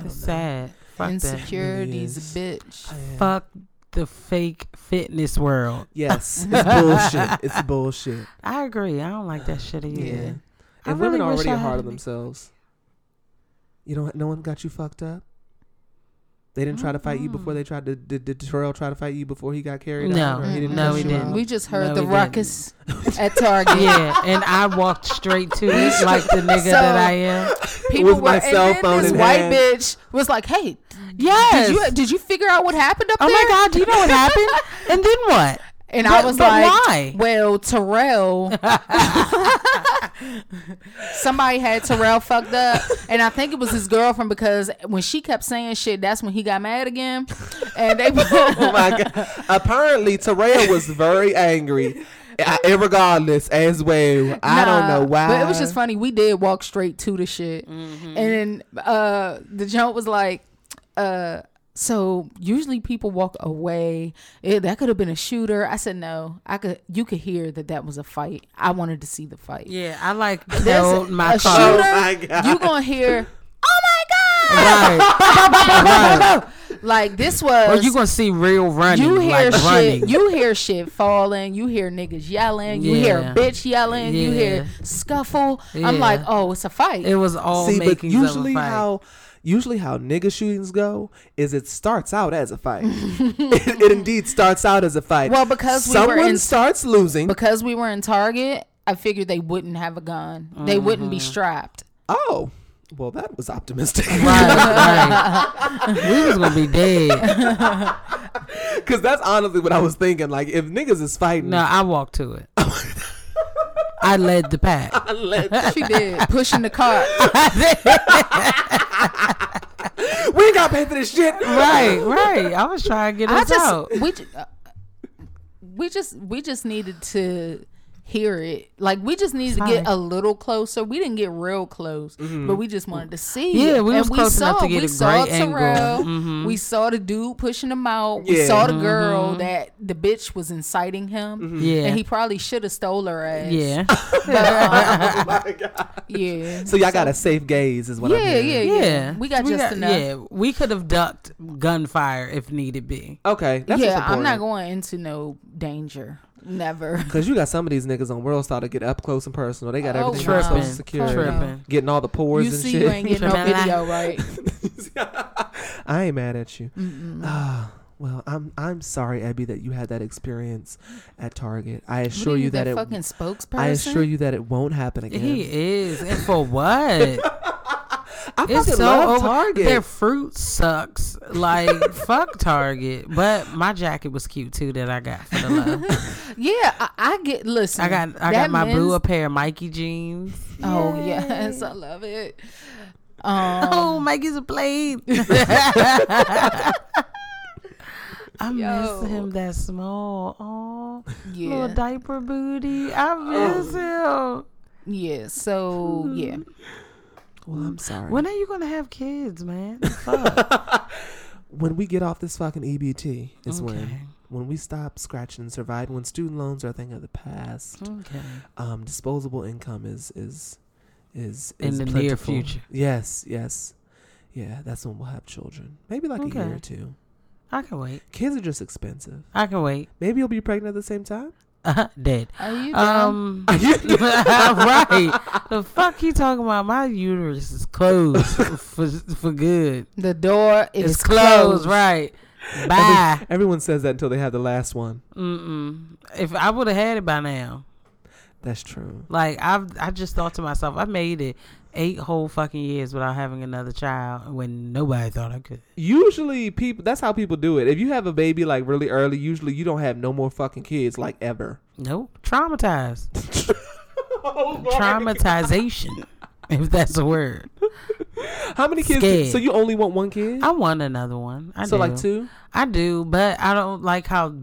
It's sad. Fuck that.
Insecurities, bitch.
Fuck the fake fitness world.
Yes, it's bullshit. It's bullshit.
I agree. I don't like that shit either.
Yeah.
I
And
really
women
wish
already
I
are hard
had
on
a big-
themselves. You don't. No one got you fucked up. They didn't try to fight you before they tried to. Did, did Terrell try to fight you before he got carried
No.
out? Or he didn't
No,
cut
he
you
didn't.
out?
We just heard
No,
the
we
ruckus at Target.
Yeah, and I walked straight to it like the nigga
So-
that I am.
People
With
were,
my
and
cell
then
phone
this
in
white
hand.
bitch was like, "Hey,
Yes.
did you did you figure out what happened up
oh
there?"
my God, do you know what happened? And then what?
And I
But-
was
but
like,
why?
"Well, Terrell, somebody had Terrell fucked up, and I think it was his girlfriend because when she kept saying shit, that's when he got mad again, and they."
Oh my god! Apparently, Terrell was very angry. I, regardless, as well. I don't
Nah,
know why.
But it was just funny. We did walk straight to the shit.
Mm-hmm.
And then uh the jump was like, uh, so usually people walk away. Eh, that could have been a shooter. I said no. I could. You could hear that that was a fight. I wanted to see the fight.
Yeah, I like
There's
held my
a
car.
shooter.
Oh my God.
You gonna hear? Oh my god!
Right.
Like this was.
Or you gonna see real running.
You hear
like
shit.
running.
You hear shit falling. You hear niggas yelling. You hear
Yeah.
a bitch yelling. You hear
Yeah.
scuffle.
Yeah.
I'm like, oh, it's a fight.
it was all
See, but
making
usually
of a fight.
how usually how nigga shootings go is it starts out as a fight. it, it indeed starts out as a fight.
Well, because we were
someone
in-
starts losing.
because we were in Target. I figured they wouldn't have a gun. They
Mm-hmm.
wouldn't be strapped.
oh, well, that was optimistic.
Right, right. we was gonna be dead.
Because that's honestly what I was thinking. Like, if niggas is fighting,
No, I walked to it. I led the pack.
She did pushing the cart.
we ain't got paid for this shit.
right, right. I Mm. was trying to get
I
us
just
out.
we ju- uh, we just we just needed to hear it. Like we just needed to
Sorry.
get a little closer. We didn't get real close,
Mm-hmm.
but we just wanted to see.
Yeah,
it.
we
and
was close enough to get
we
a
saw
great angle.
Terrell. We saw the dude pushing him out.
Mm-hmm.
We
Yeah.
Mm-hmm.
saw the girl that the bitch was inciting him.
Mm-hmm.
Yeah.
and he probably should have stole her ass. uh,
Yeah.
yeah.
So y'all got a safe gaze, is what I'm
yeah,
hearing.
yeah, yeah,
Yeah.
We got just enough.
Yeah, we could have ducked gunfire if needed be.
Okay, that's
yeah, I'm not going into no danger. Never.
Because you got some of these niggas on World Star to get up close and personal. They got
Oh,
everything
wow.
on Social
Tripping,
Security,
tripping.
getting all the pores
you
and
see,
shit.
you ain't getting no
Tripping.
video, right?
I ain't mad at you. Ah, Well, I'm I'm sorry, Abby, that you had that experience at Target. I
What
assure
are
you that
the
it.
fucking spokesperson.
I assure you that it won't happen again.
He is, and for what?
I
It's
fucking
so
love
over-
Target.
Their fruit sucks. Like fuck Target. But my jacket was cute too that I got for the love.
Yeah, I, I get. Listen,
I got I
that
got my blue a
men's-
pair of Mikey jeans.
Oh yes, I love it. Um,
Oh, Mikey's a blade. I
Yo.
miss him that small. Oh,
yeah,
little diaper booty. I miss him.
yeah. So yeah,
well, I'm sorry.
When are you gonna have kids, man? Fuck.
when we get off this fucking EBT is
Okay.
when when we stop scratching and surviving. When student loans are a thing of the past,
Okay.
um, disposable income is is is,
In
is
the near
plentiful.
future.
Yes, yes, yeah. That's when we'll have children. Maybe like a year
Okay.
or two.
I can wait.
Kids are just expensive.
I can wait.
Maybe you'll be pregnant at the same time.
Uh, dead.
are you down?
Um, right. The fuck you talking about? My uterus is closed for for good.
the door is
It's,
closed.
closed, right? Bye.
Everyone says that until they have the last one.
Mm-mm. If I would have had it by now,
That's true.
like I've, I just thought to myself, I made it eight whole fucking years without having another child when nobody thought I could.
Usually, people. That's how people do it. If you have a baby like really early, usually you don't have no more fucking kids like ever.
Nope, traumatized.
Oh,
Traumatization, if that's a word.
How many kids?
Scared.
So you only want one kid?
I want another one. I
so like
do.
two.
I do, but I don't like how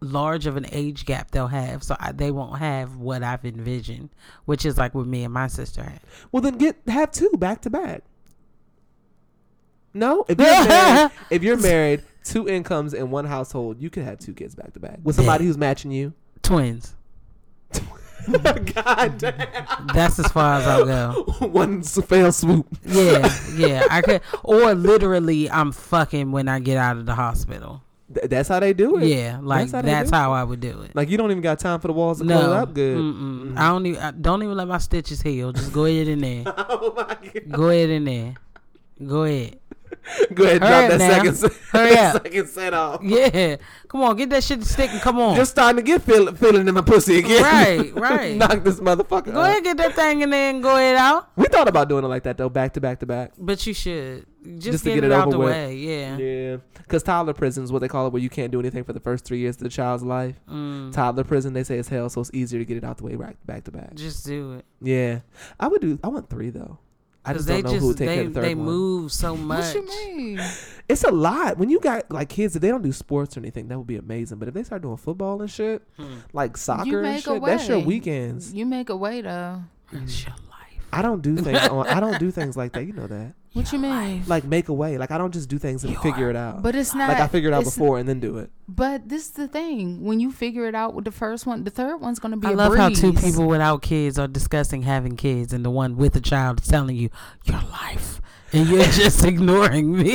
large of an age gap they'll have. So I, they won't have what I've envisioned, which is like what me and my sister had.
Well, then get have two back to back. No, if you're married, if you're married, two incomes in one household, you could have two kids back to back with somebody who's matching you.
Twins.
God damn!
That's as far as I'll go.
one s- fell swoop.
Yeah, yeah. I could, or literally, I'm fucking when I get out of the hospital.
Th- that's how they do it.
Yeah, like
That's how
that's,
they do it.
how I would do it.
Like you don't even got time for the walls to
No,
close up good.
Mm-mm. I don't even. I don't even let my stitches heal. Just go ahead in there.
Oh
Go ahead in there. Go ahead.
Go ahead,
Hurry
drop that
up now.
second, se-
Hurry
that
up.
second set off.
Yeah, come on, get that shit to stick and come on.
Just starting to get feel- feeling in my pussy again.
Right, right.
Knock this motherfucker.
Go
out.
ahead, get that thing in there and go ahead out.
We thought about doing it like that though, back to back to back.
But you should just,
Just to
get,
get
it,
it
out
over
the
with.
way. Yeah.
Yeah, because toddler prison is what they call it, where you can't do anything for the first three years of the child's life.
Mm.
Toddler prison, they say it's hell, so it's easier to get it out the way right back to back.
just do it.
Yeah, I would do. I want three though. I
Because
just don't
they
know who
just
would take
they
care of the third
they
one.
move so much.
What you mean?
It's a lot when you got like kids that they don't do sports or anything. That would be amazing. But if they start doing football and shit,
Hmm.
like soccer and
make
shit,
a
that's your
way.
weekends.
You make a way though.
It's your life.
I don't do things. on, I don't do things like that. You know that.
What you mean?
Like make a way. Like I don't just do things and figure it out.
But it's not.
like I figured it out
it's-
before and then do it.
But this is the thing: when you figure it out with the first one, the third one's gonna be.
I
a
love how two
breeze.
people without kids are discussing having kids, and the one with a child is telling you your life, and you're just ignoring me.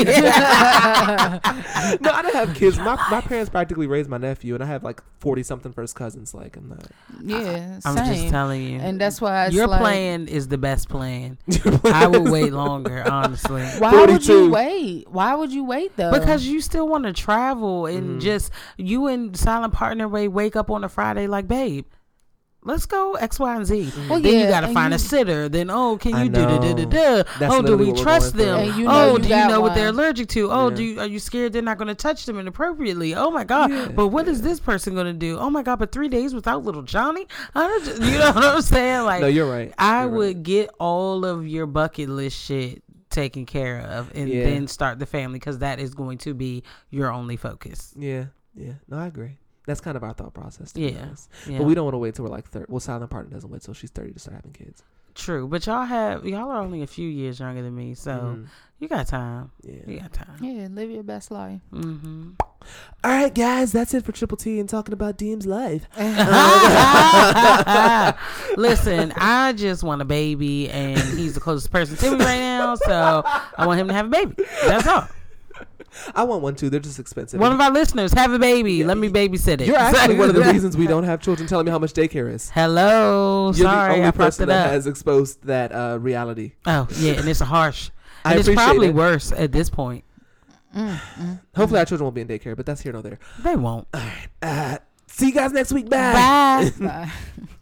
No, I don't have kids. My, my parents practically raised my nephew, and I have like forty something first cousins. Like I'm not.
Yeah,
I'm
same.
just telling you.
and that's why it's
your
like,
plan is the best plan. I would wait longer, honestly.
Why would
42.
you wait? Why would you wait though?
Because you still want to travel and
Mm-hmm.
just you and silent partner way wake up on a Friday like, babe, let's go X, Y, and Z.
Well,
then you
yeah,
gotta
and
find a
you-
sitter. Then oh, can
I
you do da da da da?
That's
Oh, do
literally
we
what we're
trust
going through.
them?
And you know
oh,
you
do you
got
know what they're
one.
allergic to? Oh,
Yeah.
do you, are you scared they're not gonna touch them inappropriately? Oh my god!
Yeah,
but what is this person gonna do? Oh my god! But three days without little Johnny? I don't, ju- you know what I'm saying? Like,
No, you're right.
I
You're right.
would get all of your bucket list shit taken care of and
Yeah.
then start the family because that is going to be your only focus.
Yeah, yeah. No, I agree. That's kind of our thought process. To Be
Yeah,
honest.
yeah.
But we don't want to wait till we're like thirty. Well, silent partner doesn't wait till she's thirty to start having kids.
True, but y'all have y'all are only a few years younger than me, so
Mhm.
you got time. You
Yeah.
got time.
yeah, live your best life.
Mm-hmm.
All right, guys, that's it for Triple T and talking about Deem's life.
Eh. Listen, I just want a baby, and he's the closest person to me right now, so I want him to have a baby. That's all.
I want one too. They're just expensive.
One of our listeners have a baby. Let me babysit it.
You're actually one of the reasons we don't have children. Telling me how much daycare is.
Hello,
You're
Oh, sorry,
the only
I fucked
person
it
that
up.
has exposed that uh, reality.
Oh yeah, and it's harsh.
I
And it's
appreciate
probably
it.
worse at this point.
Mm,
Hopefully, our children won't be in daycare, but that's here nor there.
They won't.
See you guys next week. Bye.
mm, Bye. Bye.